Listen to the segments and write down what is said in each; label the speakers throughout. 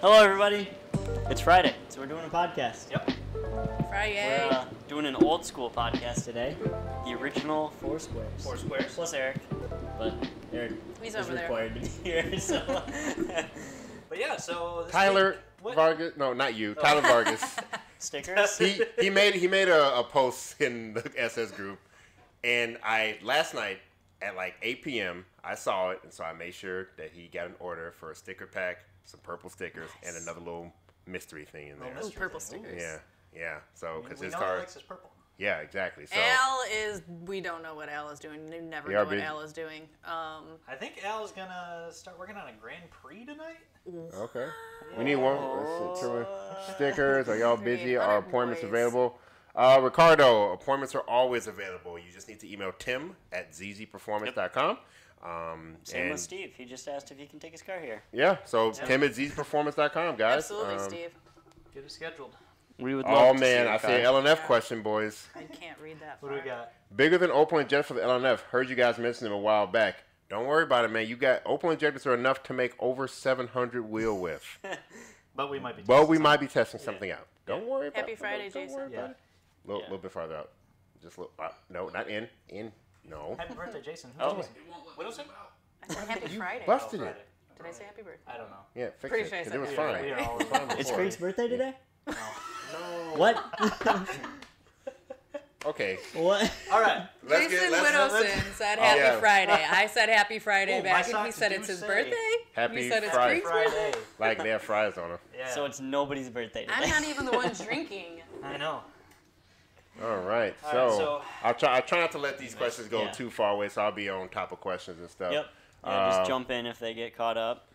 Speaker 1: Hello, everybody. It's Friday, so we're doing a podcast. Yep.
Speaker 2: Friday.
Speaker 1: We're uh, doing an old school podcast today. The original Four Squares.
Speaker 3: Four squares.
Speaker 1: Plus Eric, but Eric
Speaker 2: He's
Speaker 1: is
Speaker 2: over there.
Speaker 1: required to be here. So.
Speaker 3: But yeah, so this
Speaker 4: Tyler
Speaker 3: week- what-
Speaker 4: Vargas. No, not you.
Speaker 3: Oh.
Speaker 4: Tyler Vargas.
Speaker 1: Stickers.
Speaker 4: He he made he made a, a post in the SS group, and I last night at like 8 p.m. I saw it, and so I made sure that he got an order for a sticker pack, some purple stickers, and another little mystery thing in there.
Speaker 3: mystery.
Speaker 2: Oh, Ooh, purple stickers.
Speaker 4: yeah, yeah. So
Speaker 3: Oh,
Speaker 4: because
Speaker 3: we
Speaker 4: his
Speaker 3: know
Speaker 4: car.
Speaker 3: Alex is purple.
Speaker 4: Yeah, exactly. So E
Speaker 2: Al is. We don't know what Al is doing. We never
Speaker 4: They
Speaker 2: know
Speaker 4: are
Speaker 2: what
Speaker 4: busy.
Speaker 2: Al is doing. Um,
Speaker 3: I think Al is gonna start working on a Grand Prix tonight.
Speaker 4: okay, we need one
Speaker 2: Oh.
Speaker 4: let's see, two stickers. Are y'all busy? Are
Speaker 2: 300
Speaker 4: appointments
Speaker 2: boys.
Speaker 4: available? Uh, Ricardo, appointments are always available. You just need to email Tim at zzperformance.com. Um,
Speaker 1: Same with
Speaker 4: and-
Speaker 1: Steve. He just asked if he can take his car here.
Speaker 4: Yeah, so Tim at zperformance.com, guys.
Speaker 2: absolutely,
Speaker 4: Um,
Speaker 2: Steve.
Speaker 3: Get it scheduled.
Speaker 1: We would
Speaker 4: Oh man, I see an LNF question, boys.
Speaker 2: I can't read that.
Speaker 3: What do we
Speaker 2: far.
Speaker 3: got?
Speaker 4: Bigger than Opal Injectors for the LNF. Heard you guys mention them a while back. Don't worry about it, man. You got Opal Injectors are enough to make over 700 wheel with.
Speaker 3: But we might be.
Speaker 4: Well,
Speaker 3: testing
Speaker 4: we
Speaker 3: something.
Speaker 4: might be testing something out. Don't worry about
Speaker 2: Happy
Speaker 4: it.
Speaker 2: Friday,
Speaker 4: Don't worry
Speaker 2: Jason.
Speaker 4: about
Speaker 3: Yeah.
Speaker 4: it. little,
Speaker 1: Yeah.
Speaker 4: little bit farther out. Just a little. Uh, no, not in. In. No.
Speaker 3: Happy birthday, Jason. Who's
Speaker 1: Oh.
Speaker 3: Jason? What was it?
Speaker 2: I said happy Friday.
Speaker 3: Oh,
Speaker 4: Busted it.
Speaker 3: Friday.
Speaker 2: Did I say happy birthday?
Speaker 3: I don't know.
Speaker 4: Yeah, fix
Speaker 2: Pretty
Speaker 4: it.
Speaker 2: sure I
Speaker 4: 'cause
Speaker 2: said
Speaker 4: it was
Speaker 2: that.
Speaker 3: We are-
Speaker 4: fine.
Speaker 3: We are all fine.
Speaker 1: It's
Speaker 4: Sorry.
Speaker 1: Craig's birthday today?
Speaker 3: No.
Speaker 1: What?
Speaker 4: Okay.
Speaker 1: what?
Speaker 3: All right.
Speaker 4: Let's
Speaker 2: Jason
Speaker 4: get, let's,
Speaker 2: Whittleson
Speaker 4: let's,
Speaker 2: said happy
Speaker 4: Oh, yeah.
Speaker 2: Friday. I said happy Friday
Speaker 3: Ooh, Oh, my
Speaker 2: back, and he
Speaker 3: socks
Speaker 2: said
Speaker 3: do
Speaker 2: it's his
Speaker 3: say
Speaker 2: birthday.
Speaker 4: Happy
Speaker 2: you said it's
Speaker 4: Friday.
Speaker 2: Craig's birthday.
Speaker 3: Friday.
Speaker 4: like they have fries on them.
Speaker 3: Yeah.
Speaker 1: So it's nobody's birthday today.
Speaker 2: I'm not even the one drinking.
Speaker 3: I know.
Speaker 4: All right.
Speaker 3: All
Speaker 4: so,
Speaker 3: right, so-
Speaker 4: I'll try. I try not to let these questions go
Speaker 1: Yeah.
Speaker 4: too far away, so I'll be on top of questions and stuff.
Speaker 1: Yep. Yeah,
Speaker 4: Uh,
Speaker 1: just jump in if they get caught up.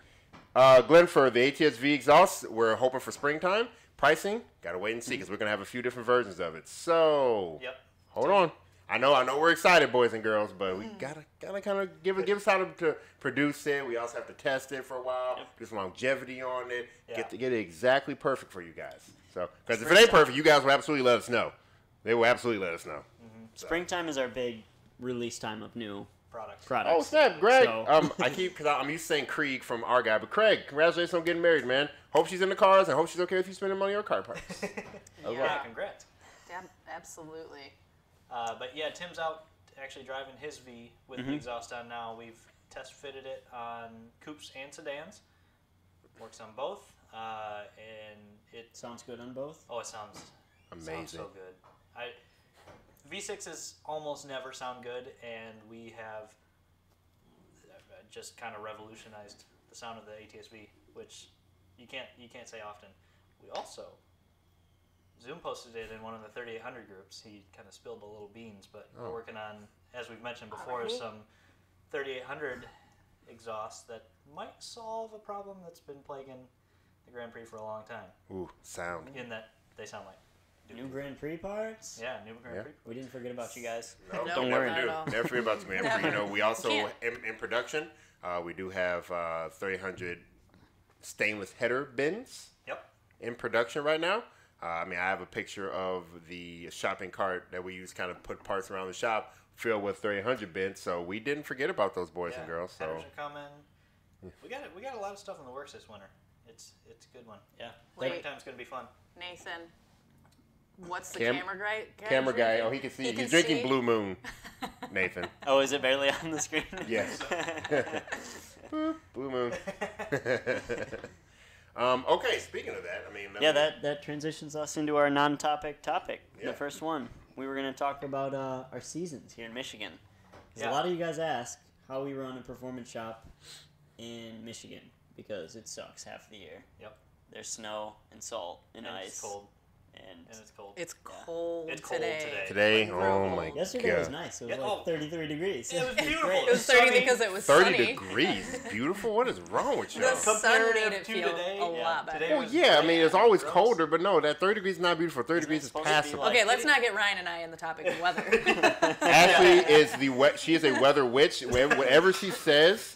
Speaker 4: Uh, Glenfer, the ATSV exhaust, we're hoping for springtime. Pricing, gotta wait and see because we're gonna have a few different versions of it. So,
Speaker 3: Yep.
Speaker 4: hold on. I know, I know, we're excited, boys and girls, but we gotta, gotta kind of give it, give us time to produce it. We also have to test it for a while, do some longevity on it,
Speaker 3: Yeah.
Speaker 4: get to, get it exactly perfect for you guys. So, because if it ain't perfect, you guys will absolutely let us know. They will absolutely let us know.
Speaker 1: Springtime is our big release time of new
Speaker 3: Products.
Speaker 1: products.
Speaker 4: Oh snap, Greg!
Speaker 1: So-
Speaker 4: Um, I keep because I'm used to saying Krieg from our guy, but Craig, congratulations on getting married, man. Hope she's in the cars and hope she's okay with you spending money on car parts.
Speaker 3: yeah. Congrats.
Speaker 2: Ab- absolutely.
Speaker 3: Uh, but yeah, Tim's out actually driving his V with the exhaust on now. We've test fitted it on coupes and sedans. Works on both, uh, and it
Speaker 1: Sounds good on both.
Speaker 3: oh, it sounds
Speaker 4: Amazing.
Speaker 3: sounds so good. I V6s almost never sound good, and we have uh, just kind of revolutionized the sound of the ATSV, which you can't you can't say often. We also Zoom posted it in one of the 3800 groups. He kind of spilled the little beans, but we're
Speaker 4: Oh.
Speaker 3: working on, as we've mentioned before,
Speaker 2: Alrighty.
Speaker 3: some 3800 exhaust that might solve a problem that's been plaguing the Grand Prix for a long time.
Speaker 4: Ooh, sound.
Speaker 3: In that they sound like
Speaker 1: New Grand Prix parts.
Speaker 3: yeah, new Grand
Speaker 4: Yeah.
Speaker 3: Prix.
Speaker 1: We didn't forget about you guys.
Speaker 4: No,
Speaker 2: No,
Speaker 4: don't
Speaker 2: not
Speaker 4: worry.
Speaker 2: at
Speaker 4: Never,
Speaker 2: all.
Speaker 4: do. never forget about the Grand Prix. You know, we also in,
Speaker 2: Can't.
Speaker 4: in production, uh, we do have uh, 300 stainless header bins.
Speaker 3: Yep.
Speaker 4: in production right now. Uh, I mean, I have a picture of the shopping cart that we use, kind of put parts around the shop, filled with 300 bins. So we didn't forget about those boys and girls. So
Speaker 3: headers are coming. We got we got a lot of stuff in the works this winter. It's it's a good one. Yeah,
Speaker 2: Wait.
Speaker 3: Springtime's gonna be fun.
Speaker 2: Nathan, what's the
Speaker 4: Cam-
Speaker 2: camera guy?
Speaker 4: camera guy,
Speaker 2: drinking?
Speaker 4: oh, he can see.
Speaker 2: He
Speaker 4: He's
Speaker 2: can
Speaker 4: drinking
Speaker 2: see?
Speaker 4: Blue Moon, Nathan.
Speaker 1: Oh, is it barely on the screen?
Speaker 4: Yes. Boop, Blue Moon. um, okay, speaking of that, I mean,
Speaker 1: yeah, that that transitions us into our non-topic topic.
Speaker 4: Yeah.
Speaker 1: The first one we were going to talk about uh, our seasons here in Michigan. 'Cause
Speaker 3: Yeah.
Speaker 1: A lot of you guys ask how we run a performance shop in Michigan because it sucks half the year.
Speaker 3: Yep.
Speaker 1: There's snow and salt and,
Speaker 3: And
Speaker 1: ice
Speaker 3: it's cold.
Speaker 1: and
Speaker 3: And it's cold.
Speaker 2: It's cold
Speaker 3: It's cold today.
Speaker 4: today,
Speaker 2: Like,
Speaker 4: oh
Speaker 2: real
Speaker 4: my
Speaker 2: cold.
Speaker 1: yesterday
Speaker 4: god.
Speaker 1: was nice. It was
Speaker 3: Yeah,
Speaker 1: like
Speaker 3: oh.
Speaker 1: 33 degrees.
Speaker 3: It was beautiful.
Speaker 1: great.
Speaker 2: It was 30
Speaker 3: Sunny.
Speaker 2: because it was
Speaker 4: 30
Speaker 2: sunny.
Speaker 4: degrees. Beautiful. What is wrong with you?
Speaker 2: The sun
Speaker 3: Comparative
Speaker 2: made it
Speaker 3: to
Speaker 2: feel
Speaker 3: today,
Speaker 2: a
Speaker 3: yeah,
Speaker 2: lot better.
Speaker 3: today
Speaker 4: Well,
Speaker 3: was
Speaker 4: yeah, I mean, it's always
Speaker 3: gross.
Speaker 4: colder, but no, that 30 degrees is not beautiful. 30 degrees is
Speaker 1: supposed to be
Speaker 4: passable.
Speaker 1: like-
Speaker 2: Okay, let's not get Ryan and I in the topic of weather.
Speaker 4: Ashley is the we- she is a weather witch. Wh- Whatever she says,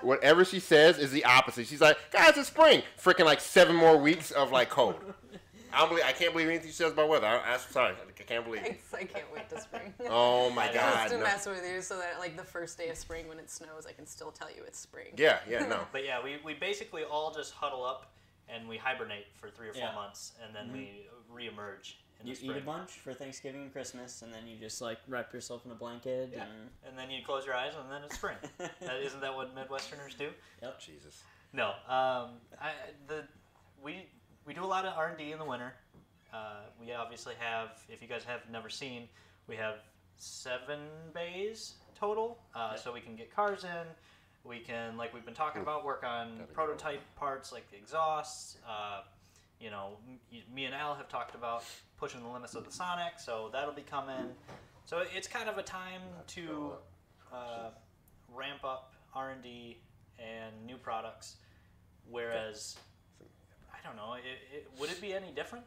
Speaker 4: whatever she says is the opposite. She's like, guys, it's spring. Freaking like seven more weeks of like cold. I don't believe. I can't believe anything she says about weather. I, I'm sorry. I can't believe. It.
Speaker 2: It's- I can't wait to spring.
Speaker 4: Oh my
Speaker 2: Just
Speaker 4: god.
Speaker 2: to
Speaker 4: no.
Speaker 2: mess with you so that, like, the first day of spring when it snows, I can still tell you it's spring.
Speaker 4: Yeah, yeah, no.
Speaker 3: But yeah, we, we basically all just huddle up and we hibernate for three or four
Speaker 1: Yeah.
Speaker 3: months, and then we reemerge in
Speaker 1: You
Speaker 3: the
Speaker 1: eat
Speaker 3: spring.
Speaker 1: a bunch for Thanksgiving and Christmas, and then you just like wrap yourself in a blanket.
Speaker 3: Yeah. and then you close your eyes, and then it's spring.
Speaker 1: And
Speaker 3: that, isn't that what Midwesterners do?
Speaker 4: Jesus.
Speaker 3: No. Um, I, the we we do a lot of R and D in the winter. Uh, we obviously have, if you guys have never seen, we have seven bays total, uh,
Speaker 1: Yeah.
Speaker 3: so we can get cars in. We can, like we've been talking about, work on
Speaker 4: Gotta go.
Speaker 3: prototype parts like the exhausts. Uh, you know, m- y- me and Al have talked about pushing the limits of the Sonic, so that'll be coming. So it's kind of a time to uh, ramp up R and D and new products. Whereas, I don't know, it, it, would it be any different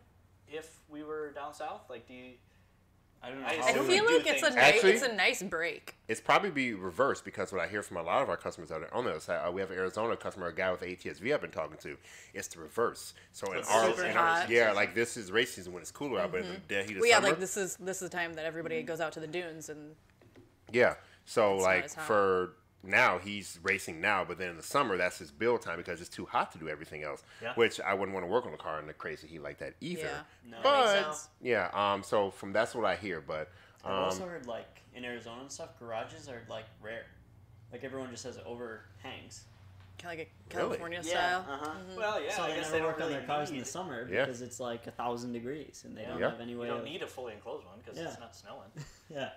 Speaker 3: if we were down south? Like, do you?
Speaker 1: I don't know.
Speaker 3: I
Speaker 1: how
Speaker 2: I
Speaker 3: So
Speaker 1: we
Speaker 3: we
Speaker 2: feel
Speaker 1: would-
Speaker 3: do
Speaker 2: like it's a
Speaker 3: things-
Speaker 2: ni-
Speaker 4: Actually-
Speaker 2: it's a nice break.
Speaker 4: It's probably be reversed because what I hear from a lot of our customers out there on the other side, uh, we have an Arizona customer, a guy with ATSV I've been talking to. It's the reverse. So in
Speaker 3: It's
Speaker 4: our,
Speaker 3: super
Speaker 4: in our
Speaker 2: hot.
Speaker 4: yeah, like this is race season when it's cooler out, but in the dead heat of
Speaker 2: Well, yeah,
Speaker 4: summer,
Speaker 2: like this is this is the time that everybody
Speaker 3: Mm-hmm.
Speaker 2: goes out to the dunes and
Speaker 4: Yeah. So
Speaker 2: It's not
Speaker 4: like
Speaker 2: as hot.
Speaker 4: for now he's racing now, but then in the summer that's his build time because it's too hot to do everything else.
Speaker 3: Yeah.
Speaker 4: Which I wouldn't want to work on a car in the crazy heat like that either.
Speaker 2: Yeah.
Speaker 1: No.
Speaker 4: but
Speaker 2: Makes sense.
Speaker 4: yeah, um so from that's what I hear, but
Speaker 1: I've
Speaker 4: um
Speaker 1: also heard like in Arizona and stuff, garages are like rare. Like everyone just has overhangs.
Speaker 2: kind of like a California style.
Speaker 1: Uh huh.
Speaker 3: Well, yeah, uh-huh.
Speaker 1: so
Speaker 3: I
Speaker 1: they
Speaker 3: guess
Speaker 1: never
Speaker 3: they don't
Speaker 1: work on their
Speaker 3: really
Speaker 1: cars in
Speaker 3: need-
Speaker 1: the summer
Speaker 4: Yeah.
Speaker 1: because it's like a thousand degrees and they
Speaker 3: Yeah.
Speaker 1: don't
Speaker 4: Yeah.
Speaker 1: have any
Speaker 3: You
Speaker 1: way.
Speaker 3: don't
Speaker 1: of,
Speaker 3: need a fully enclosed one because
Speaker 1: Yeah.
Speaker 3: it's not snowing.
Speaker 1: Yeah.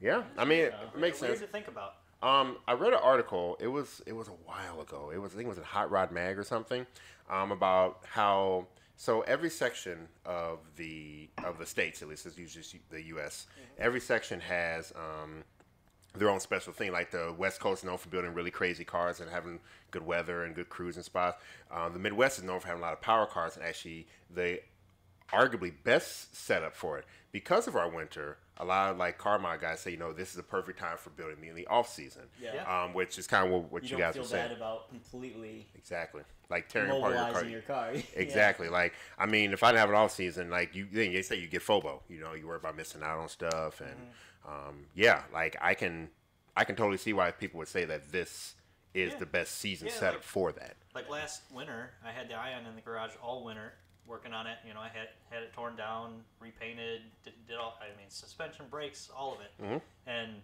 Speaker 4: yeah, I mean it,
Speaker 1: Yeah.
Speaker 4: makes
Speaker 3: weird
Speaker 4: sense.
Speaker 3: to think about.
Speaker 4: Um, I read an article. It was it was a while ago. It was I think it was in Hot Rod Mag or something, um, about how so every section of the of the states at least is usually the U.S. Every section has um, their own special thing. Like the West Coast is known for building really crazy cars and having good weather and good cruising spots. Uh, the Midwest is known for having a lot of power cars and actually the arguably best setup for it because of our winter. A lot of like car mod guys say, you know, this is a perfect time for building in the off season.
Speaker 1: Yeah.
Speaker 4: Um, which is kind of what, what
Speaker 1: You
Speaker 4: you,
Speaker 1: don't
Speaker 4: guys
Speaker 1: feel
Speaker 4: were
Speaker 1: bad
Speaker 4: saying.
Speaker 1: about completely
Speaker 4: Exactly. Like tearing apart your car.
Speaker 1: mobilizing your car. Yeah.
Speaker 4: Exactly. Like I mean, if I didn't have an off season, like you, then they say you get fobo. You know, you worry about missing out on stuff, and
Speaker 3: Mm.
Speaker 4: um, yeah, like I can, I can totally see why people would say that this is
Speaker 3: Yeah.
Speaker 4: the best season
Speaker 3: Yeah,
Speaker 4: setup
Speaker 3: like-
Speaker 4: for that.
Speaker 3: Like last winter, I had the Ion in the garage all winter working on it. You know, I had had it torn down, repainted, did, did all. I mean, suspension, brakes, all of it.
Speaker 4: Mm-hmm.
Speaker 3: And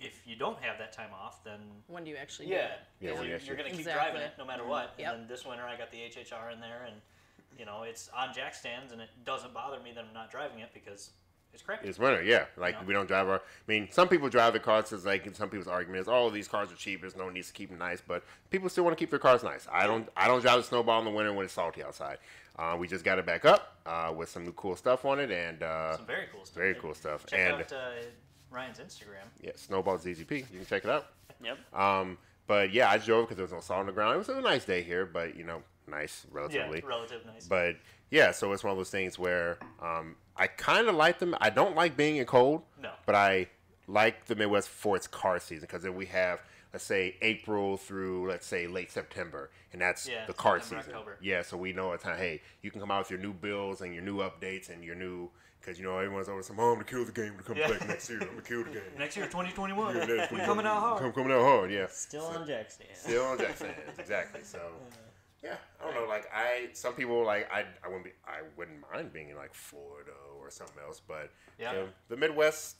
Speaker 3: if you don't have that time off, then
Speaker 2: When do you actually? do
Speaker 3: Yeah,
Speaker 2: it?
Speaker 4: Yeah,
Speaker 3: because
Speaker 4: when
Speaker 3: you-
Speaker 4: you
Speaker 3: you're,
Speaker 4: actually-
Speaker 3: going to keep
Speaker 2: Exactly.
Speaker 3: driving it no matter what.
Speaker 2: Yep.
Speaker 3: And then this winter, I got the HHR in there, and you know it's on jack stands, and it doesn't bother me that I'm not driving it because it's crappy.
Speaker 4: It's winter, yeah. Like
Speaker 3: Yeah.
Speaker 4: we don't drive our. I mean, some people drive their cars. It's like some people's argument is, "Oh, these cars are cheap. There's no need to keep them nice." But people still want to keep their cars nice. I don't. I don't drive the snowball in the winter when it's salty outside. Uh, we just got it back up uh, with some new cool stuff on it, and uh,
Speaker 3: Some very cool stuff.
Speaker 4: very cool stuff.
Speaker 3: Check
Speaker 4: and
Speaker 3: out uh, Ryan's Instagram.
Speaker 4: yeah, snowball ZZP. You can check it out.
Speaker 1: Yep.
Speaker 4: Um, but yeah, I drove because there was no salt on the ground. It was a nice day here, but you know, nice
Speaker 3: Yeah,
Speaker 4: relatively.
Speaker 3: relative nice.
Speaker 4: But yeah, so it's one of those things where um, I kind of like them. I don't like being in cold,
Speaker 3: No.
Speaker 4: but I like the Midwest for its car season because then we have. Let's say April through let's say late September, and that's
Speaker 3: Yeah,
Speaker 4: the car
Speaker 3: September,
Speaker 4: season.
Speaker 3: October.
Speaker 4: Yeah, so we know it's time. Hey, you can come out with your new bills and your new updates and your new because you know everyone's always like, "Oh, I'm gonna kill the game when it comes
Speaker 3: Yeah.
Speaker 4: back next year. I'm gonna kill the game."
Speaker 3: Next year, 2021.
Speaker 4: Yeah, that's
Speaker 3: we
Speaker 4: what-
Speaker 3: coming out hard.
Speaker 4: Come, coming out hard, yeah.
Speaker 1: Still on jack stands.
Speaker 4: Still on Jack fans, exactly. So, yeah, I don't know. Like I, some people like I, I wouldn't be, I wouldn't mind being in like Florida or something else, but
Speaker 3: Yeah.
Speaker 4: you know, the Midwest,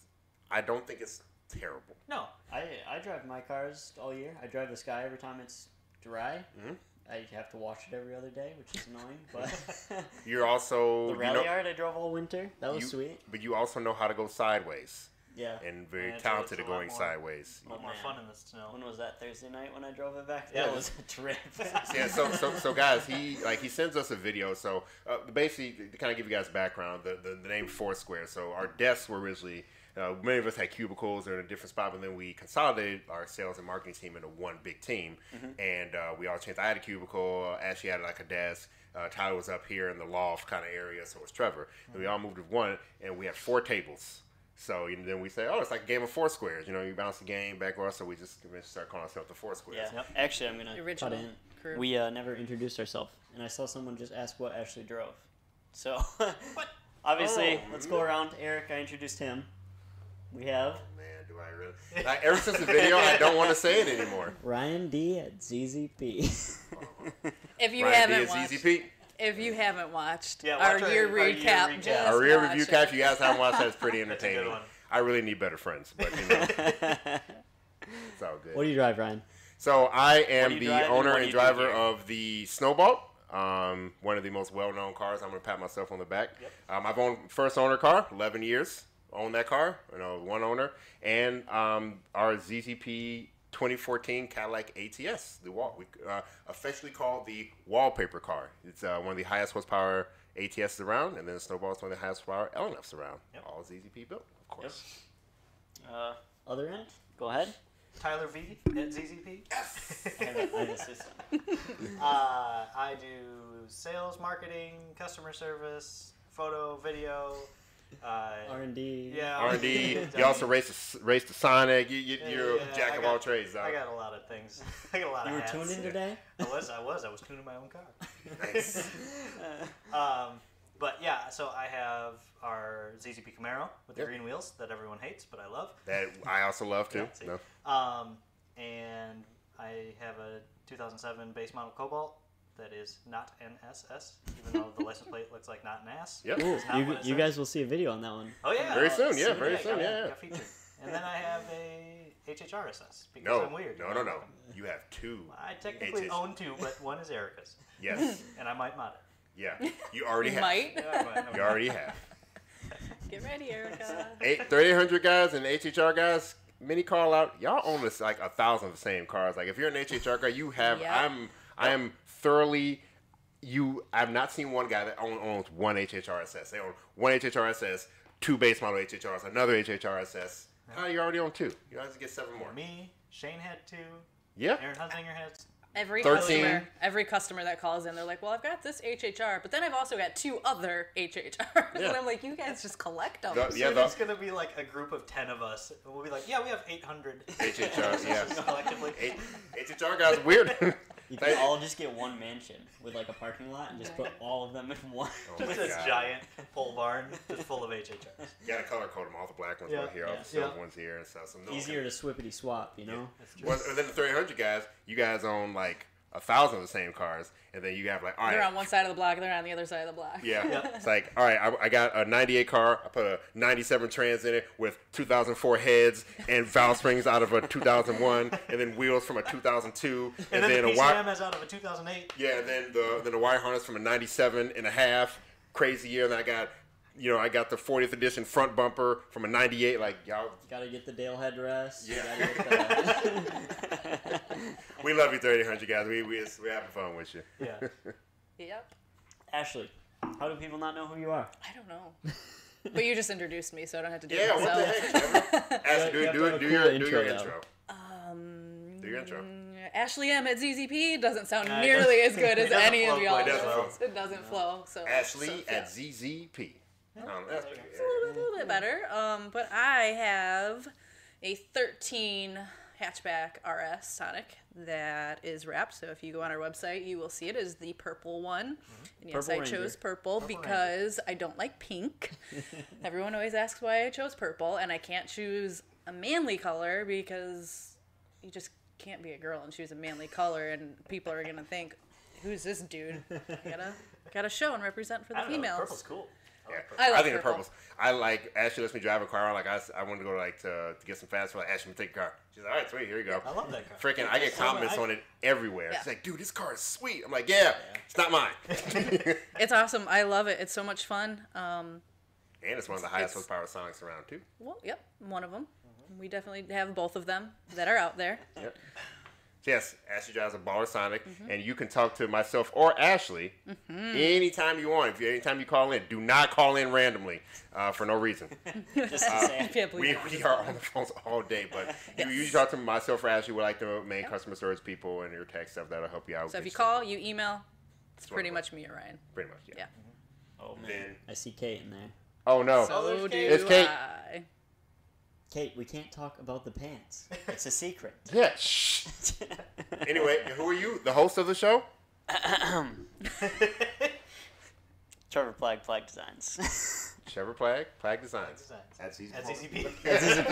Speaker 4: I don't think it's terrible.
Speaker 3: No,
Speaker 1: I, I drive my cars all year. I drive the Sky every time it's dry.
Speaker 4: Mhm.
Speaker 1: I have to wash it every other day, which is annoying. But
Speaker 4: You're also
Speaker 1: the
Speaker 4: you
Speaker 1: rally
Speaker 4: know,
Speaker 1: yard I drove all winter. That was
Speaker 4: you-
Speaker 1: sweet.
Speaker 4: but you also know how to go sideways
Speaker 1: Yeah.
Speaker 4: and very
Speaker 3: Yeah, it's a-
Speaker 4: talented
Speaker 3: it's
Speaker 4: at
Speaker 3: a lot
Speaker 4: going
Speaker 3: more-
Speaker 4: sideways.
Speaker 3: a lot more
Speaker 1: man.
Speaker 3: fun in the snow.
Speaker 1: When was that Thursday night when I drove it back?
Speaker 3: Yeah.
Speaker 1: That was a trip.
Speaker 4: yeah, so, so so guys, he like he sends us a video. So uh, basically, to kind of give you guys background, the, the, the name Foursquare. So our desks were originally uh, many of us had cubicles or in a different spot, but then we consolidated our sales and marketing team into one big team, and uh, we all changed. I had a cubicle, uh, Ashley had like a desk. Uh, Tyler was up here in the loft kind of area, so was Trevor. And we all moved to one, and we had four tables. So you know, then we say, oh, it's like a game of four squares. You know, you bounce the game back or so we just eventually start calling ourselves the four squares.
Speaker 1: Yeah.
Speaker 3: Yep.
Speaker 1: Actually, I'm gonna
Speaker 2: Original
Speaker 1: cut in.
Speaker 2: crew.
Speaker 1: We uh, never introduced ourselves, and I saw someone just ask what Ashley drove. So,
Speaker 3: What?
Speaker 1: obviously,
Speaker 4: Oh.
Speaker 1: let's go around. Eric, I introduced him. We have
Speaker 4: Man, do I really? Like, ever since the video, I don't want to say it anymore.
Speaker 1: Ryan D at ZZP.
Speaker 2: If you
Speaker 4: Ryan D
Speaker 2: haven't
Speaker 4: is
Speaker 2: watched,
Speaker 4: Easy Pete.
Speaker 2: if you haven't watched
Speaker 3: Yeah,
Speaker 2: our,
Speaker 3: watch our-
Speaker 2: year
Speaker 3: our year
Speaker 2: recap,
Speaker 3: recap.
Speaker 2: just
Speaker 4: Our rear
Speaker 2: watch
Speaker 4: review
Speaker 2: it.
Speaker 4: catch, you guys haven't watched that, it's pretty
Speaker 3: That's a good
Speaker 4: entertaining.
Speaker 3: one.
Speaker 4: I really need better friends, but you know, it's all good.
Speaker 1: what do you drive, Ryan?
Speaker 4: So I
Speaker 3: do
Speaker 4: am
Speaker 3: you
Speaker 4: the
Speaker 3: drive and
Speaker 4: owner
Speaker 3: what do
Speaker 4: and
Speaker 3: you do
Speaker 4: driver
Speaker 3: here?
Speaker 4: of the Snowball, um, one of the most well-known cars. I'm gonna pat myself on the back.
Speaker 3: Yep.
Speaker 4: Um, I've owned first owner car, 11 years. Owned that car, you know, one owner, and um, our ZZP 2014 Cadillac ATS, the wall, we, uh, officially called the wallpaper car. It's uh, one of the highest horsepower ATSs around, and then Snowball is one of the highest horsepower LNFs around.
Speaker 3: Yep.
Speaker 4: All ZZP built, of course.
Speaker 3: Uh,
Speaker 1: Other end? Go ahead.
Speaker 3: Tyler V at ZZP.
Speaker 1: I just- just-
Speaker 3: Uh, I do sales, marketing, customer service, photo, video. Uh,
Speaker 1: R&D.
Speaker 3: yeah,
Speaker 4: R and D.
Speaker 3: I'll-
Speaker 4: You also race the, s- race the Sonic. You, you,
Speaker 3: Yeah,
Speaker 4: you're
Speaker 3: yeah,
Speaker 4: a jack
Speaker 3: I
Speaker 4: of
Speaker 3: got-
Speaker 4: all trades. Though.
Speaker 3: I got a lot of things. I got a lot
Speaker 1: You
Speaker 3: of
Speaker 1: were
Speaker 3: hats.
Speaker 1: tuned in
Speaker 4: Yeah.
Speaker 1: today?
Speaker 3: I was. I was. I was tuning my own car.
Speaker 4: Nice.
Speaker 3: Um, but yeah, so I have our ZZP Camaro with the
Speaker 4: Yep.
Speaker 3: green wheels that everyone hates, but I love.
Speaker 4: That I also love too.
Speaker 3: Yeah, see.
Speaker 4: no.
Speaker 3: Um, and I have a 2007 base model Cobalt that is not an SS, even though the license plate looks like not an ass.
Speaker 4: Yep.
Speaker 1: Ooh,
Speaker 3: It's not
Speaker 1: you,
Speaker 3: what it
Speaker 1: you
Speaker 3: says.
Speaker 1: guys will see a video on that one.
Speaker 3: Oh yeah.
Speaker 4: Very
Speaker 3: uh,
Speaker 4: soon, yeah,
Speaker 3: soon,
Speaker 4: very
Speaker 3: got-
Speaker 4: soon, yeah,
Speaker 3: Got featured. And then I have a HHR SS because
Speaker 4: No.
Speaker 3: I'm weird.
Speaker 4: No. No. No. You have two.
Speaker 3: I technically
Speaker 4: HHR.
Speaker 3: own two, but one is Erica's,
Speaker 4: Yes.
Speaker 3: and I might mod
Speaker 4: Yeah. You already have.
Speaker 2: Might
Speaker 3: it. Yeah, I might, I
Speaker 4: You
Speaker 3: might.
Speaker 4: already have.
Speaker 2: get ready, Erica.
Speaker 4: Eight thirty hundred guys and HHR guys. Mini call out. Y'all own this like a thousand of the same cars. Like if you're an HHR guy, you have.
Speaker 2: Yep.
Speaker 4: I'm. I am thoroughly. You. I've not seen one guy that own, owns one HHRSS. They own one HHRSS, two base model HHRs, another HHRSS. How you already own two? You guys get seven more.
Speaker 3: Me, Shane had two.
Speaker 4: Yeah.
Speaker 3: Aaron Hunsinger had
Speaker 2: Every
Speaker 4: 13.
Speaker 2: customer, every customer that calls in, they're like, "Well, I've got this HHR, but then I've also got two other HHRs,"
Speaker 4: Yeah.
Speaker 2: and I'm like, "You guys just collect them."
Speaker 4: The- yeah.
Speaker 3: So
Speaker 4: The,
Speaker 3: there's gonna be like a group of ten of us. and We'll be like, yeah, we have 800
Speaker 4: HHRs, yeah.
Speaker 3: collectively.
Speaker 4: H- HHR guys weird.
Speaker 1: You
Speaker 4: Thank-
Speaker 1: can all just get one mansion with like a parking lot and just put all of them in one.
Speaker 4: Oh
Speaker 3: Just
Speaker 4: my
Speaker 3: this
Speaker 4: God.
Speaker 3: giant pole barn just full of HHRs.
Speaker 4: gotta color code them. All the black ones
Speaker 3: Yeah,
Speaker 4: right here, all
Speaker 1: yeah,
Speaker 4: the silver
Speaker 3: yeah.
Speaker 4: ones here, and stuff. So no one
Speaker 1: Easier to swippity swap, you know?
Speaker 4: Can, well, and then the 300 guys, you guys own like a thousand of the same cars, and then you have like, all
Speaker 2: They're
Speaker 4: right,
Speaker 2: on one side of the block, they're on the other side of the block.
Speaker 4: yeah.
Speaker 3: Yeah.
Speaker 4: It's like, all right, I, I got a 98 car. I put a 97 trans in it with 2004 heads and valve springs out of a 2001, and then wheels from a 2002,
Speaker 3: And, then, the
Speaker 4: a wire.
Speaker 3: PCM is out of a 2008.
Speaker 4: Yeah, and then the then the wire harness from a 97 and a half crazy year. Then I got, you know, I got the 40th edition front bumper from a 98. Like y'all,
Speaker 1: Gotta get the Dale headrest. you
Speaker 4: Yeah.
Speaker 1: gotta get the-
Speaker 4: we love you 3800 guys. We we we having fun with you.
Speaker 3: Yeah.
Speaker 2: Yep.
Speaker 1: Ashley, how do people not know who you are?
Speaker 2: I don't know. but you just introduced me, so I don't have to do
Speaker 4: Yeah,
Speaker 2: it
Speaker 4: what the
Speaker 2: myself.
Speaker 4: heck? Trevor? Ask,
Speaker 1: You
Speaker 4: do,
Speaker 1: have to
Speaker 4: do,
Speaker 1: have a
Speaker 4: do,
Speaker 1: cool
Speaker 4: your, do
Speaker 1: intro,
Speaker 4: your
Speaker 1: though.
Speaker 4: intro.
Speaker 2: Um,
Speaker 4: Do your intro.
Speaker 2: Ashley M at ZZP doesn't sound
Speaker 3: Nah, it
Speaker 2: nearly as
Speaker 3: doesn't-
Speaker 2: good
Speaker 3: it
Speaker 2: as
Speaker 3: doesn't
Speaker 2: any of
Speaker 3: flow
Speaker 2: y'all.
Speaker 4: quite as well.
Speaker 2: It doesn't flow. So
Speaker 4: Ashley
Speaker 2: so, yeah.
Speaker 4: at ZZP. Um, that's pretty
Speaker 3: It's
Speaker 4: good.
Speaker 2: a little bit better. Um, but I have a 13 hatchback RS Sonic that is wrapped. So if you go on our website, you will see it is the purple one. And yes,
Speaker 1: Purple
Speaker 2: I
Speaker 1: Ranger.
Speaker 2: chose purple, because I don't like pink. Everyone always asks why I chose purple, and I can't choose a manly color because you just can't be a girl and choose a manly color, and people are gonna think, "Who's this dude?" I gotta gotta show and represent for the
Speaker 3: I don't know.
Speaker 2: females.
Speaker 3: Purple's cool.
Speaker 4: Yeah.
Speaker 2: I
Speaker 4: I,
Speaker 2: like
Speaker 4: think the
Speaker 2: purple.
Speaker 4: purples. I like Ashley lets me drive a car. Like I, s- I wanted to go like to, to get some fast food. Like, Ashley, take a car. She's like, all right, sweet, here you go.
Speaker 3: I love that car.
Speaker 4: Freaking, I get comments on it everywhere.
Speaker 2: Yeah.
Speaker 4: It's like, dude, this car is sweet. I'm like, yeah, it's not mine. and
Speaker 2: It's awesome. I love it. It's so much fun. Um,
Speaker 4: it's one of the highest
Speaker 2: It's-
Speaker 4: horsepower Sonics around too.
Speaker 2: well, yep, one of them. We definitely have both of them that are out there.
Speaker 4: Yep. So yes, Ashley drives a baller Sonic,
Speaker 2: Mm-hmm.
Speaker 4: and you can talk to myself or Ashley anytime you want. If you, anytime you call in, do not call in randomly uh, for no reason.
Speaker 1: Just to say,
Speaker 2: I can't believe
Speaker 4: we,
Speaker 2: that.
Speaker 4: we are on the phones all day, but you usually talk to myself or Ashley. We're like the main customer service people and your tech stuff that'll help you out.
Speaker 2: So if
Speaker 4: get
Speaker 2: you call, you email, it's pretty
Speaker 4: wonderful.
Speaker 2: much me or Ryan.
Speaker 4: pretty much, yeah.
Speaker 2: Yeah.
Speaker 3: Oh
Speaker 4: Then,
Speaker 1: I see Kate in there.
Speaker 4: oh no,
Speaker 3: So- there's
Speaker 2: So do
Speaker 3: Kate.
Speaker 4: It's Kate.
Speaker 2: I.
Speaker 1: Kate, we can't talk about the pants. It's a secret.
Speaker 4: yeah. Shh. Anyway, who are you? The host of the show?
Speaker 1: Trevor Plague Plague Designs.
Speaker 4: Trevor Plague,
Speaker 3: Like
Speaker 4: Plague Designs.
Speaker 3: designs.
Speaker 5: That's easy.
Speaker 3: That's easy. peasy.
Speaker 1: That's easy.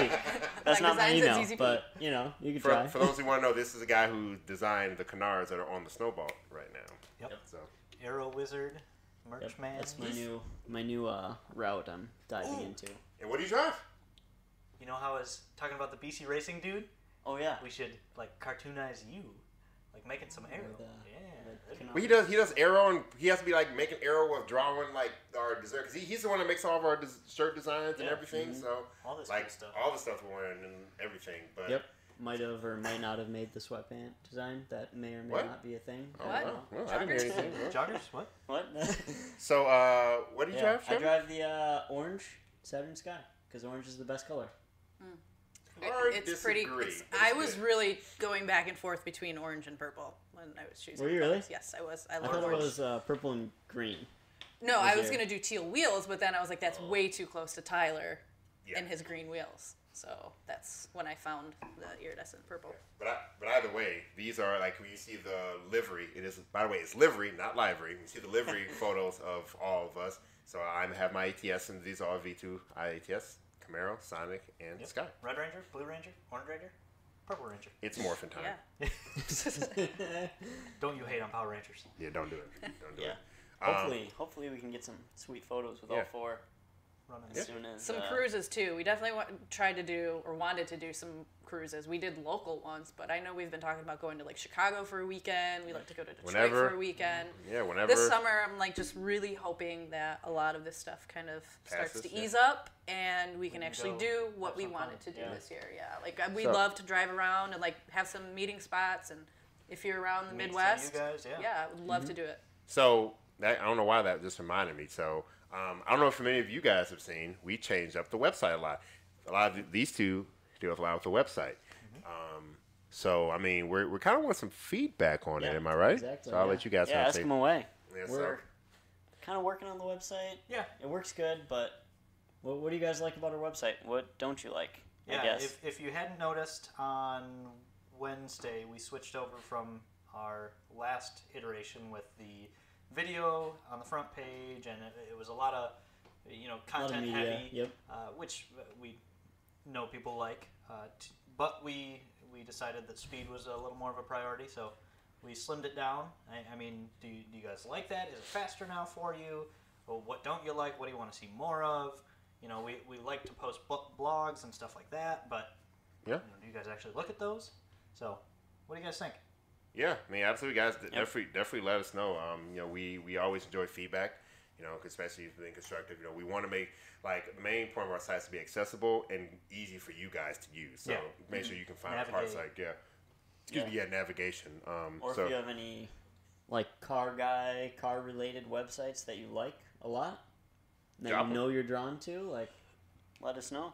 Speaker 1: That's
Speaker 2: Like
Speaker 1: not my
Speaker 2: designs, that's
Speaker 1: email,
Speaker 2: easy
Speaker 1: but you know you could
Speaker 4: For,
Speaker 1: try.
Speaker 4: for those who want to know, this is a guy who designed the canards that are on the snowball right now.
Speaker 3: Yep.
Speaker 4: So
Speaker 3: Arrow Wizard,
Speaker 1: Yep,
Speaker 3: Merchman.
Speaker 1: that's my new my new uh, route I'm diving
Speaker 4: Ooh.
Speaker 1: into.
Speaker 4: and what do you drive?
Speaker 3: You know how I was talking about the BC Racing dude?
Speaker 1: Oh yeah.
Speaker 3: We should like cartoonize you, like making some arrow.
Speaker 1: With, uh,
Speaker 3: yeah.
Speaker 1: with
Speaker 3: that'd be-
Speaker 1: Canuck.
Speaker 4: Well, he does. He does arrow, and he has to be like making arrow with drawing like our dessert because he, he's the one that makes all of our des- shirt designs and
Speaker 3: Yeah.
Speaker 4: everything. So
Speaker 3: All this
Speaker 4: like
Speaker 3: cool stuff.
Speaker 4: all the stuff we're wearing and everything. But
Speaker 1: Yep. Might have or might not have made the sweatpant design. That may or may
Speaker 4: What?
Speaker 1: not be a thing.
Speaker 4: Oh,
Speaker 2: What?
Speaker 4: wow. Well, I didn't hear
Speaker 2: Joggers?
Speaker 4: anything. Well,
Speaker 3: Joggers? What?
Speaker 1: What?
Speaker 4: So uh, what do you
Speaker 1: yeah,
Speaker 4: drive?
Speaker 1: I
Speaker 4: Trevor?
Speaker 1: drive the uh, orange Saturn Sky because orange is the best color.
Speaker 4: Or
Speaker 2: it's pretty.
Speaker 4: disagree,
Speaker 2: It's,
Speaker 4: but
Speaker 2: I
Speaker 4: it's
Speaker 2: was
Speaker 4: good.
Speaker 2: really going back and forth between orange and purple when I was choosing.
Speaker 1: Were you
Speaker 2: colors.
Speaker 1: really?
Speaker 2: Yes, I was. I
Speaker 1: I
Speaker 2: love
Speaker 1: thought it
Speaker 2: orange.
Speaker 1: was uh, purple and green.
Speaker 2: no, I was
Speaker 1: your-
Speaker 2: gonna do teal wheels, but then I was like, that's way too close to Tyler
Speaker 4: Yeah.
Speaker 2: and his green wheels. So that's when I found the iridescent purple.
Speaker 4: But I, but either way, these are like when you see the livery. It is by the way, it's livery, not livery. You see the livery photos of all of us. So I have my ATS, and these are all V2 IATS, Camaro, Sonic, and
Speaker 3: Yep.
Speaker 4: Sky.
Speaker 3: Red Ranger, Blue Ranger, Orange Ranger, Purple Ranger.
Speaker 4: It's morphin time.
Speaker 2: Yeah.
Speaker 3: Don't you hate on Power Rangers?
Speaker 4: Yeah, don't do it. Don't do
Speaker 1: Yeah.
Speaker 4: it. Um,
Speaker 1: Hopefully, hopefully we can get some sweet photos with
Speaker 4: Yeah.
Speaker 1: all four
Speaker 3: Running
Speaker 1: as soon as
Speaker 2: Some
Speaker 1: uh,
Speaker 2: cruises too. We definitely wa- tried to do or wanted to do some cruises. We did local ones, but I know we've been talking about going to like Chicago for a weekend. We like to go to Detroit
Speaker 4: Whenever.
Speaker 2: for a weekend.
Speaker 3: Mm-hmm.
Speaker 4: Um, yeah, whenever.
Speaker 2: This summer, I'm like just really hoping that a lot of this stuff kind of starts
Speaker 4: Passes,
Speaker 2: to
Speaker 4: yeah.
Speaker 2: ease up and we can
Speaker 3: can
Speaker 2: actually
Speaker 3: go
Speaker 2: do
Speaker 3: have
Speaker 2: what we
Speaker 3: some
Speaker 2: wanted to
Speaker 3: fun,
Speaker 2: do
Speaker 1: yeah.
Speaker 2: this year. Yeah, like uh, we
Speaker 4: So-
Speaker 2: love to drive around and like have some meeting spots. And if you're around the
Speaker 3: Meet some of you
Speaker 2: Midwest,
Speaker 3: guys, yeah. Mm-hmm.
Speaker 2: yeah, I would love to do it.
Speaker 4: So that I don't know why that just reminded me. So um, I don't know if many of you guys have seen. We changed up the website a lot. A lot of th- these two deal a lot with the website.
Speaker 1: Mm-hmm.
Speaker 4: Um, so I mean, we're, we kind of want some feedback on it.
Speaker 1: Yeah,
Speaker 4: Am I right?
Speaker 1: Exactly.
Speaker 4: So I'll
Speaker 1: yeah.
Speaker 4: let you guys
Speaker 1: Yeah,
Speaker 4: kinda
Speaker 1: ask
Speaker 4: take-
Speaker 1: them away.
Speaker 4: Yeah, so-
Speaker 1: We're kind of working on the website.
Speaker 3: Yeah.
Speaker 1: It works good, but what, what do you guys like about our website? What don't you like? I
Speaker 3: Yeah,
Speaker 1: guess.
Speaker 3: if, if you hadn't noticed, on Wednesday we switched over from our last iteration with the video on the front page, and it, it was a lot of you
Speaker 1: A
Speaker 3: know
Speaker 1: lot of
Speaker 3: content
Speaker 1: media,
Speaker 3: heavy,
Speaker 1: Yep.
Speaker 3: uh, which we know people like. Uh, t- but we we decided that speed was a little more of a priority, so we slimmed it down. I, I mean, do you, do you guys like that? Is it faster now for you? Or what don't you like? What do you want to see more of? You know, we, we like to post bl- blogs and stuff like that, but you
Speaker 4: Yeah.
Speaker 3: know, do you guys actually look at those? So, what do you guys think?
Speaker 4: Yeah, I mean, absolutely, guys. Definitely, definitely let us know. Um, you know, we we always enjoy feedback. You know, especially if it's been constructive. You know, we want to make like the main point of our site is to be accessible and easy for you guys to use. So
Speaker 3: Yeah.
Speaker 4: make sure you can find our parts like
Speaker 3: Navigate.
Speaker 4: yeah. Excuse
Speaker 1: Yeah.
Speaker 4: me, yeah, navigation. Um,
Speaker 1: Or
Speaker 4: so
Speaker 1: if you have any, like, car guy, car related websites that you like a lot, that
Speaker 4: Drop
Speaker 1: you
Speaker 4: 'em.
Speaker 1: know you're drawn to, like, let us know.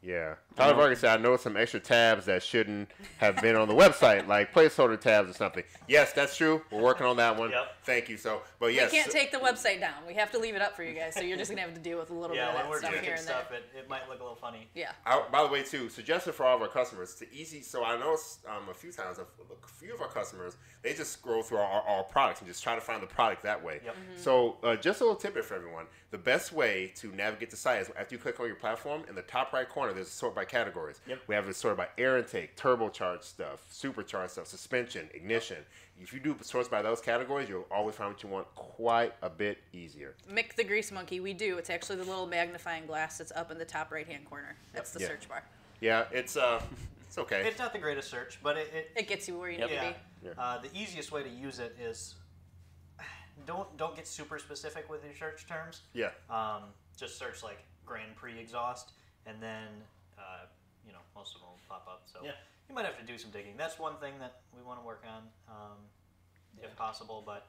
Speaker 4: yeah, Tyler Vargas said I noticed some extra tabs that shouldn't have been on the website, like placeholder tabs or something. Yes, that's true. We're working on that one.
Speaker 3: Yep.
Speaker 4: Thank you. So, but yes,
Speaker 2: we can't take the website down. We have to leave it up for you guys. So you're just gonna have to deal with a little
Speaker 3: Yeah,
Speaker 2: bit
Speaker 3: when
Speaker 2: of that
Speaker 3: we're
Speaker 2: stuff here
Speaker 3: tweaking
Speaker 2: and there.
Speaker 3: stuff, it, it might look a little funny.
Speaker 2: Yeah.
Speaker 4: I, by the way, too, suggested for all of our customers to easy. So I know um, a few times, a few of our customers, they just scroll through our, our products and just try to find the product that way.
Speaker 3: Yep.
Speaker 4: So uh, just a little tidbit for everyone: the best way to navigate the site is after you click on your platform. In the top right corner, there's a sort by categories.
Speaker 1: Yep.
Speaker 4: We have it sorted by air intake, turbocharged stuff, supercharged stuff, suspension, ignition. If you do sorts by those categories, you'll always find what you want quite a bit easier.
Speaker 2: Mick the Grease Monkey, we do. It's actually the little magnifying glass that's up in the top right hand corner. That's the
Speaker 4: Yeah.
Speaker 2: search bar.
Speaker 4: Yeah, it's uh, it's okay.
Speaker 3: It's not the greatest search, but it, it,
Speaker 2: It gets you where you need
Speaker 3: yeah.
Speaker 2: to be.
Speaker 4: Yeah.
Speaker 3: Uh, the easiest way to use it is don't don't get super specific with your search terms.
Speaker 4: yeah.
Speaker 3: Um, just search like Grand Prix exhaust, and then uh, you know most of them will pop up. So
Speaker 1: Yeah.
Speaker 3: you might have to do some digging. That's one thing that we want to work on, um, if possible. But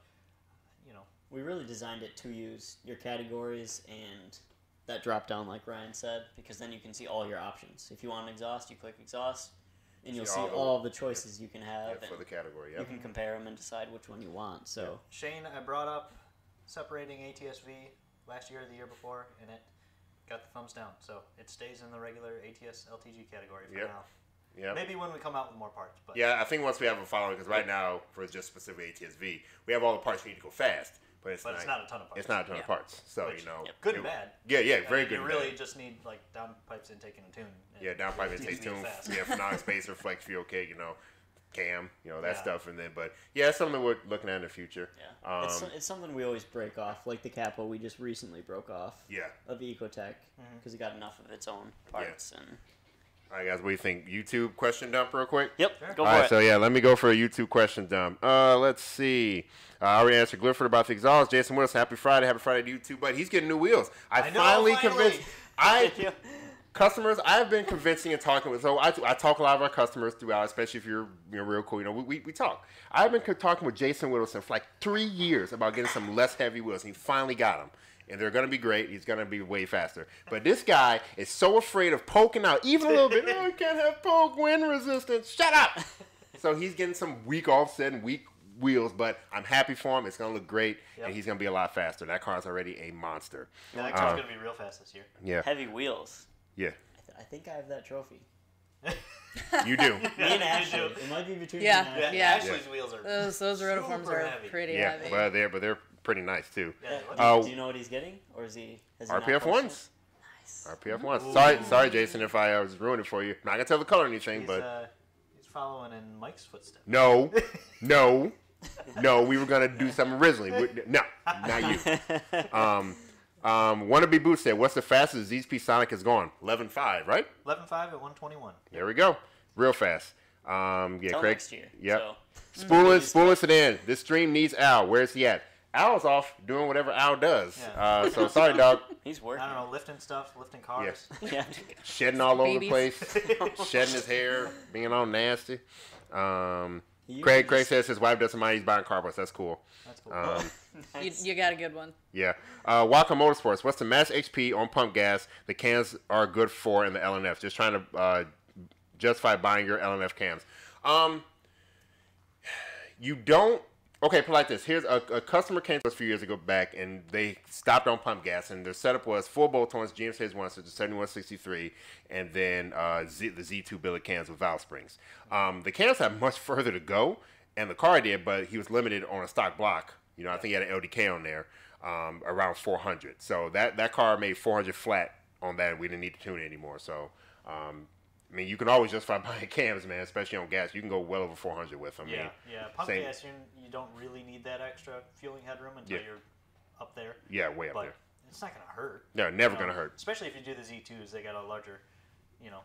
Speaker 3: you know,
Speaker 1: We really designed it to use your categories and that drop down, like Ryan said, because then you can see all your options. If you want an exhaust, you click exhaust, and you'll
Speaker 4: See
Speaker 1: see
Speaker 4: all
Speaker 1: all,
Speaker 4: the-
Speaker 1: the choices you can have.
Speaker 4: Yeah, for
Speaker 1: and
Speaker 4: the category.
Speaker 1: you
Speaker 4: Yep.
Speaker 1: can compare them and decide which one you want. So
Speaker 3: Shane, I brought up separating ATSV last year or the year before, and it got the thumbs down. So it stays in the regular ATS LTG category for
Speaker 4: Yep.
Speaker 3: now.
Speaker 4: Yep.
Speaker 3: Maybe when we come out with more parts, but
Speaker 4: Yeah, I think once we have a following, because right now for just specific ATSV, we have all the parts you need to go fast. but it's
Speaker 6: But
Speaker 4: not.
Speaker 6: it's not a ton of parts.
Speaker 4: It's not a ton
Speaker 2: Yeah.
Speaker 4: of parts. So
Speaker 6: Which-
Speaker 4: you know,
Speaker 1: yep.
Speaker 6: Good
Speaker 4: it-
Speaker 6: and bad.
Speaker 4: Yeah, yeah,
Speaker 6: I
Speaker 4: very
Speaker 6: mean,
Speaker 4: good.
Speaker 6: You
Speaker 4: and
Speaker 6: really
Speaker 4: bad.
Speaker 6: just need like downpipes and taking a tune. and-
Speaker 4: yeah, down five and
Speaker 6: Disney
Speaker 4: take two.
Speaker 6: fast.
Speaker 4: Yeah, phenomenal space or flex fuel kick. You know, cam. You know that
Speaker 6: Yeah.
Speaker 4: stuff, and then but yeah, it's something we're looking at in the future.
Speaker 1: Yeah. it's,
Speaker 4: Um,
Speaker 1: so- it's something we always break off, like the capo we just recently broke off
Speaker 4: yeah.
Speaker 1: of Ecotech because it got enough of its own parts. And
Speaker 4: All right, guys, what do you think? YouTube question dump real quick.
Speaker 1: yep,
Speaker 6: Sure.
Speaker 1: go
Speaker 4: All right,
Speaker 1: for
Speaker 4: so
Speaker 1: it.
Speaker 4: yeah, let me go for a YouTube question dump. Uh, let's see. Uh, I already answered Glifford about the exhaust. Jason Willis, happy Friday, happy Friday to you too. But he's getting new wheels. I,
Speaker 6: I know,
Speaker 4: finally,
Speaker 6: finally.
Speaker 4: convinced. I Uh,
Speaker 1: Yeah.
Speaker 4: customers i've been convincing and talking with so i, I talk a lot of our customers throughout especially if you're you know real cool you know we, we, we talk i've been co- talking with jason whittleson for like three years about getting some less heavy wheels and he finally got them and they're going to be great he's going to be way faster but this guy is so afraid of poking out even a little bit oh, i can't have poke wind resistance shut up so he's getting some weak offset and weak wheels but i'm happy for him it's going to look great
Speaker 6: Yep.
Speaker 4: and he's going to be a lot faster that car's already a monster
Speaker 6: That
Speaker 4: Uh,
Speaker 6: car's gonna be real fast this year.
Speaker 4: yeah
Speaker 1: Heavy wheels.
Speaker 4: yeah
Speaker 1: I, th- I think I have that trophy.
Speaker 4: you do
Speaker 1: Me and
Speaker 6: You
Speaker 1: Ashley.
Speaker 6: do.
Speaker 1: It might be between
Speaker 2: Yeah.
Speaker 1: me and
Speaker 6: Yeah,
Speaker 1: Ashley.
Speaker 2: Yeah. Uh,
Speaker 6: Ashley's wheels are.
Speaker 2: Those those rotiforms
Speaker 6: Super
Speaker 2: are
Speaker 6: heavy.
Speaker 2: pretty
Speaker 4: Yeah,
Speaker 2: heavy.
Speaker 4: well, they're but they're pretty nice too.
Speaker 6: yeah, what-
Speaker 1: Do,
Speaker 4: Uh,
Speaker 1: do you know what he's getting, or is he? Has he not
Speaker 4: RPF
Speaker 1: posted
Speaker 4: ones. RPF ones. Sorry, sorry, Jason, if I uh, was ruined it for you. not gonna tell the color or anything,
Speaker 6: he's,
Speaker 4: but
Speaker 6: uh, he's following in Mike's footsteps.
Speaker 4: no, no, no. We were gonna do something originally. We- no, not you.
Speaker 1: it?
Speaker 4: Um, um, wannabe boot said, "What's the fastest ZP Sonic has gone? 11.5, right?
Speaker 6: 11.5 at 121.
Speaker 4: There we go. Real fast. Um, yeah,
Speaker 1: Till
Speaker 4: Craig.
Speaker 1: Oh, next year.
Speaker 4: Yep.
Speaker 1: So, Mm-hmm.
Speaker 4: Spool it, spool it in. This stream needs Al. Where's he at? Al's off doing whatever Al does.
Speaker 6: Yeah.
Speaker 4: Uh, so sorry, dog.
Speaker 1: he's working.
Speaker 6: I don't know, lifting stuff, lifting cars.
Speaker 1: Yeah.
Speaker 4: Shedding all over the
Speaker 2: Babies.
Speaker 4: place. shedding his hair, being all nasty. Um,
Speaker 1: He usually
Speaker 4: Craig Craig
Speaker 1: just- Oh.
Speaker 4: says his wife doesn't mind he's buying carports. That's cool.
Speaker 6: That's cool.
Speaker 4: Um,
Speaker 2: You, you got a good one.
Speaker 4: yeah. Uh, Waka Motorsports. What's the max HP on pump gas the cans are good for in the LNF? Just trying to uh, justify buying your LNF cams. Um, you don't. Okay, put it like this. Here's a, a customer came to us a few years ago back, and they stopped on pump gas, and their setup was full bolt-ons, GM Stage one, so it's a 7163, and then uh, Z, the Z2 billet cans with valve springs. Um, the cans have much further to go, and the car did, but he was limited on a stock block. You know, I think he had an LDK on there, um, around 400. So that that car made 400 flat on that. We didn't need to tune it anymore. So. Um, I mean, you can always justify buying cams, man, especially on gas. You can go well over 400 with them. I
Speaker 6: yeah,
Speaker 4: mean,
Speaker 6: yeah. Pump
Speaker 4: same-
Speaker 6: gas, you, you don't really need that extra fueling headroom until
Speaker 4: Yeah.
Speaker 6: you're up there.
Speaker 4: Yeah, way up
Speaker 6: but
Speaker 4: there.
Speaker 6: it's not going to hurt.
Speaker 4: No, never
Speaker 6: you
Speaker 4: gonna
Speaker 6: know,
Speaker 4: hurt.
Speaker 6: Especially if you do the Z2s, they got a larger, you know,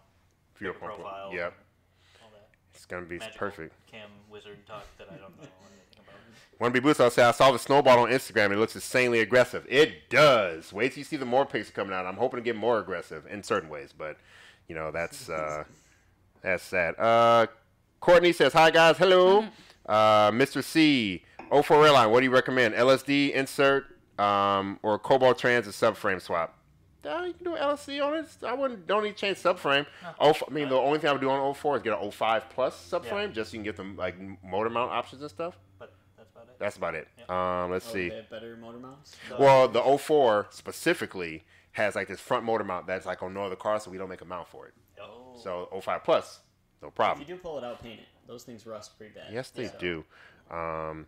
Speaker 4: Fuel
Speaker 6: bigger
Speaker 4: pump.
Speaker 6: profile.
Speaker 4: Yep,
Speaker 6: and All that.
Speaker 4: it's gonna be
Speaker 6: Magical
Speaker 4: perfect.
Speaker 6: Cam wizard talk that I don't know anything about.
Speaker 4: One B Boots, I'll say I saw the snowball on Instagram. It looks insanely aggressive. It does. Wait till you see the more pictures coming out. I'm hoping to get more aggressive in certain ways, but you know that's uh, that's sad. Uh, Courtney says hi guys, hello, uh, Mr. C. 04 airline. What do you recommend? LSD insert um, or Cobalt Trans and subframe swap? Uh, you can do LSD on it. I wouldn't. Don't need to change subframe. Oh, I mean, the only thing I would do on 04 is get an 05 plus subframe, just so you can get them like motor mount options and stuff.
Speaker 6: But that's about it.
Speaker 4: That's about it.
Speaker 6: Yep.
Speaker 4: Um, let's
Speaker 1: Oh,
Speaker 4: see.
Speaker 1: they have better motor mounts.
Speaker 6: So-
Speaker 4: Well, the 04 specifically has like this front motor mount that's like on no other car, so we don't make a mount for it.
Speaker 6: Oh.
Speaker 4: So 05 plus, no
Speaker 1: If you
Speaker 4: problem.
Speaker 1: do pull it out, paint it. Those things rust pretty bad.
Speaker 4: Yes, they
Speaker 1: So,
Speaker 4: do. Um,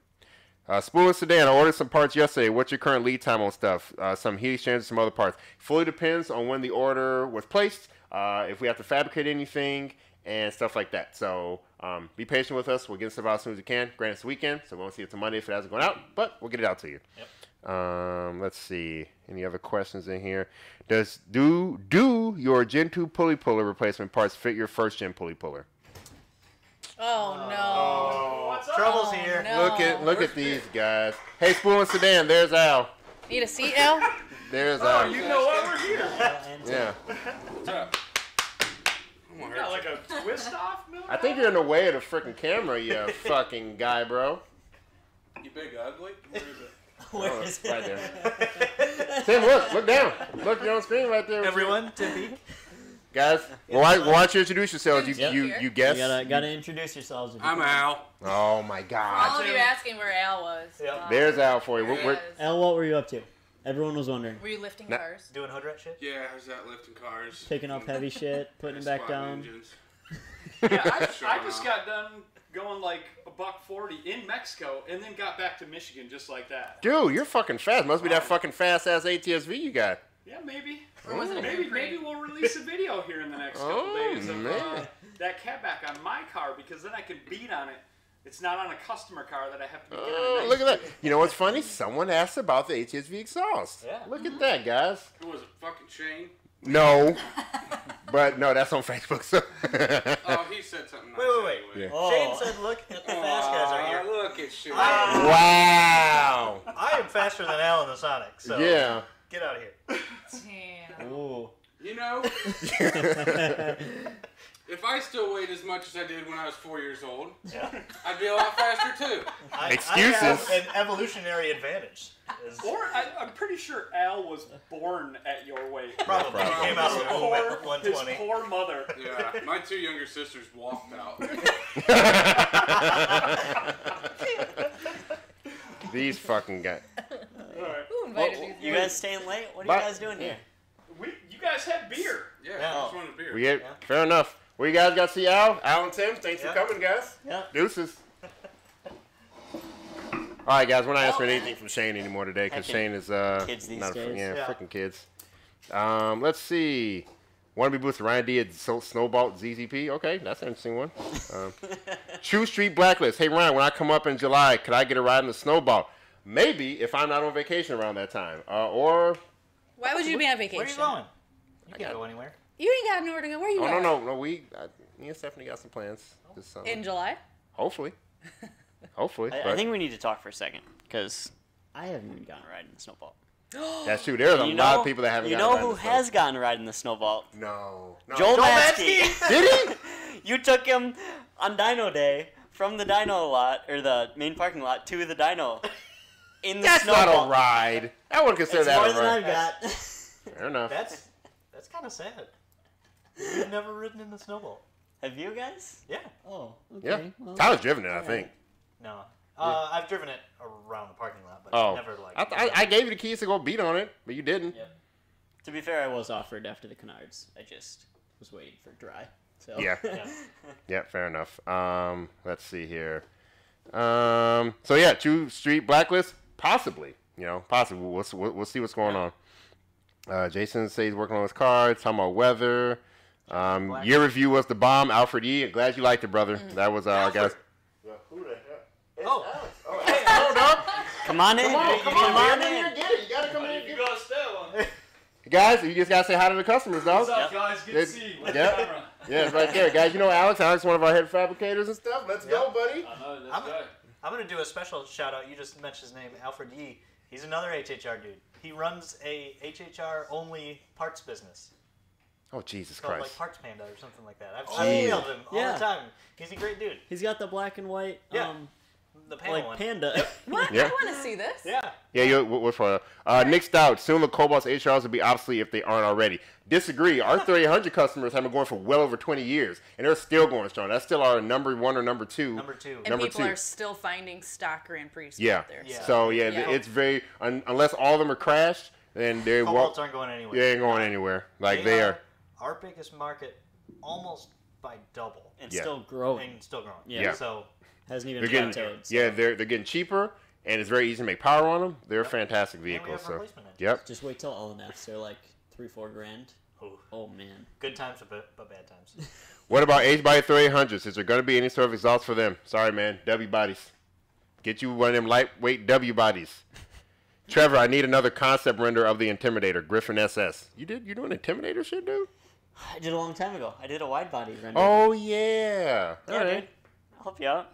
Speaker 4: uh, Spool and Sedan. I ordered some parts yesterday. What's your current lead time on stuff? Uh, some heat exchangers, some other parts. Fully depends on when the order was placed. Uh, if we have to fabricate anything and stuff like that. So um, be patient with us. We'll get stuff out as soon as we can. Granted, it's a weekend, so we won't see it till Monday if it hasn't gone out, but we'll get it out to you.
Speaker 6: Yep.
Speaker 4: Um, let's see. Any other questions in here? Does do do your Gen 2 pulley puller replacement parts fit your first gen pulley puller?
Speaker 2: Oh, no.
Speaker 6: What's up? Trouble's
Speaker 2: Oh,
Speaker 6: here.
Speaker 2: no.
Speaker 4: Look at look at these guys. Hey, Spoon and Sedan, there's Al.
Speaker 2: Need a seat, Al?
Speaker 4: There's Al.
Speaker 7: Oh, You know what? We're here.
Speaker 6: And
Speaker 4: yeah.
Speaker 7: Not like a twist off, no?
Speaker 4: I think you're in the way of the freaking camera, you fucking guy, bro.
Speaker 7: You big ugly? Where is it?
Speaker 1: Where
Speaker 4: Oh,
Speaker 1: is
Speaker 4: right
Speaker 1: it?
Speaker 4: Tim, look, look down. Look, you're on screen right there.
Speaker 6: Everyone, Tim Peake.
Speaker 4: Guys, well, why, why don't you introduce yourselves? You
Speaker 1: Yep.
Speaker 4: you you guess.
Speaker 1: You gotta gotta introduce yourselves. If you
Speaker 7: I'm
Speaker 1: can.
Speaker 7: Al.
Speaker 4: Oh my
Speaker 2: All
Speaker 4: God.
Speaker 2: of you asking where Al was.
Speaker 6: Yeah.
Speaker 2: Uh,
Speaker 4: There's Al for you.
Speaker 2: where
Speaker 4: We're, we're,
Speaker 2: Al is.
Speaker 1: Al, what were you up to? Everyone was wondering.
Speaker 2: Were you lifting
Speaker 4: No.
Speaker 2: cars?
Speaker 6: Doing hood rat shit?
Speaker 7: Yeah, how's that lifting cars?
Speaker 1: Picking up heavy shit, putting it back
Speaker 7: Spotting
Speaker 1: down.
Speaker 7: engines.
Speaker 3: Yeah, I, I just got done
Speaker 7: going like a buck forty in Mexico, and then got back to Michigan just like that.
Speaker 4: Dude, you're fucking fast. Must be that fucking fast ass ATSV you got.
Speaker 7: Yeah, maybe.
Speaker 2: Or was it a
Speaker 7: Maybe
Speaker 2: Grand Prix?
Speaker 7: maybe we'll release a video here in the next couple
Speaker 4: Oh,
Speaker 7: days of uh,
Speaker 4: man.
Speaker 7: that catback on my car because then I can beat on it. It's not on a customer car that I have to beat
Speaker 4: Oh,
Speaker 7: on. a
Speaker 4: look
Speaker 7: nice-
Speaker 4: at that. You know what's funny? Someone asked about the ATSV exhaust.
Speaker 6: Yeah.
Speaker 4: Look at that, guys.
Speaker 7: Who was it? Fucking Shane.
Speaker 4: No. but no, that's on Facebook. So.
Speaker 7: Oh, he said something.
Speaker 3: Wait,
Speaker 7: nice
Speaker 3: wait,
Speaker 7: anyway.
Speaker 1: Oh.
Speaker 3: Shane said, "Look at the fast guys right
Speaker 7: Aw,
Speaker 3: here. Ah.
Speaker 7: Look at Shane.
Speaker 4: wow.
Speaker 3: I am faster than Al in the Sonic, so
Speaker 4: Yeah.
Speaker 3: get out of here."
Speaker 2: Damn.
Speaker 1: Ooh.
Speaker 7: You know, if I still weighed as much as I did when I was four years old,
Speaker 6: Yeah.
Speaker 7: I'd be a lot faster too.
Speaker 3: I, I
Speaker 4: Excuses.
Speaker 3: have an evolutionary advantage. is-
Speaker 7: Or I, I'm pretty sure Al was born at your weight.
Speaker 3: probably
Speaker 4: Probably.
Speaker 3: came out with a
Speaker 7: Poor-
Speaker 3: one-
Speaker 7: his
Speaker 3: 120.
Speaker 7: poor mother.
Speaker 8: Yeah, my two younger sisters walked out.
Speaker 4: These fucking guys.
Speaker 7: All right.
Speaker 2: Who
Speaker 1: Well,
Speaker 2: invited
Speaker 1: you guys staying late? What are
Speaker 4: Bye.
Speaker 1: you guys doing here?
Speaker 7: We, you guys had beer.
Speaker 8: Yeah,
Speaker 3: Yeah.
Speaker 8: I just wanted a beer.
Speaker 4: We get, Fair enough. Well, you guys got to see Al. Al and Tim, thanks
Speaker 3: Yeah.
Speaker 4: for coming, guys.
Speaker 1: Yeah.
Speaker 4: Deuces. All right, guys. We're not
Speaker 1: Oh,
Speaker 4: answering anything from Shane anymore today because
Speaker 1: Heckin'
Speaker 4: Shane is uh
Speaker 1: kids these
Speaker 4: not a,
Speaker 1: days.
Speaker 4: yeah,
Speaker 3: Yeah.
Speaker 4: freaking kids. Um, let's see. Want to be with Ryan D at so- Snowball ZZP? Okay, that's an interesting one. Um, True Street Blacklist. Hey Ryan, when I come up in July, could I get a ride in the Snowball? Maybe if I'm not on vacation around that time, uh, or
Speaker 2: Why would you be on
Speaker 3: Where are you
Speaker 2: vacation?
Speaker 3: going? You
Speaker 4: got-
Speaker 3: can't go anywhere.
Speaker 2: You ain't got nowhere to go. Where you
Speaker 4: oh no
Speaker 2: going?
Speaker 4: no no we I, me and Stephanie got some plans
Speaker 1: Oh.
Speaker 4: uh, this summer.
Speaker 2: In July?
Speaker 4: Hopefully, hopefully.
Speaker 1: I, I
Speaker 4: but
Speaker 1: think we need to talk for a second because I haven't even gotten a ride in the snowball.
Speaker 4: that's true. There's a
Speaker 1: you
Speaker 4: lot
Speaker 1: know-
Speaker 4: of people that haven't.
Speaker 1: You
Speaker 4: gotten
Speaker 1: know
Speaker 4: a ride in
Speaker 1: who
Speaker 4: the Snowball.
Speaker 1: has gotten a ride in the snowball?
Speaker 4: No. no.
Speaker 1: Joel, Matsky.
Speaker 4: Did he?
Speaker 1: You took him on Dino Day from the Dino lot or the main parking lot to the Dino. In the
Speaker 4: That's
Speaker 1: snowball.
Speaker 4: not a ride. I wouldn't consider
Speaker 1: It's
Speaker 4: that
Speaker 1: more
Speaker 4: a
Speaker 1: than I've
Speaker 4: ride.
Speaker 1: got.
Speaker 4: Fair enough.
Speaker 3: That's that's kind of sad. You've never ridden in the snowball.
Speaker 1: Have you guys?
Speaker 3: Yeah.
Speaker 1: Oh, okay.
Speaker 4: yeah. Tyler's driven it, I think.
Speaker 3: No. Uh, I've driven it around the parking lot, but
Speaker 4: Oh.
Speaker 3: never like.
Speaker 4: I, I, I gave you the keys to go beat on it, but you didn't.
Speaker 1: Yep. To be fair, I was offered after the Canards. I just was waiting for dry. So
Speaker 4: Yeah.
Speaker 3: Yeah.
Speaker 4: Yeah, fair enough. Um, let's see here. Um, so yeah, two street blacklist, possibly. You know, possibly. We'll, we'll, we'll see what's going on. Uh, Jason says he's working on his car. It's talking about weather. Um, your review was the bomb, Alfred E. Glad you liked it, brother. That was uh, our guys. Who the
Speaker 3: Oh.
Speaker 1: Come on in.
Speaker 4: Come
Speaker 1: Come
Speaker 4: on,
Speaker 1: on
Speaker 4: in
Speaker 1: in.
Speaker 4: here, get it. You gotta come in here.
Speaker 7: You
Speaker 4: and get
Speaker 7: got Stella.
Speaker 4: it. Guys, you just gotta say hi to the customers,
Speaker 7: What's
Speaker 4: though.
Speaker 7: up, guys? Good to
Speaker 4: Yep.
Speaker 7: see you. What's
Speaker 4: Yep.
Speaker 7: the camera?
Speaker 4: Yeah, it's right there, guys. You know Alex. Alex, one of our head fabricators and stuff. Let's go, buddy.
Speaker 7: I know, that's
Speaker 3: I'm-
Speaker 7: right.
Speaker 3: I'm gonna do a special shout out. You just mentioned his name, Alfred Yee. He's another HHR dude. He runs a HHR only parts business
Speaker 4: Oh Jesus
Speaker 3: called
Speaker 4: Christ!
Speaker 3: like Parts Panda or something like that. I've, I've emailed him all
Speaker 1: Yeah.
Speaker 3: the time. He's a great dude.
Speaker 1: He's got the black and white,
Speaker 3: Yeah.
Speaker 1: um,
Speaker 3: The panel
Speaker 1: like
Speaker 3: one.
Speaker 1: panda.
Speaker 2: What?
Speaker 4: Yeah.
Speaker 2: I want to see this.
Speaker 3: Yeah.
Speaker 4: Yeah, you what, what's for? Uh, Nick Stout. Soon the Cobalt's HRs will be obsolete if they aren't already. Disagree. Our 3800 customers have been going for well over 20 years, and they're still going strong. That's still our number one or number two.
Speaker 3: Number two.
Speaker 2: And
Speaker 4: Number
Speaker 2: people
Speaker 4: two.
Speaker 2: are still finding stock Grand Prix out
Speaker 4: Yeah.
Speaker 2: there.
Speaker 3: Yeah.
Speaker 4: So yeah, th-
Speaker 2: Yeah.
Speaker 4: it's very un, unless all of them are crashed, then they won't.
Speaker 3: Cobalts aren't going anywhere.
Speaker 4: They ain't going anywhere. Like they are.
Speaker 3: our biggest market almost by double
Speaker 1: and
Speaker 4: Yeah.
Speaker 1: still growing.
Speaker 3: and still growing.
Speaker 1: Yeah. Yeah.
Speaker 3: So
Speaker 1: Hasn't even
Speaker 4: They're getting
Speaker 1: plateaued. so
Speaker 4: yeah, they're they're getting cheaper, and it's very easy to make power on them. They're fantastic
Speaker 3: and we
Speaker 4: vehicles.
Speaker 3: have
Speaker 4: So
Speaker 3: replacement engines.
Speaker 4: yep,
Speaker 1: Just wait till LNFs. They're like three, four grand.
Speaker 3: Ooh.
Speaker 1: Oh man.
Speaker 3: Good times but, but bad times.
Speaker 4: What about H body 300s? Is there going to be any sort of exhaust for them? Sorry, man. W bodies. Get you one of them lightweight W bodies. Trevor, I need another concept render of the Intimidator, Griffin SS. You did? You doing Intimidator shit, dude?
Speaker 1: I did a long time ago. I did a wide body render.
Speaker 4: Oh yeah.
Speaker 1: yeah,
Speaker 4: All right.
Speaker 1: dude. I'll help you out.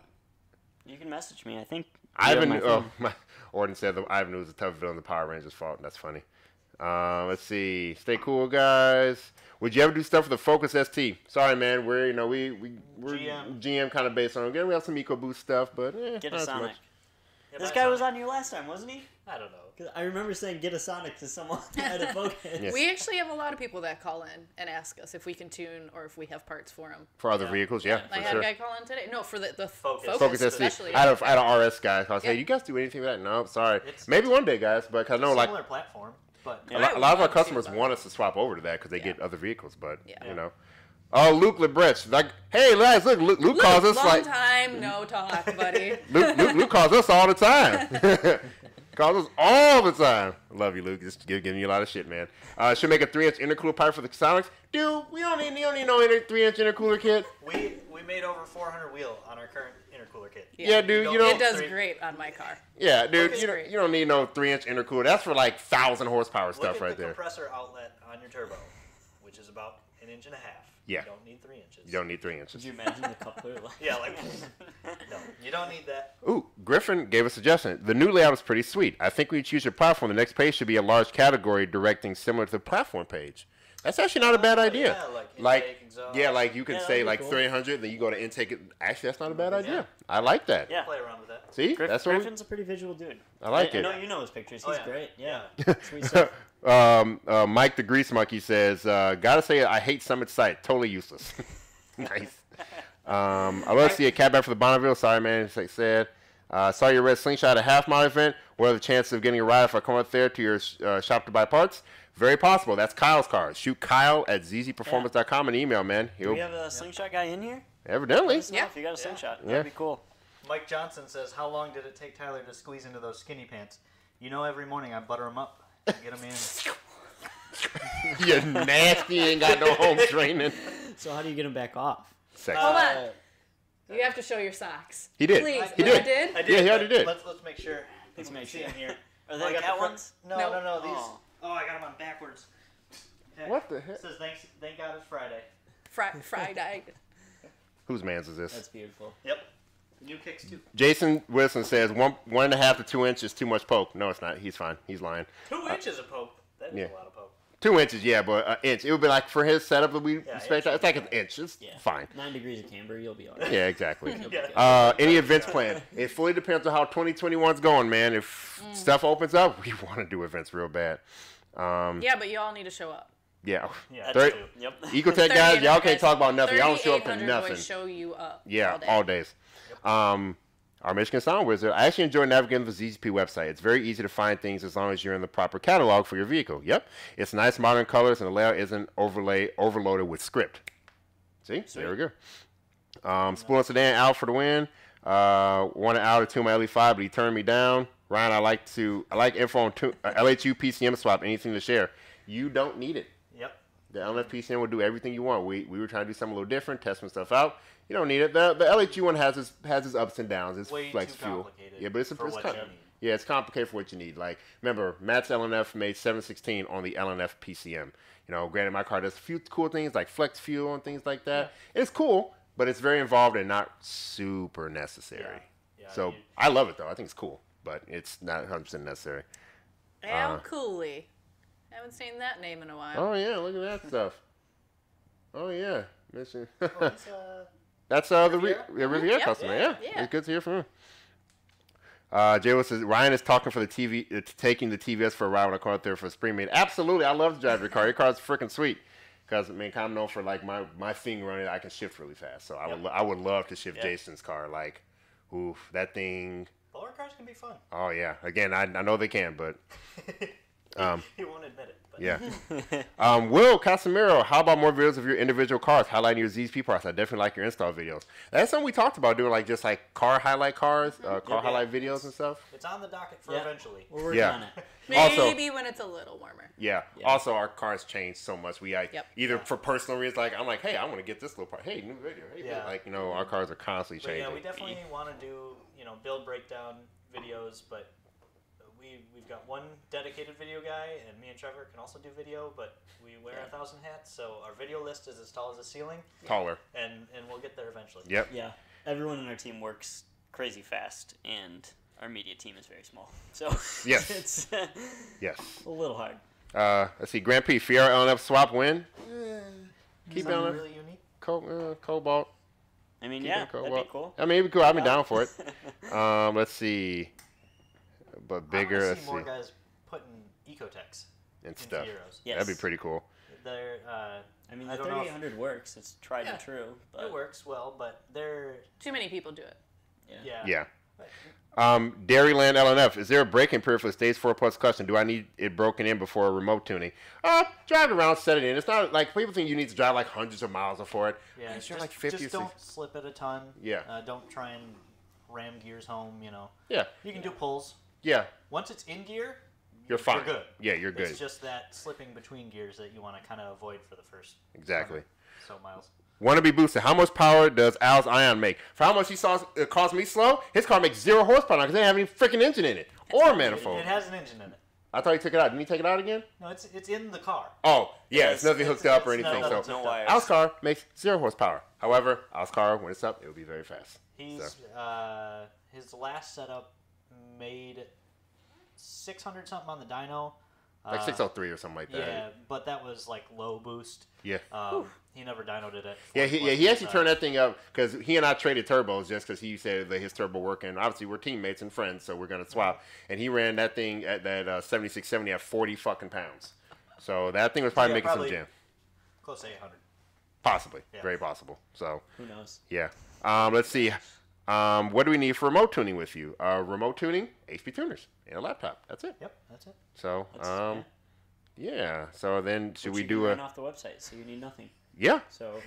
Speaker 1: You can message me. I think. you have
Speaker 4: Ivan.
Speaker 1: my
Speaker 4: oh,
Speaker 1: phone.
Speaker 4: my, Orden said that Ivan was a tough villain. The Power Rangers' fault. That's funny. Um, let's see. Stay cool, guys. Would you ever do stuff with the Focus ST? Sorry, man. We're you know we we we're
Speaker 3: GM.
Speaker 4: GM, kind of based on. Again, we have some EcoBoost stuff, but eh,
Speaker 1: Get
Speaker 4: not
Speaker 1: a
Speaker 4: as much.
Speaker 1: Sonic.
Speaker 3: Yeah,
Speaker 1: This
Speaker 3: bad
Speaker 1: guy was
Speaker 3: times.
Speaker 1: on here last time, wasn't he?
Speaker 3: I don't know.
Speaker 1: 'Cause I remember saying get a Sonic to someone at a focus.
Speaker 4: Yes.
Speaker 2: We actually have a lot of people that call in and ask us if we can tune or if we have parts for them.
Speaker 4: For other vehicles, yeah,
Speaker 2: I
Speaker 4: for
Speaker 2: had
Speaker 4: sure.
Speaker 2: a guy call in today. No, for the, the
Speaker 3: Focus.
Speaker 2: focus,
Speaker 4: Focus
Speaker 2: especially.
Speaker 4: ST. I had, a, I had an RS guy. I was
Speaker 2: Yeah.
Speaker 4: like, you guys do anything with that? No, sorry.
Speaker 3: It's-
Speaker 4: Maybe one day, guys, but 'cause I know like
Speaker 3: Similar platform, but
Speaker 4: a lot,
Speaker 2: I
Speaker 4: a
Speaker 2: would
Speaker 4: lot of our
Speaker 2: love to see
Speaker 4: customers
Speaker 2: that.
Speaker 4: want us to swap over to that because they get other vehicles, but
Speaker 2: Yeah.
Speaker 4: you know. Oh, Luke Lebretz. Like, hey, guys, look, Luke, Luke,
Speaker 2: Luke,
Speaker 4: calls us
Speaker 2: long
Speaker 4: like
Speaker 2: time no talk, buddy.
Speaker 4: Luke, Luke, Luke calls us all the time. calls us all the time. Love you, Luke. Just give, giving you a lot of shit, man. Uh, should make a three-inch intercooler pipe for the Sonics. Dude, we don't need, you don't need no inter, three-inch intercooler kit.
Speaker 3: We we made over 400 wheel on our current intercooler kit.
Speaker 4: Yeah, dude, you
Speaker 3: don't-
Speaker 4: know,
Speaker 2: It does
Speaker 3: Three.
Speaker 2: great on my car.
Speaker 4: yeah, dude,
Speaker 3: Okay.
Speaker 4: you don't, you don't need no three-inch intercooler. That's for like thousand horsepower
Speaker 3: Look
Speaker 4: stuff
Speaker 3: at
Speaker 4: right
Speaker 3: the
Speaker 4: there.
Speaker 3: compressor outlet on your turbo, which is about an inch and a half.
Speaker 4: Yeah.
Speaker 3: You don't need three inches.
Speaker 4: You don't need three
Speaker 1: Could
Speaker 4: inches.
Speaker 1: you imagine the coupler? Like,
Speaker 3: Yeah, like no, you don't need that.
Speaker 4: Ooh, Griffin gave a suggestion. The new layout is pretty sweet. I think when you choose your platform, the next page should be a large category directing similar to the platform page. That's actually not a bad
Speaker 1: Oh,
Speaker 4: idea.
Speaker 3: yeah, like intake, exhaust.
Speaker 4: yeah, like you can
Speaker 1: Yeah, that'd
Speaker 4: say
Speaker 1: be
Speaker 4: like
Speaker 1: cool.
Speaker 4: 300, then you go to intake. Actually, that's not a bad idea. I like that.
Speaker 1: Yeah.
Speaker 3: Play around with that.
Speaker 4: See,
Speaker 1: Griff-
Speaker 4: that's what.
Speaker 1: Griffin's a pretty visual dude.
Speaker 4: I like
Speaker 1: I,
Speaker 4: it.
Speaker 1: know you know his pictures.
Speaker 3: Oh,
Speaker 1: He's
Speaker 3: yeah.
Speaker 1: great. Yeah. Sweet
Speaker 4: we-
Speaker 1: stuff.
Speaker 4: um, uh, Mike the Grease Monkey says, uh, "Gotta say, I hate Summit site. Totally useless." nice. Um, I love to see a catback for the Bonneville. Sorry, man. It's like said. Uh, saw your red slingshot at half mile event. What are the chances of getting a ride if I come up there to your uh, shop to buy parts? Very possible. That's Kyle's car. Shoot Kyle at zzperformance.com and email, man.
Speaker 1: Do
Speaker 4: He'll
Speaker 1: we have a slingshot guy in here? Let
Speaker 4: evidently.
Speaker 1: us know
Speaker 2: Yeah.
Speaker 1: If you got a slingshot,
Speaker 4: Yeah.
Speaker 1: that'd be cool.
Speaker 3: Mike Johnson says, "How long did it take Tyler to squeeze into those skinny pants? You know, every morning I butter them up, and get them in.
Speaker 4: you nasty. Ain't got no home training.
Speaker 1: So how do you get him back off?
Speaker 4: Sex.
Speaker 2: Hold on. You have to show your socks.
Speaker 4: He did.
Speaker 2: Oh, Please.
Speaker 4: He
Speaker 2: You
Speaker 4: did.
Speaker 2: did?
Speaker 4: Yeah, he already
Speaker 3: but
Speaker 4: did.
Speaker 3: Let's let's make sure.
Speaker 1: Let's make
Speaker 3: See
Speaker 1: sure.
Speaker 3: 'em here.
Speaker 1: Are
Speaker 3: Oh, I
Speaker 1: they cat
Speaker 3: got the front-
Speaker 1: ones?
Speaker 3: No,
Speaker 2: No.
Speaker 3: no, no. These.
Speaker 1: Oh.
Speaker 3: Oh, I got them on backwards. Heck.
Speaker 4: What the heck?
Speaker 3: It says thanks. Thank God it's Friday.
Speaker 2: Fri- Friday.
Speaker 4: Whose man's is this?
Speaker 1: That's beautiful.
Speaker 3: Yep. New kicks too.
Speaker 4: Jason Wilson says one one and a half to two inches is too much poke. No, it's not. He's fine. He's lying.
Speaker 3: Two inches of poke. That is
Speaker 4: Uh, yeah.
Speaker 3: a lot of poke.
Speaker 4: Two inches, yeah, but an inch. It would be like for his setup that we
Speaker 3: Yeah,
Speaker 4: expect.
Speaker 3: inch.
Speaker 4: It's like an inch. It's
Speaker 1: Yeah.
Speaker 4: fine.
Speaker 1: Nine degrees of camber, you'll be alright.
Speaker 4: Yeah, exactly.
Speaker 3: Yeah.
Speaker 4: uh, any events planned? It fully depends on how 2021's going, man. If stuff opens up, we want to do events real bad. Um,
Speaker 2: Yeah, but you all need to show up.
Speaker 4: yeah.
Speaker 3: Yeah.
Speaker 4: Thir-
Speaker 3: That's true.
Speaker 1: Yep.
Speaker 4: Ecotech guys,
Speaker 2: 3800
Speaker 4: y'all can't talk about nothing. Y'all don't show up to
Speaker 2: 3800
Speaker 4: nothing.
Speaker 2: Boys show you up.
Speaker 4: Yeah,
Speaker 2: all day.
Speaker 4: all days. Um, our Michigan Sound Wizard. I actually enjoy navigating the ZZP website. It's very easy to find things as long as you're in the proper catalog for your vehicle. Yep, it's nice, modern colors, and the layout isn't overlay overloaded with script. See, there we go. Um, Spoiling sedan out for the win. Uh, one out of two my LE5, but he turned me down. Ryan, I like to I like info on two, uh, LHU PCM swap. Anything to share? You don't need it.
Speaker 3: Yep.
Speaker 4: The LFPCN will do everything you want. We, we were trying to do something a little different, test some stuff out. You don't need it. The, the LHU one has its has its ups and downs. It's
Speaker 3: Way
Speaker 4: flex
Speaker 3: too
Speaker 4: fuel.
Speaker 3: complicated
Speaker 4: Yeah, but it's a
Speaker 3: for
Speaker 4: it's
Speaker 3: what
Speaker 4: com-
Speaker 3: you need.
Speaker 4: yeah, it's complicated for what you need. Like remember, Matt's LNF made 716 on the LNF PCM. You know, granted, my car does a few cool things like flex fuel and things like that. It's cool, but it's very involved and not super necessary.
Speaker 3: Yeah,
Speaker 4: so
Speaker 3: you-
Speaker 4: I love it though. I think it's cool, but it's not 100 percent necessary. Uh.
Speaker 2: Al Cooley. Haven't seen that name in a while.
Speaker 4: Oh yeah, look at that stuff. Oh yeah, Mission.
Speaker 3: It's, uh,
Speaker 4: That's Oh, uh, the Riviera, yeah, Riviera
Speaker 2: Yep.
Speaker 4: customer. Yeah.
Speaker 2: Yeah. Yeah.
Speaker 4: it's good to hear from him. Uh, Jay Wilson says Ryan is talking for the TV, uh, t- taking the TVS for a ride when I come out there for a spring meet. Absolutely, I love to drive your car. Your car's freaking sweet. Because I mean, kind of known for like my my thing running, I can shift really fast. So I would lo- I would love to shift Jason's car. Like, oof, that thing.
Speaker 3: lower cars can be fun.
Speaker 4: Oh yeah. Again, I, I know they can, but Um.
Speaker 3: he won't admit it. But
Speaker 4: yeah. um, Will Casimiro, how about more videos of your individual cars, highlighting your ZSP parts? I definitely like your install videos. That's something we talked about doing, like just like car highlight cars, uh, car
Speaker 1: yeah.
Speaker 4: highlight videos and stuff.
Speaker 3: It's on the docket for
Speaker 1: Yeah.
Speaker 3: eventually.
Speaker 1: We're working
Speaker 4: Yeah.
Speaker 1: on it.
Speaker 2: Maybe
Speaker 4: Also-
Speaker 2: when it's a little warmer.
Speaker 4: Yeah.
Speaker 1: Yeah.
Speaker 4: Also, our cars changed so much. We like
Speaker 2: Yep.
Speaker 4: either for personal reasons, like I'm like, hey, I want to get this little part. Hey, new video. Hey,
Speaker 3: Yeah.
Speaker 4: like you know, our cars are constantly
Speaker 3: But
Speaker 4: changing.
Speaker 3: yeah, we definitely want to do you know build breakdown videos, but we we've got one dedicated video guy, and me and Trevor can also do video, but we wear a thousand hats, so our video list is as tall as the ceiling,
Speaker 4: taller.
Speaker 3: and and we'll get there eventually.
Speaker 4: Yep.
Speaker 1: Yeah. Everyone in our team works crazy fast, and our media team is very small. So
Speaker 4: Yes.
Speaker 1: it's
Speaker 4: Yes.
Speaker 1: a little hard.
Speaker 4: Uh, let's see. Grand Prix Fiera LNF swap win. Keep
Speaker 3: Something
Speaker 4: on
Speaker 3: really unique.
Speaker 4: co- uh, Cobalt.
Speaker 1: I mean,
Speaker 4: Keep
Speaker 1: yeah,
Speaker 4: it cool.
Speaker 1: that'd
Speaker 4: Well,
Speaker 1: be cool.
Speaker 4: I mean, it'd be cool. I've been down for it. Um, let's see. But
Speaker 3: I wanna
Speaker 4: bigger, let's
Speaker 3: see
Speaker 4: see,
Speaker 3: more guys putting ecotex
Speaker 4: and
Speaker 3: in
Speaker 4: stuff.
Speaker 3: Fieros.
Speaker 1: Yes.
Speaker 4: That'd be pretty cool.
Speaker 3: They're uh,
Speaker 1: I mean,
Speaker 3: I
Speaker 1: the
Speaker 3: don't know if-
Speaker 1: 3800 works. It's tried
Speaker 3: Yeah.
Speaker 1: and true. But
Speaker 3: it works well, but they're
Speaker 2: Too many people do it.
Speaker 1: Yeah.
Speaker 3: yeah
Speaker 4: Yeah. Um, Dairyland LNF, is there a break-in period for the stage four plus custom? Do I need it broken in before a remote tuning? Uh, drive it around, set it in. It's not like people think you need to drive like hundreds of miles before it.
Speaker 3: Yeah, just,
Speaker 4: it's just like 50
Speaker 3: just
Speaker 4: or
Speaker 3: don't slip it a ton.
Speaker 4: Yeah.
Speaker 3: Uh, don't try and ram gears home. You know,
Speaker 4: Yeah,
Speaker 3: you can do pulls.
Speaker 4: yeah,
Speaker 3: Once it's in gear,
Speaker 4: you're fine.
Speaker 3: good.
Speaker 4: Yeah, you're good.
Speaker 3: it's just that slipping between gears that you want to kind of avoid for the first
Speaker 4: exactly.
Speaker 3: so miles.
Speaker 4: Wannabe booster. How much power does Al's Ion make? For how much he saw it cost me slow, his car makes zero horsepower because they didn't have any freaking engine in it or manifold.
Speaker 3: It has an engine in it.
Speaker 4: I thought he took it out. Didn't he take it out again?
Speaker 3: No, it's it's in the car.
Speaker 4: Oh, yeah,
Speaker 1: It's-
Speaker 4: it's, nothing
Speaker 1: it's-
Speaker 4: hooked up or
Speaker 3: it's
Speaker 4: anything.
Speaker 3: not-
Speaker 4: so
Speaker 3: it's not wired.
Speaker 4: Al's car makes zero horsepower. However, Al's car when it's up, it will be very fast.
Speaker 3: He's
Speaker 4: So,
Speaker 3: uh, his last setup made six hundred something on the dyno.
Speaker 4: like
Speaker 3: uh,
Speaker 4: 603 or something like that.
Speaker 3: Yeah, but that was like low boost.
Speaker 4: Yeah.
Speaker 3: Um, he never dynoed it. At
Speaker 4: Yeah, he, yeah, he
Speaker 3: 440,
Speaker 4: actually
Speaker 3: so-
Speaker 4: turned that thing up because he and I traded turbos just because he said that his turbo worked, and obviously we're teammates and friends, so we're gonna swap. And he ran that thing at that uh, seventy six seventy at forty fucking pounds, so that thing was probably
Speaker 3: Yeah,
Speaker 4: making
Speaker 3: probably-
Speaker 4: some jam,
Speaker 3: close to eight hundred.
Speaker 4: possibly,
Speaker 3: Yeah.
Speaker 4: very possible. So
Speaker 1: Who knows?
Speaker 4: yeah, um, let's see, um, what do we need for remote tuning with you? Uh, remote tuning, HP tuners, and a laptop. That's it.
Speaker 3: Yep, that's it.
Speaker 4: So
Speaker 1: That's-
Speaker 4: um, yeah, so then should
Speaker 1: Which
Speaker 4: we
Speaker 1: you
Speaker 4: do
Speaker 1: can run
Speaker 4: a
Speaker 1: off the website, so you need nothing.
Speaker 4: yeah?
Speaker 1: So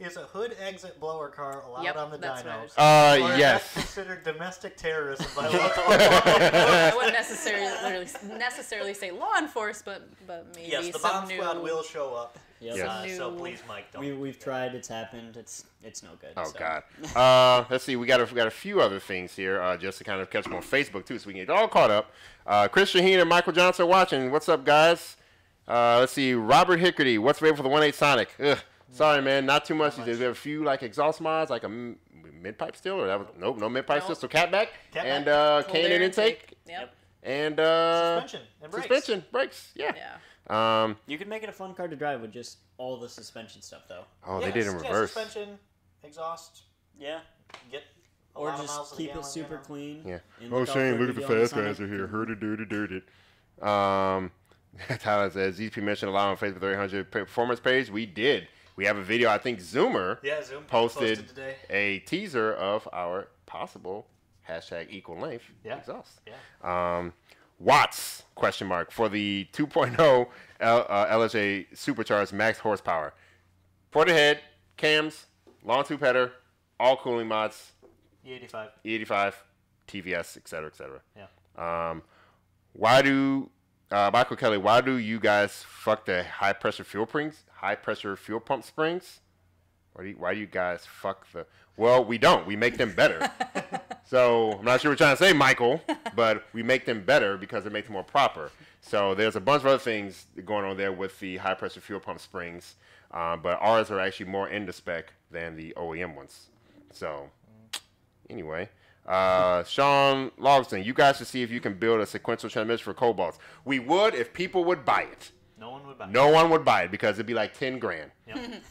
Speaker 3: Is a hood exit blower car allowed
Speaker 2: Yep,
Speaker 3: on the
Speaker 2: that's what I
Speaker 3: dyno?
Speaker 2: was-
Speaker 4: Uh,
Speaker 3: Or is that
Speaker 4: yes.
Speaker 3: considered domestic terrorism by local
Speaker 2: I wouldn't necessarily necessarily say law enforcement, but maybe
Speaker 3: Yes, the
Speaker 2: some
Speaker 3: bomb
Speaker 2: new.
Speaker 3: squad will show up.
Speaker 1: yeah,
Speaker 4: Yes.
Speaker 3: Uh, so
Speaker 2: New-
Speaker 3: please, Mike, don't.
Speaker 1: we we've tried. It's happened. It's it's no good.
Speaker 4: Oh
Speaker 1: so.
Speaker 4: God. Uh, let's see. We got a, we got a few other things here uh, just to kind of catch them on Facebook too, so we can get all caught up. Uh, Chris Shaheen and Michael Johnson are watching. What's up, guys? Uh, let's see. Robert Hickory. What's available for the one eight Sonic? Ugh. Sorry, man. Not too much. these days. We have a few like exhaust mods, like a m- mid pipe still, or that was nope, no mid pipe
Speaker 2: No.
Speaker 4: still. So catback
Speaker 3: Catback.
Speaker 4: and uh,
Speaker 2: Cold
Speaker 4: Canaan
Speaker 2: air
Speaker 4: intake
Speaker 2: Yep.
Speaker 4: and uh,
Speaker 3: suspension and brakes.
Speaker 4: suspension brakes. Yeah.
Speaker 2: Yeah.
Speaker 4: Um.
Speaker 1: You could make it a fun car to drive with just all the suspension stuff, though.
Speaker 4: Oh,
Speaker 3: Yeah,
Speaker 4: they did in
Speaker 3: yeah,
Speaker 4: reverse.
Speaker 3: suspension, exhaust,
Speaker 1: Yeah.
Speaker 3: get. A
Speaker 1: Or
Speaker 3: lot of miles
Speaker 1: just
Speaker 3: to the
Speaker 1: keep it
Speaker 3: gallon, you
Speaker 1: super
Speaker 3: know?
Speaker 1: clean.
Speaker 4: Yeah.
Speaker 1: and
Speaker 4: Oh,
Speaker 1: look out
Speaker 4: Shane,
Speaker 1: for a
Speaker 4: look at the
Speaker 1: video on
Speaker 4: fast guys
Speaker 1: Sonic.
Speaker 4: are here. Hurt it, dirt it, dirt it. Um, Tyler says, ZP mentioned a lot on Facebook 300 pa- performance page. We did. We have a video. I think Zoomer
Speaker 3: Yeah, Zoom
Speaker 4: posted,
Speaker 3: today.
Speaker 4: a teaser of our possible hashtag equal length
Speaker 3: Yeah.
Speaker 4: exhaust.
Speaker 3: Yeah.
Speaker 4: Um, watts question mark for the 2.0 L- uh, LSA supercharged max horsepower. Ported head, cams, long tube header, all cooling mods,
Speaker 3: E85.
Speaker 4: E85, TVS, et cetera, et cetera.
Speaker 3: Yeah.
Speaker 4: Um, why do uh, Michael Kelly? Why do you guys fuck the high pressure fuel springs? High pressure fuel pump springs. Why do you, why do you guys fuck the? Well, we don't. We make them better. so I'm not sure what you're trying to say, Michael, but we make them better because it makes them more proper. So there's a bunch of other things going on there with the high pressure fuel pump springs, uh, but ours are actually more in the spec than the OEM ones. So Anyway, uh, Sean Logston, you guys should see if you can build a sequential transmission for cobalts. We would if people would buy it.
Speaker 3: No one would buy.
Speaker 4: No one would buy it because it'd be like ten grand.
Speaker 3: Yep.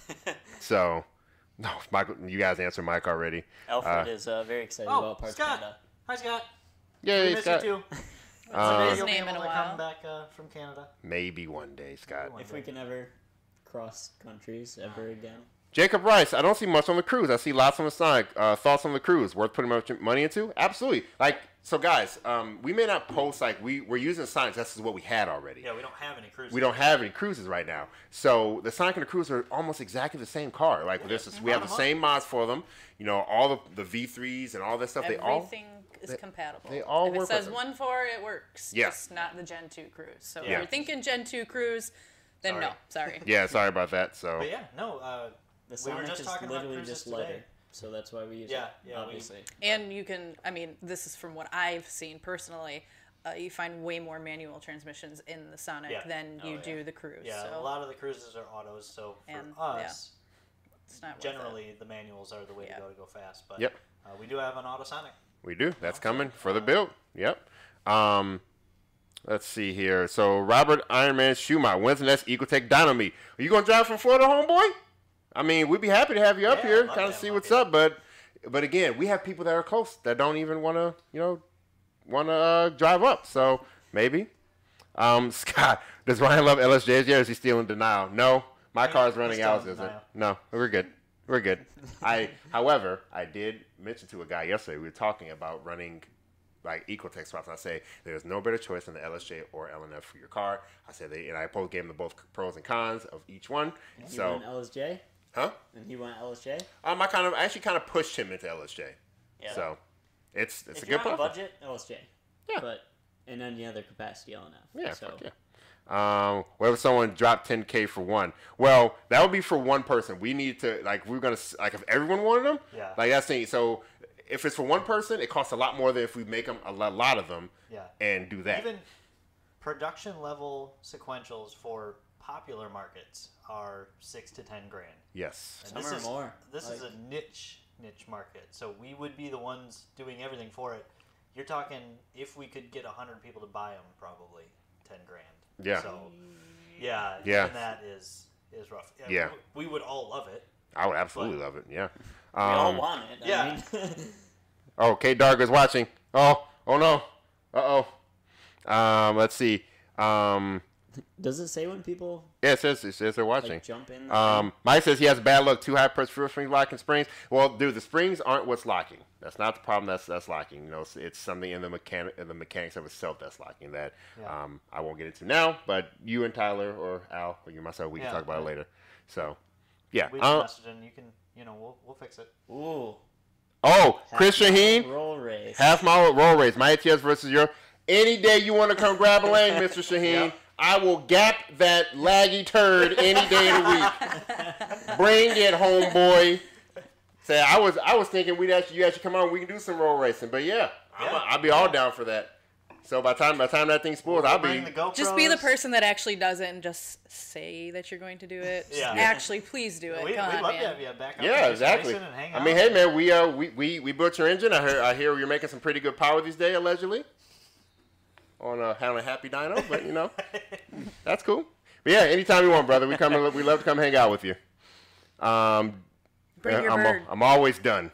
Speaker 4: So, no, Michael, you guys answered Mike already.
Speaker 1: Alfred is uh, very excited
Speaker 3: Oh,
Speaker 1: about Parts
Speaker 3: Scott.
Speaker 1: Canada.
Speaker 3: Hi, Scott.
Speaker 4: Yeah,
Speaker 3: We
Speaker 4: yeah,
Speaker 3: miss
Speaker 4: Scott.
Speaker 3: you too.
Speaker 4: Uh,
Speaker 2: His
Speaker 3: You'll be
Speaker 2: name
Speaker 3: able
Speaker 2: in a
Speaker 3: to
Speaker 2: while.
Speaker 3: Come back uh, from Canada.
Speaker 4: Maybe one day, Scott.
Speaker 3: Everyone.
Speaker 1: If we can ever cross countries
Speaker 3: Uh,
Speaker 1: ever again,
Speaker 4: Jacob Rice, I don't see much on the cruise. I see lots on the Sonic. Uh, thoughts on the cruise? Worth putting much money into? Absolutely. Like, so guys, um, we may not post like we we're using Sonic. This is what we had already.
Speaker 3: Yeah, we don't have any cruises.
Speaker 4: we don't have any cruises right now. So the Sonic and the Cruise are almost exactly the same car. Like this is, we have the same mods for them. You know, all the the V3s and all that stuff. they all
Speaker 2: Everything is
Speaker 4: they-
Speaker 2: compatible.
Speaker 4: they all
Speaker 2: if
Speaker 4: work
Speaker 2: it
Speaker 4: with
Speaker 2: says
Speaker 4: them.
Speaker 2: one four, it works.
Speaker 4: Yeah.
Speaker 2: Just not the Gen two cruise. So if
Speaker 3: Yeah.
Speaker 2: you're thinking Gen two cruise, then no, sorry.
Speaker 4: yeah. Sorry about that. So
Speaker 3: But yeah, no. Uh,
Speaker 1: the
Speaker 3: we
Speaker 1: Sonic
Speaker 3: were just
Speaker 1: is
Speaker 3: talking about
Speaker 1: literally
Speaker 3: cruises
Speaker 1: just lighter,
Speaker 3: today.
Speaker 1: so that's why we use
Speaker 3: Yeah,
Speaker 1: it.
Speaker 3: yeah, we-
Speaker 1: obviously.
Speaker 2: And you can, I mean, this is from what I've seen personally. Uh, you find way more manual transmissions in the Sonic
Speaker 3: Yeah.
Speaker 2: than you
Speaker 3: Oh,
Speaker 2: do the Cruise.
Speaker 3: Yeah,
Speaker 2: so
Speaker 3: a lot of the cruises are autos, so for
Speaker 2: And,
Speaker 3: us,
Speaker 2: it's not worth it.
Speaker 3: generally the manuals are the way
Speaker 2: Yeah.
Speaker 3: to go to go fast. But
Speaker 4: Yep.
Speaker 3: uh, we do have an Autosonic.
Speaker 4: we do. That's coming for the build. Yep. Um, let's see here. So Robert Ironman Schumacher, when's the next Ecotech Dynamo meet? Are you gonna drive from Florida, homeboy? I mean, we'd be happy to have you up
Speaker 3: Yeah,
Speaker 4: here,
Speaker 3: I'd love
Speaker 4: kind
Speaker 3: to
Speaker 4: of
Speaker 3: have
Speaker 4: see
Speaker 3: him
Speaker 4: what's
Speaker 3: up
Speaker 4: up. But but again, we have people that are close that don't even want to, you know, want to uh, drive up. So maybe. Um, Scott, does Ryan love LSJs yet? Or is he still in denial? No, my car's running
Speaker 3: still
Speaker 4: out.
Speaker 3: in
Speaker 4: Isn't it?
Speaker 3: denial.
Speaker 4: No, we're good. We're good. I, however, I did mention to a guy yesterday. We were talking about running like Equitex swaps. I say there's no better choice than the LSJ or LNF for your car. I say they and I both gave them the both pros and cons of each one.
Speaker 1: And he
Speaker 4: So
Speaker 1: went LSJ,
Speaker 4: huh?
Speaker 1: and he went LSJ.
Speaker 4: Um, I kind of I actually kind of pushed him into LSJ.
Speaker 1: Yeah.
Speaker 4: So it's it's
Speaker 1: if
Speaker 4: a
Speaker 1: you're
Speaker 4: good
Speaker 1: on a
Speaker 4: product.
Speaker 1: budget, LSJ.
Speaker 4: Yeah.
Speaker 1: But in any other capacity, LNF.
Speaker 4: Yeah,
Speaker 1: So
Speaker 4: fuck yeah. Um, what if someone dropped 10k for one? Well, that would be for one person. We need to like we're gonna s- like if everyone wanted them.
Speaker 3: Yeah.
Speaker 4: Like that's the thing. So if it's for one person, it costs a lot more than if we make them a lo- lot of them
Speaker 3: Yeah.
Speaker 4: and do that.
Speaker 3: Even production level sequentials for popular markets are six to ten grand.
Speaker 4: yes.
Speaker 3: And
Speaker 1: Some are
Speaker 3: is,
Speaker 1: more,
Speaker 3: This is
Speaker 1: like-
Speaker 3: a niche niche market, so we would be the ones doing everything for it. You're talking if we could get hundred people to buy them, probably ten grand.
Speaker 4: Yeah.
Speaker 3: So
Speaker 1: Mm.
Speaker 3: yeah,
Speaker 4: Yeah.
Speaker 3: even that is is rough.
Speaker 4: Yeah.
Speaker 3: we, we would all love it.
Speaker 4: I would absolutely love it. Yeah.
Speaker 1: We all
Speaker 4: Um,
Speaker 1: want it. I
Speaker 3: yeah.
Speaker 1: mean.
Speaker 4: Oh, Kate Dark is watching. Oh, oh no. Uh oh. Um, let's see. Um,
Speaker 1: Does it say when people
Speaker 4: yeah, it says it says they're watching.
Speaker 1: like jump in?
Speaker 4: Um, Mike says he has bad luck. Too high press fuel springs locking springs. Well, dude, the springs aren't what's locking. That's not the problem. That's that's locking. You know, it's, it's something in the mechanic in the mechanics of itself that's locking. That
Speaker 3: Yeah.
Speaker 4: um, I won't get into now. But you and Tyler or Al or you and myself, we
Speaker 3: Yeah.
Speaker 4: can talk about it later. So, yeah.
Speaker 3: We
Speaker 4: Uh,
Speaker 3: can message and you can you know we'll we'll fix it.
Speaker 1: Ooh,
Speaker 4: oh, Chris Shaheen,
Speaker 1: roll race.
Speaker 4: half mile roll race, my ATS versus your. Any day you want to come grab a lane, Mr. Shaheen, I will gap that laggy turd any day of the week. Bring it, homeboy. Say, I was I was thinking we'd actually you actually come on, we can do some roll racing. But yeah, I'm,
Speaker 3: Yeah.
Speaker 4: I'll be all down for that. So by the time by the time that thing spoils, I'll be
Speaker 3: Bring the GoPros.
Speaker 2: Just be the person that actually does it and just say that you're going to do it. Just
Speaker 3: Yeah.
Speaker 2: Actually, please do it.
Speaker 3: We, we'd
Speaker 2: Come on,
Speaker 3: love
Speaker 2: man.
Speaker 3: to have you back. out
Speaker 4: yeah,
Speaker 3: there,
Speaker 4: exactly.
Speaker 3: Jason, And hang
Speaker 4: I mean,
Speaker 3: out.
Speaker 4: hey man, we uh we we we built your engine. I hear I hear you're making some pretty good power these days, allegedly. On a on a happy dyno, but you know, that's cool. But yeah, anytime you want, brother, we come. and- We love to come hang out with you. Um,
Speaker 2: Bring your
Speaker 4: I'm,
Speaker 2: bird.
Speaker 4: I'm always done.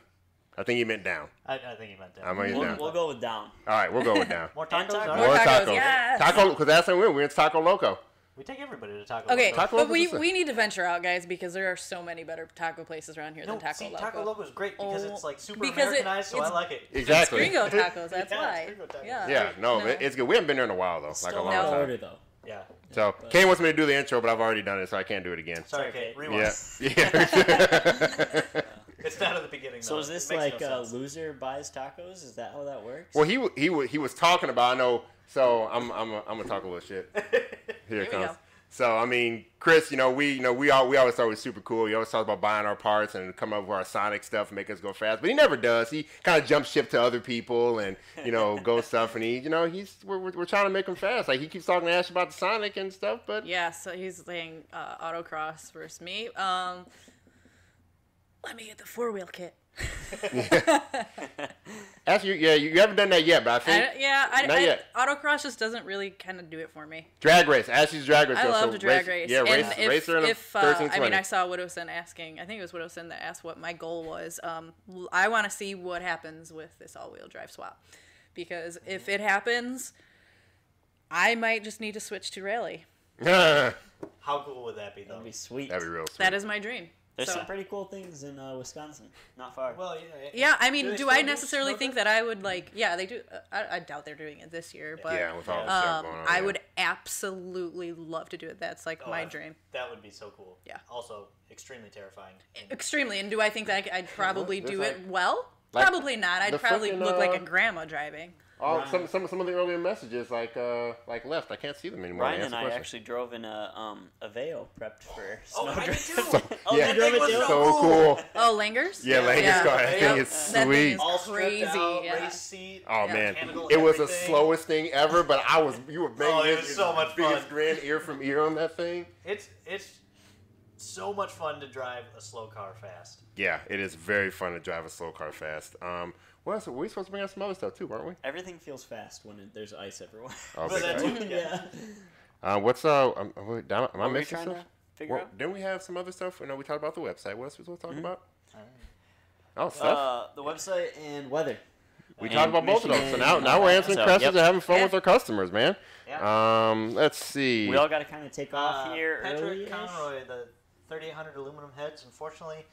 Speaker 4: I think he meant down.
Speaker 3: I, I think you meant that.
Speaker 4: I'm always
Speaker 1: We'll,
Speaker 4: down.
Speaker 1: we'll go with down.
Speaker 4: All right, we'll go with down.
Speaker 3: More tacos.
Speaker 1: tacos.
Speaker 3: all
Speaker 2: More
Speaker 3: right.
Speaker 2: tacos, yes.
Speaker 4: Taco, because that's how we went. We went to Taco Loco.
Speaker 3: We take everybody to Taco.
Speaker 2: Okay,
Speaker 3: Loco.
Speaker 4: Taco
Speaker 2: but
Speaker 4: Loco's
Speaker 2: we,
Speaker 4: the same.
Speaker 2: we need to venture out, guys, because there are so many better taco places around here
Speaker 3: No,
Speaker 2: than Taco
Speaker 3: see,
Speaker 2: Loco.
Speaker 3: Taco Loco is great because it's
Speaker 2: Oh,
Speaker 3: like super
Speaker 2: because it-
Speaker 3: Americanized, so I
Speaker 2: it's-
Speaker 3: like it.
Speaker 4: Exactly.
Speaker 2: Gringo tacos, that's
Speaker 3: Yeah,
Speaker 2: why.
Speaker 3: it's gringo tacos.
Speaker 2: Yeah.
Speaker 4: Yeah, no, it- it's good. We haven't been there in a while though, like a
Speaker 1: Still
Speaker 4: long
Speaker 1: out of
Speaker 2: no.
Speaker 4: time.
Speaker 1: order though.
Speaker 3: Yeah.
Speaker 4: So Kane wants me to do the intro, but I've already done it, so I can't do it again.
Speaker 3: Sorry,
Speaker 1: okay.
Speaker 3: Kate. Rewind.
Speaker 4: Yeah, yeah.
Speaker 3: It's not at the beginning.
Speaker 1: So
Speaker 3: though.
Speaker 1: is
Speaker 3: It
Speaker 1: this
Speaker 3: makes
Speaker 1: like
Speaker 3: no
Speaker 1: uh,
Speaker 3: sense.
Speaker 1: loser buys tacos? Is that how that works?
Speaker 4: well, he wa- he wa- he was talking about. I know. So I'm I'm a, I'm gonna talk a little shit. Here
Speaker 2: we
Speaker 4: it comes.
Speaker 2: go.
Speaker 4: So I mean, Chris, you know we you know we all we always thought it was super cool. He always talks about buying our parts and coming up with our Sonic stuff, and make us go fast. But he never does. He kind of jumps ship to other people and you know goes stuff. And he you know he's we're, we're, we're trying to make him fast. Like he keeps talking to Ash about the Sonic and stuff, but
Speaker 2: Yeah, so he's saying uh, autocross versus me. Um, let me get the four wheel kit.
Speaker 4: Ash, you yeah you haven't done that yet. But I
Speaker 2: I,
Speaker 4: think
Speaker 2: don't- yeah, I,
Speaker 4: Not
Speaker 2: I-
Speaker 4: yet.
Speaker 2: autocross just doesn't really kind of do it for me.
Speaker 4: drag race. Ashley's drag race.
Speaker 2: I
Speaker 4: though, so
Speaker 2: loved a drag race.
Speaker 4: Yeah,
Speaker 2: and
Speaker 4: race,
Speaker 2: if,
Speaker 4: racer and
Speaker 2: if,
Speaker 4: a
Speaker 2: uh,
Speaker 4: 1320.
Speaker 2: I mean, I saw Widowson asking. I think it was Widowson that asked what my goal was. Um, l- I want to see what happens with this all-wheel drive swap, because if it happens, I might just need to switch to rally.
Speaker 4: That'd
Speaker 2: um,
Speaker 3: How cool would that be though?
Speaker 1: That'd be sweet.
Speaker 4: be real. Sweet.
Speaker 2: That is my dream.
Speaker 1: There's
Speaker 2: So-
Speaker 1: some pretty cool things in uh, Wisconsin. Not far.
Speaker 3: Well, yeah.
Speaker 2: Yeah, I
Speaker 3: Do
Speaker 2: mean,
Speaker 3: they
Speaker 2: do
Speaker 3: still
Speaker 2: I
Speaker 3: do
Speaker 2: necessarily
Speaker 3: snow
Speaker 2: think that I would like? Yeah, they do. uh, I, I doubt they're doing it this year, but
Speaker 4: yeah, with all the stuff
Speaker 2: um,
Speaker 4: going on.
Speaker 2: I
Speaker 4: yeah.
Speaker 2: would absolutely love to do it. That's like
Speaker 3: Oh,
Speaker 2: my
Speaker 3: I've-
Speaker 2: dream.
Speaker 3: That would be so cool.
Speaker 2: Yeah.
Speaker 3: Also, extremely terrifying. And
Speaker 2: Extremely. And do I think that I- I'd probably
Speaker 4: there's
Speaker 2: do
Speaker 4: like-
Speaker 2: it well?
Speaker 4: like
Speaker 2: probably not.
Speaker 4: the
Speaker 2: I'd probably
Speaker 4: frickin',
Speaker 2: look like a
Speaker 4: uh,
Speaker 2: grandma driving.
Speaker 4: Oh, some, some some of the earlier messages like uh like left. I can't see them anymore.
Speaker 1: Ryan
Speaker 4: Ask
Speaker 1: and
Speaker 4: the
Speaker 1: I
Speaker 4: question.
Speaker 1: actually drove in a um a Veo prepped for snow
Speaker 3: I did
Speaker 1: drift.
Speaker 3: too.
Speaker 1: Oh,
Speaker 4: yeah,
Speaker 1: you drove it
Speaker 4: so,
Speaker 1: too?
Speaker 4: cool.
Speaker 2: Oh, Langers?
Speaker 4: Yeah, Langus
Speaker 2: Yeah.
Speaker 4: car. That
Speaker 3: Yeah.
Speaker 4: thing
Speaker 2: That
Speaker 4: is
Speaker 2: thing
Speaker 4: sweet.
Speaker 2: is
Speaker 3: all stripped
Speaker 2: crazy,
Speaker 3: out,
Speaker 2: yeah.
Speaker 3: race seat.
Speaker 4: Oh
Speaker 2: yeah.
Speaker 4: man,
Speaker 3: Handle
Speaker 4: it was the
Speaker 3: everything.
Speaker 4: slowest thing ever, but I was you were banging
Speaker 3: Oh, it
Speaker 4: your-
Speaker 3: was
Speaker 4: your
Speaker 3: so much
Speaker 4: biggest
Speaker 3: fun.
Speaker 4: grin ear from ear on that thing.
Speaker 3: It's it's so much fun to drive a slow car fast.
Speaker 4: Yeah, it is very fun to drive a slow car fast. Um, what else? We were supposed to bring out some other stuff too, weren't we?
Speaker 1: Everything feels fast when it, there's ice everywhere.
Speaker 4: Oh,
Speaker 3: But
Speaker 4: big
Speaker 3: that's-
Speaker 4: time.
Speaker 1: yeah.
Speaker 4: uh, what's uh? Um, am I- am I
Speaker 1: What were you
Speaker 4: missing
Speaker 1: trying
Speaker 4: stuff?
Speaker 1: to figure
Speaker 4: Well,
Speaker 1: out?
Speaker 4: didn't we have some other stuff? No, we talked about the website. What else was we talking
Speaker 3: Mm-hmm.
Speaker 4: about? Oh, stuff.
Speaker 1: Uh, the website and weather.
Speaker 4: We
Speaker 1: And
Speaker 4: talked about both of those. So
Speaker 1: Michigan
Speaker 4: now,
Speaker 1: and
Speaker 4: now
Speaker 1: all
Speaker 4: we're
Speaker 1: that.
Speaker 4: answering
Speaker 1: So,
Speaker 4: questions
Speaker 1: yep.
Speaker 4: and having fun
Speaker 2: Yeah.
Speaker 4: with our customers, man.
Speaker 3: Yeah.
Speaker 4: Um, let's see.
Speaker 1: We all got to kind of take off
Speaker 3: Uh,
Speaker 1: here
Speaker 3: Patrick
Speaker 1: early.
Speaker 3: Conroy, the 3800 aluminum heads. Unfortunately,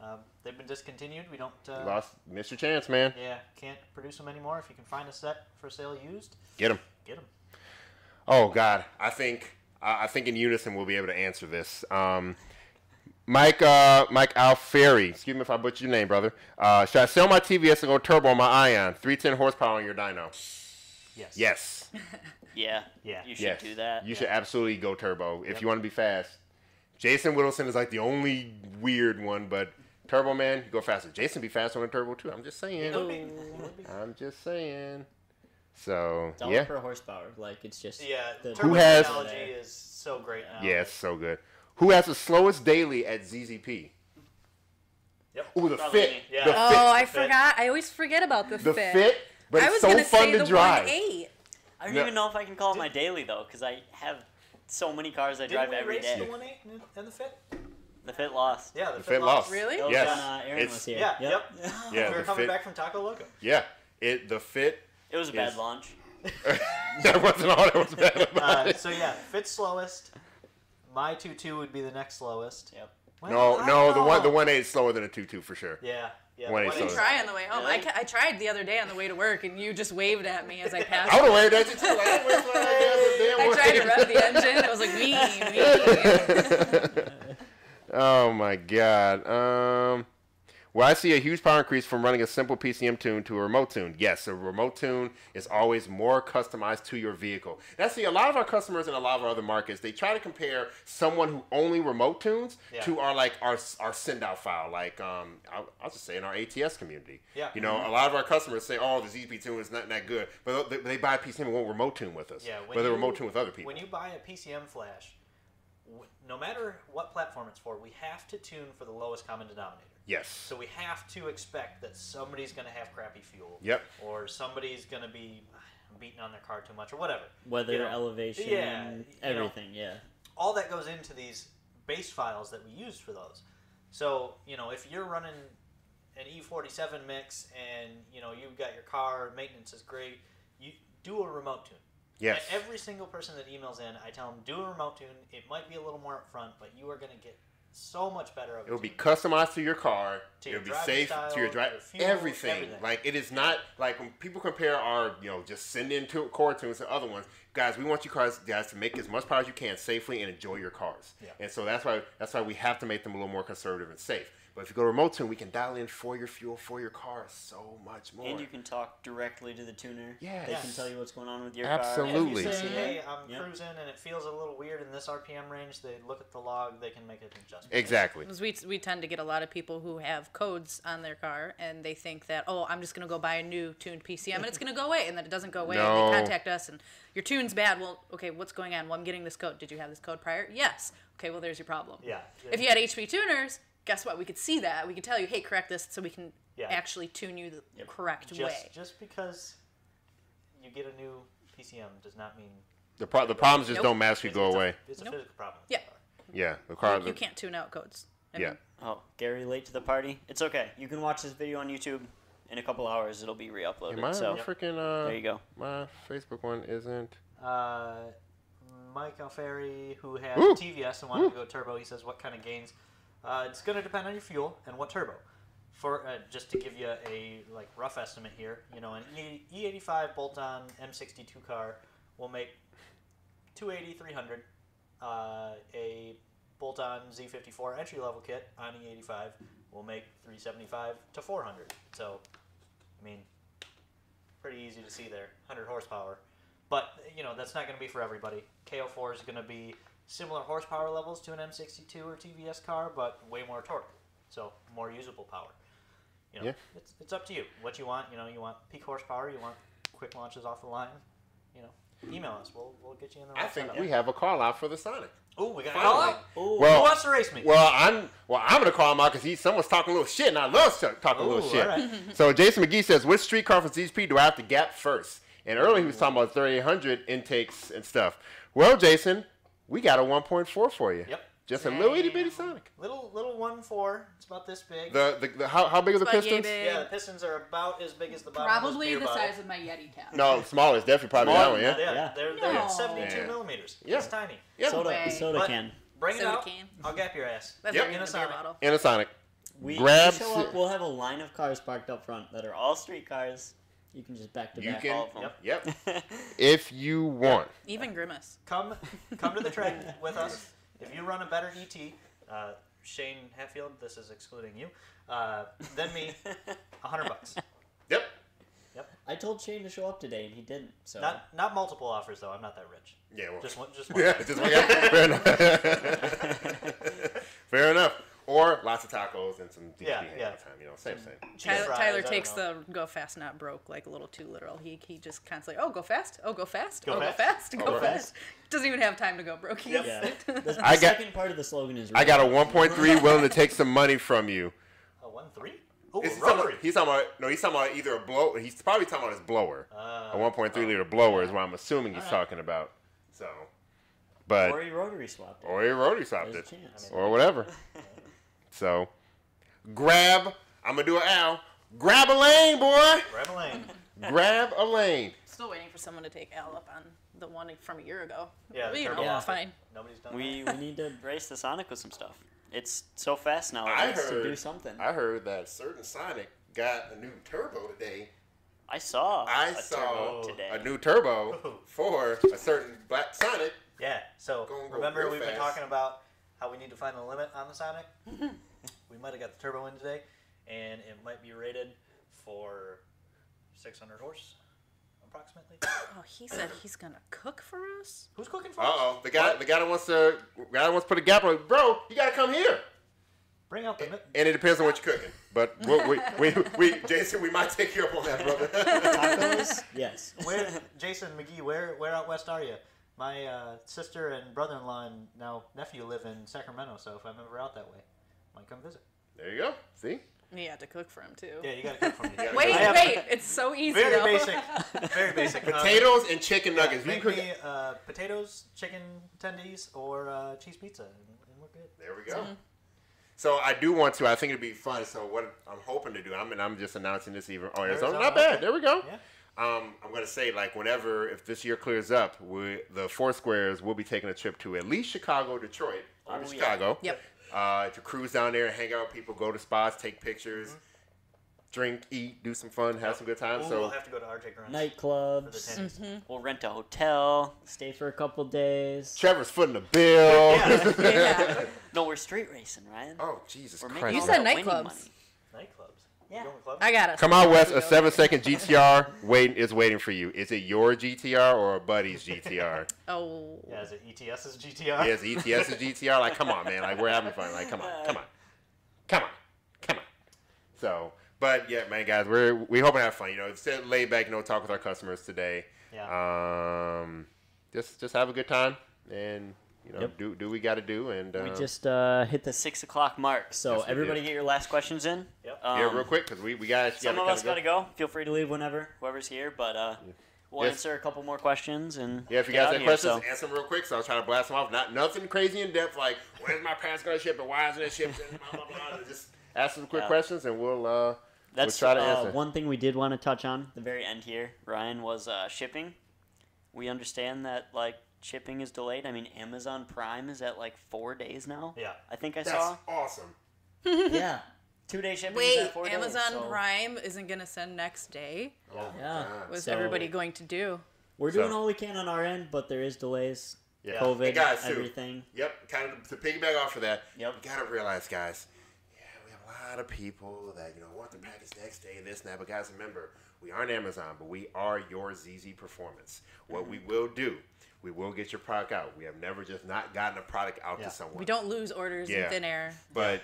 Speaker 3: Um, they've been discontinued. We don't. Uh,
Speaker 4: Lost, missed your chance, man.
Speaker 3: Yeah, can't produce them anymore. If you can find a set for sale used,
Speaker 4: Get him.
Speaker 3: get them.
Speaker 4: Oh God, I think I I think in unison we'll be able to answer this. Um, Mike uh, Mike Alfieri, excuse me if I butcher your name, brother. Uh, should I sell my TVS and go turbo on my Ion, three ten horsepower on your dyno?
Speaker 3: Yes.
Speaker 4: Yes,
Speaker 1: Yeah.
Speaker 3: Yeah.
Speaker 1: You should
Speaker 4: yes.
Speaker 1: do that.
Speaker 4: You
Speaker 1: yeah.
Speaker 4: should absolutely go turbo if you want to be fast. Jason Whittleson is like the only weird one, but Turbo Man, you go faster. Jason be fast on a turbo too. I'm just saying. I'm just saying. So
Speaker 1: Dollar
Speaker 4: yeah,
Speaker 1: per horsepower. Like it's just
Speaker 3: Yeah.
Speaker 1: The-
Speaker 3: turbo
Speaker 4: Who has-
Speaker 3: technology is so great now.
Speaker 4: yeah, it's so good. Who has the slowest daily at ZZP?
Speaker 3: Yep.
Speaker 4: Ooh, the
Speaker 3: Probably
Speaker 4: fit.
Speaker 3: me. Yeah.
Speaker 4: The fit.
Speaker 2: Oh, I
Speaker 3: fit.
Speaker 2: forgot. I always forget about the,
Speaker 4: the
Speaker 2: fit.
Speaker 4: fit, but
Speaker 2: I
Speaker 4: it's
Speaker 2: was
Speaker 4: so
Speaker 2: gonna
Speaker 4: fun
Speaker 2: say
Speaker 4: to
Speaker 2: the
Speaker 4: drive.
Speaker 2: one eight.
Speaker 1: I don't
Speaker 4: Yeah.
Speaker 1: even know if I can call it my daily though, because I have so many cars I
Speaker 3: Didn't
Speaker 1: drive
Speaker 3: we
Speaker 1: every
Speaker 3: race
Speaker 1: day.
Speaker 3: the one eight and the fit?
Speaker 1: The fit lost.
Speaker 3: Yeah, the,
Speaker 4: The
Speaker 3: fit,
Speaker 4: fit
Speaker 3: lost.
Speaker 4: lost.
Speaker 2: Really?
Speaker 1: That was
Speaker 4: Yes.
Speaker 1: when, uh, Aaron
Speaker 4: It's-
Speaker 1: was here.
Speaker 3: yeah,
Speaker 1: Yep.
Speaker 4: Yeah,
Speaker 3: we were
Speaker 4: the
Speaker 3: coming
Speaker 4: fit.
Speaker 3: back from Taco Loco.
Speaker 4: Yeah, it the fit.
Speaker 1: it was a
Speaker 4: Yes.
Speaker 1: bad launch.
Speaker 4: that wasn't all that was bad about
Speaker 3: Uh,
Speaker 4: it.
Speaker 3: so yeah, fit slowest. My two two would be the next slowest.
Speaker 1: Yep.
Speaker 3: Well,
Speaker 4: No,
Speaker 3: I
Speaker 4: no,
Speaker 3: don't
Speaker 4: the one the
Speaker 3: know.
Speaker 4: one eight is slower than a two two for sure.
Speaker 3: Yeah, yeah.
Speaker 4: One
Speaker 3: the
Speaker 4: is
Speaker 3: one
Speaker 2: I
Speaker 4: slowest.
Speaker 3: is-
Speaker 2: try on the way home. I,
Speaker 1: Really?
Speaker 2: ca- I tried the other day on the way to work, and you just waved at me as I passed.
Speaker 4: I would have waved at you too. Like, I waved
Speaker 2: I
Speaker 4: like,
Speaker 2: tried to rev the engine. I was like, me, me.
Speaker 4: oh my god. Um, well, I see a huge power increase from running a simple PCM tune to a remote tune. Yes, a remote tune is always more customized to your vehicle. Now, see, a lot of our customers in a lot of our other markets, they try to compare someone who only remote tunes
Speaker 3: Yeah.
Speaker 4: to our like our our send out file, like um, I'll, I'll just say in our ATS community.
Speaker 3: Yeah.
Speaker 4: You know, a lot of our customers say, "Oh, the ZP tune is not that good," but they, they buy a PCM and won't remote tune with us.
Speaker 3: Yeah, when
Speaker 4: but they
Speaker 3: you-
Speaker 4: remote tune with other people.
Speaker 3: When you buy a PCM flash, w- no matter what platform it's for, we have to tune for the lowest common denominator.
Speaker 4: yes.
Speaker 3: So we have to expect that somebody's going to have crappy fuel.
Speaker 4: Yep.
Speaker 3: Or somebody's going to be uh, beating on their car too much or whatever.
Speaker 1: Weather,
Speaker 3: You know,
Speaker 1: elevation,
Speaker 3: yeah, you know.
Speaker 1: everything. Yeah.
Speaker 3: all that goes into these base files that we use for those. So, you know, if you're running an E47 mix and, you know, you've got your car, maintenance is great, you do a remote tune.
Speaker 4: yes.
Speaker 3: And E-, every single person that emails in, I tell them, do a remote tune. It might be a little more upfront, but you are going to get so much better of it.
Speaker 4: It'll be customized to your car.
Speaker 3: To your
Speaker 4: It'll be
Speaker 3: driving
Speaker 4: safe
Speaker 3: style,
Speaker 4: to your
Speaker 3: your
Speaker 4: drive.
Speaker 3: fuel,
Speaker 4: Everything.
Speaker 3: everything.
Speaker 4: Like it is not like when people compare our you know just send in to core tunes to other ones. Guys, we want you cars guys to make as much power as you can safely and enjoy your cars.
Speaker 3: Yeah.
Speaker 4: And so that's why that's why we have to make them a little more conservative and safe. But if you go to remote tune, we can dial in for your fuel for your car so much more.
Speaker 1: And you can talk directly to the tuner. They
Speaker 4: Yes.
Speaker 1: can tell you what's going on with your
Speaker 4: Absolutely.
Speaker 1: car.
Speaker 3: Say,
Speaker 1: If you see
Speaker 3: hey,
Speaker 1: it,
Speaker 3: I'm
Speaker 1: Yep.
Speaker 3: cruising and it feels a little weird in this RPM range. They look at the log, they can make an adjustment.
Speaker 4: exactly.
Speaker 2: 'Cause we, we tend to get a lot of people who have codes on their car and they think that oh i'm just going to go buy a new tuned pcm and it's going to go away and then it doesn't go away and
Speaker 4: No.
Speaker 2: they contact us and your tune's bad well okay what's going on well i'm getting this code did you have this code prior yes okay well there's your problem
Speaker 3: Yeah.
Speaker 2: if you had hp tuners guess what we could see that we could tell you hey correct this so we can
Speaker 3: Yeah.
Speaker 2: actually tune you the correct
Speaker 3: just,
Speaker 2: way
Speaker 3: just because you get a new PCM does not mean
Speaker 4: The pro- the problems just
Speaker 2: Nope.
Speaker 4: don't magically go
Speaker 3: it's
Speaker 4: away.
Speaker 3: A, it's a
Speaker 2: Nope.
Speaker 3: physical problem.
Speaker 2: Yeah.
Speaker 4: Yeah. The car.
Speaker 2: you
Speaker 4: The,
Speaker 2: can't tune out codes I
Speaker 4: yeah.
Speaker 2: mean,
Speaker 1: Oh, Gary, late to the party. It's okay. You can watch this video on YouTube. In a couple hours, it'll be re-uploaded.
Speaker 4: My, my
Speaker 1: so
Speaker 4: freaking uh,
Speaker 1: there you go.
Speaker 4: my Facebook one isn't.
Speaker 3: Uh, Mike Alferi, who had
Speaker 4: Ooh.
Speaker 3: TVS and wanted to go turbo, he says, "What kind of gains? Uh, it's going to depend on your fuel and what turbo." For uh, just to give you a like rough estimate here, you know, an E- E85 bolt-on M62 car will make 280, 300. Uh, a bolt-on Z54 entry-level kit on E85 will make 375 to 400. So, I mean, pretty easy to see there, 100 horsepower. But you know that's not going to be for everybody. KO4 is going to be similar horsepower levels to an M62 or TVS car, but way more torque, so more usable power. You know,
Speaker 4: Yeah.
Speaker 3: it's, it's up to you what you want. You know, you want peak horsepower, you want quick launches off the line. You know, email us. We'll we'll get you in the right
Speaker 4: I think
Speaker 3: setup.
Speaker 4: we have a call out for the Sonic.
Speaker 3: Oh, we got a call
Speaker 4: Finally.
Speaker 3: out. Ooh,
Speaker 4: Well-
Speaker 3: who wants to race me?
Speaker 4: Well, I'm well. I'm gonna call him out because he someone's talking a little shit, and I love sh- talking a
Speaker 3: Ooh,
Speaker 4: little shit.
Speaker 3: all right.
Speaker 4: So Jason McGee says, "Which street car from CHP do I have to gap first? And earlier he was talking about 3800 intakes and stuff. Well, Jason, we got a 1.4 for you.
Speaker 3: Yep.
Speaker 4: Just a little itty bitty Sonic.
Speaker 3: Little little one four. It's about this big.
Speaker 4: The, the, the how, how big are the
Speaker 2: It's about yay
Speaker 4: pistons?
Speaker 2: big.
Speaker 3: yeah, the pistons are about as big as the bottom. of this
Speaker 2: probably
Speaker 3: beer
Speaker 2: the
Speaker 3: bottle.
Speaker 2: size of my yeti cap
Speaker 4: No, smaller. It's definitely probably
Speaker 1: Smaller
Speaker 4: that one.
Speaker 1: than
Speaker 4: Yeah.
Speaker 1: that,
Speaker 3: Yeah,
Speaker 1: Yeah.
Speaker 3: they're, they're
Speaker 2: No.
Speaker 3: at 72
Speaker 4: Yeah.
Speaker 3: millimeters.
Speaker 4: Yeah.
Speaker 3: It's tiny.
Speaker 4: Yeah.
Speaker 1: Soda,
Speaker 2: way.
Speaker 1: soda
Speaker 3: But-
Speaker 1: can.
Speaker 3: Bring it
Speaker 2: Soda
Speaker 3: out.
Speaker 2: can.
Speaker 3: I'll gap your ass.
Speaker 2: that's
Speaker 4: Yep.
Speaker 2: not even a beer
Speaker 3: Panasonic.
Speaker 2: bottle
Speaker 4: And a Sonic.
Speaker 1: We, we
Speaker 4: Grab
Speaker 1: show
Speaker 4: si-
Speaker 1: up, we'll have a line of cars parked up front that are all street cars. You can just back to
Speaker 4: You
Speaker 1: back
Speaker 4: can-
Speaker 1: all of them.
Speaker 4: Yep. If you want.
Speaker 2: Even Grimace.
Speaker 3: Come, come to the track with us. If you run a better ET, uh, Shane Hatfield, this is excluding you, uh, then me, a hundred bucks.
Speaker 4: Yep.
Speaker 1: I told Shane to show up today and he didn't. So
Speaker 3: Not not multiple offers though. I'm not that rich.
Speaker 4: Yeah. Well.
Speaker 3: Just one, just one.
Speaker 4: yeah. Just like that. Fair enough. Fair enough. Or lots of tacos and some deep
Speaker 3: Yeah,
Speaker 4: yeah,
Speaker 3: yeah.
Speaker 4: time. You know, same same.
Speaker 3: Cheese
Speaker 2: Tyler,
Speaker 3: fries, I
Speaker 2: Tyler
Speaker 3: don't
Speaker 2: takes
Speaker 3: know.
Speaker 2: the go fast, not broke, like a little too literal. He he just constantly, oh, go fast, oh, go fast,
Speaker 3: Go
Speaker 2: oh, go
Speaker 3: fast.
Speaker 2: fast, go
Speaker 4: go
Speaker 2: fast. Doesn't even have time to go broke. He's-
Speaker 1: yeah. The, the
Speaker 4: I got-
Speaker 1: second part of the slogan is.
Speaker 4: I got a 1.3 willing to take some money from you.
Speaker 3: A one three. Oh,
Speaker 4: This
Speaker 3: a
Speaker 4: is talking-
Speaker 3: rotary.
Speaker 4: he's talking about no. He's talking about either a blow. He's probably talking about his blower.
Speaker 3: Uh,
Speaker 4: a 1.3 liter blower is what I'm assuming he's talking about. So, but
Speaker 1: Or he rotary swapped it.
Speaker 4: or he rotary stopped
Speaker 1: There's a
Speaker 4: it,
Speaker 1: chance.
Speaker 4: or whatever. so, grab. I'm gonna do an Al. Grab a lane, boy.
Speaker 3: Grab a lane.
Speaker 4: Grab a lane.
Speaker 2: Still waiting for someone to take Al up on the one from a year ago.
Speaker 3: Yeah,
Speaker 2: but,
Speaker 3: the
Speaker 2: you know,
Speaker 3: turbo
Speaker 1: off
Speaker 2: it's fine.
Speaker 3: Nobody's done
Speaker 1: We we need to race the Sonic with some stuff. It's so fast now. It
Speaker 4: I
Speaker 1: has to
Speaker 4: heard-
Speaker 1: do something. I,
Speaker 4: I heard that certain Sonic got a new turbo today.
Speaker 1: saw.
Speaker 4: I
Speaker 1: a
Speaker 4: saw
Speaker 1: turbo today.
Speaker 4: a new turbo for a certain black Sonic.
Speaker 3: that. Yeah. So
Speaker 4: Gonna go
Speaker 3: remember
Speaker 4: real
Speaker 3: we've
Speaker 4: fast.
Speaker 3: been talking about how we need to find the limit on the Sonic. we might have got the turbo in today, and it might be rated for 600 horse, approximately.
Speaker 2: Oh, he said he's gonna cook for us.
Speaker 3: Who's cooking for
Speaker 4: Uh
Speaker 3: us?
Speaker 4: oh, the guy, the guy that wants to, guy that wants to put a gap on, bro, you gotta come here.
Speaker 3: Bring out the. mi-
Speaker 4: And it depends on what you're cooking. But we, we, we, we Jason, we might take you up on that, brother.
Speaker 1: Tacos? yes.
Speaker 3: Where, Jason McGee, where where out west are you? My uh, sister and brother-in-law and now nephew live in Sacramento, so if I'm ever out that way, might come visit.
Speaker 4: there you go. See?
Speaker 2: You had to cook for him too.
Speaker 3: Yeah, you gotta cook for me.
Speaker 4: gotta
Speaker 2: Wait,
Speaker 4: cook.
Speaker 3: I have-
Speaker 2: wait, it's so easy.
Speaker 3: Very
Speaker 2: though.
Speaker 3: basic. Very basic. Uh,
Speaker 4: Potatoes and chicken nuggets. We
Speaker 3: Make
Speaker 4: cook-
Speaker 3: me uh, potatoes, chicken tendies, or uh, cheese pizza, and, and we're good.
Speaker 4: There we go. So I do want to. I think it'd be fun. So what I'm hoping to do, I mean, I'm just announcing this even on Arizona.
Speaker 3: Arizona,
Speaker 4: Not bad.
Speaker 3: okay.
Speaker 4: There we go.
Speaker 3: Yeah.
Speaker 4: Um, I'm gonna say like whenever if this year clears up, we the four squares will be taking a trip to at least Chicago, Detroit, probably
Speaker 1: Oh, yeah.
Speaker 4: Chicago.
Speaker 2: Yep.
Speaker 4: Uh, to cruise down there and hang out with people, go to spots, take pictures, drink, eat, do some fun, have some good time.
Speaker 3: Ooh,
Speaker 4: so
Speaker 3: we'll have to go to RJ Grunge for the
Speaker 1: Nightclubs.
Speaker 3: tendies.
Speaker 1: We'll rent a hotel, stay for a couple days.
Speaker 4: Trevor's footing the bill.
Speaker 2: Yeah.
Speaker 1: no, we're street racing, Ryan.
Speaker 4: Oh Jesus
Speaker 1: We're
Speaker 4: Christ!
Speaker 1: making all that
Speaker 2: said
Speaker 1: winning
Speaker 2: nightclubs.
Speaker 1: money.
Speaker 3: Nightclubs.
Speaker 1: Mm-hmm. Yeah.
Speaker 3: You going to clubs?
Speaker 2: I got it.
Speaker 4: Come out west. A seven-second GTR wait is waiting for you. Is it your GTR or a buddy's GTR?
Speaker 2: Oh,
Speaker 3: yeah, is it ETS's GTR?
Speaker 4: Yes, ETS is E GTR. Like, come on, man. Like, we're having fun. Like, come on, come on, come on, come on. So, but yeah, man, guys, we're we hoping to have fun. You know, sit laid back, you know, talk with our customers today. uh, Yeah. Um, just just have a good time and you know
Speaker 1: Yep.
Speaker 4: do do we got to do and um,
Speaker 1: We just uh, hit the six o'clock mark, so
Speaker 4: Yes, we
Speaker 1: everybody
Speaker 4: did.
Speaker 1: get your last questions in.
Speaker 3: Yep.
Speaker 1: Um,
Speaker 4: yeah, real quick because we we got
Speaker 1: Some of us gotta go. Feel free to leave whenever, whoever's here. But uh, we'll
Speaker 4: Yes.
Speaker 1: answer a couple more questions and
Speaker 4: Yeah, if you
Speaker 1: get
Speaker 4: guys
Speaker 1: out
Speaker 4: have
Speaker 1: of
Speaker 4: questions,
Speaker 1: here, so-
Speaker 4: answer them real quick. So I'll try to blast them off. Not nothing crazy in depth, like where's my pass guard ship and why isn't it shipped? And blah blah blah. Just ask some quick
Speaker 1: Yeah.
Speaker 4: questions and we'll uh
Speaker 1: That's
Speaker 4: we'll try to
Speaker 1: uh,
Speaker 4: answer.
Speaker 1: one thing we did want to touch on at the very end here. Ryan was uh, shipping. We understand that like shipping is delayed. I mean, Amazon Prime is at like four days now.
Speaker 3: Yeah.
Speaker 1: I think I
Speaker 4: That's
Speaker 1: saw.
Speaker 4: awesome.
Speaker 1: yeah, two day shipping. is
Speaker 2: wait,
Speaker 1: at four days,
Speaker 2: Amazon
Speaker 1: so-
Speaker 2: Prime isn't gonna send next day.
Speaker 4: Oh my
Speaker 1: Yeah.
Speaker 4: God.
Speaker 2: What's
Speaker 1: So-
Speaker 2: everybody going to do?
Speaker 1: We're doing
Speaker 4: So-
Speaker 1: all we can on our end, but there is delays.
Speaker 4: Yeah.
Speaker 1: COVID,
Speaker 4: Hey, guys, too.
Speaker 1: everything.
Speaker 4: Yep, kind of to piggyback off of that.
Speaker 1: Yep.
Speaker 4: You gotta realize, guys. Yeah, we have a lot of people that you know want the package next day, this and that. But guys, remember, we aren't Amazon, but we are your ZZ Performance. What
Speaker 1: Mm-hmm.
Speaker 4: we will do, we will get your product out. We have never just not gotten a product out
Speaker 3: Yeah.
Speaker 4: to someone.
Speaker 2: We don't lose orders
Speaker 4: Yeah.
Speaker 2: in thin air.
Speaker 4: but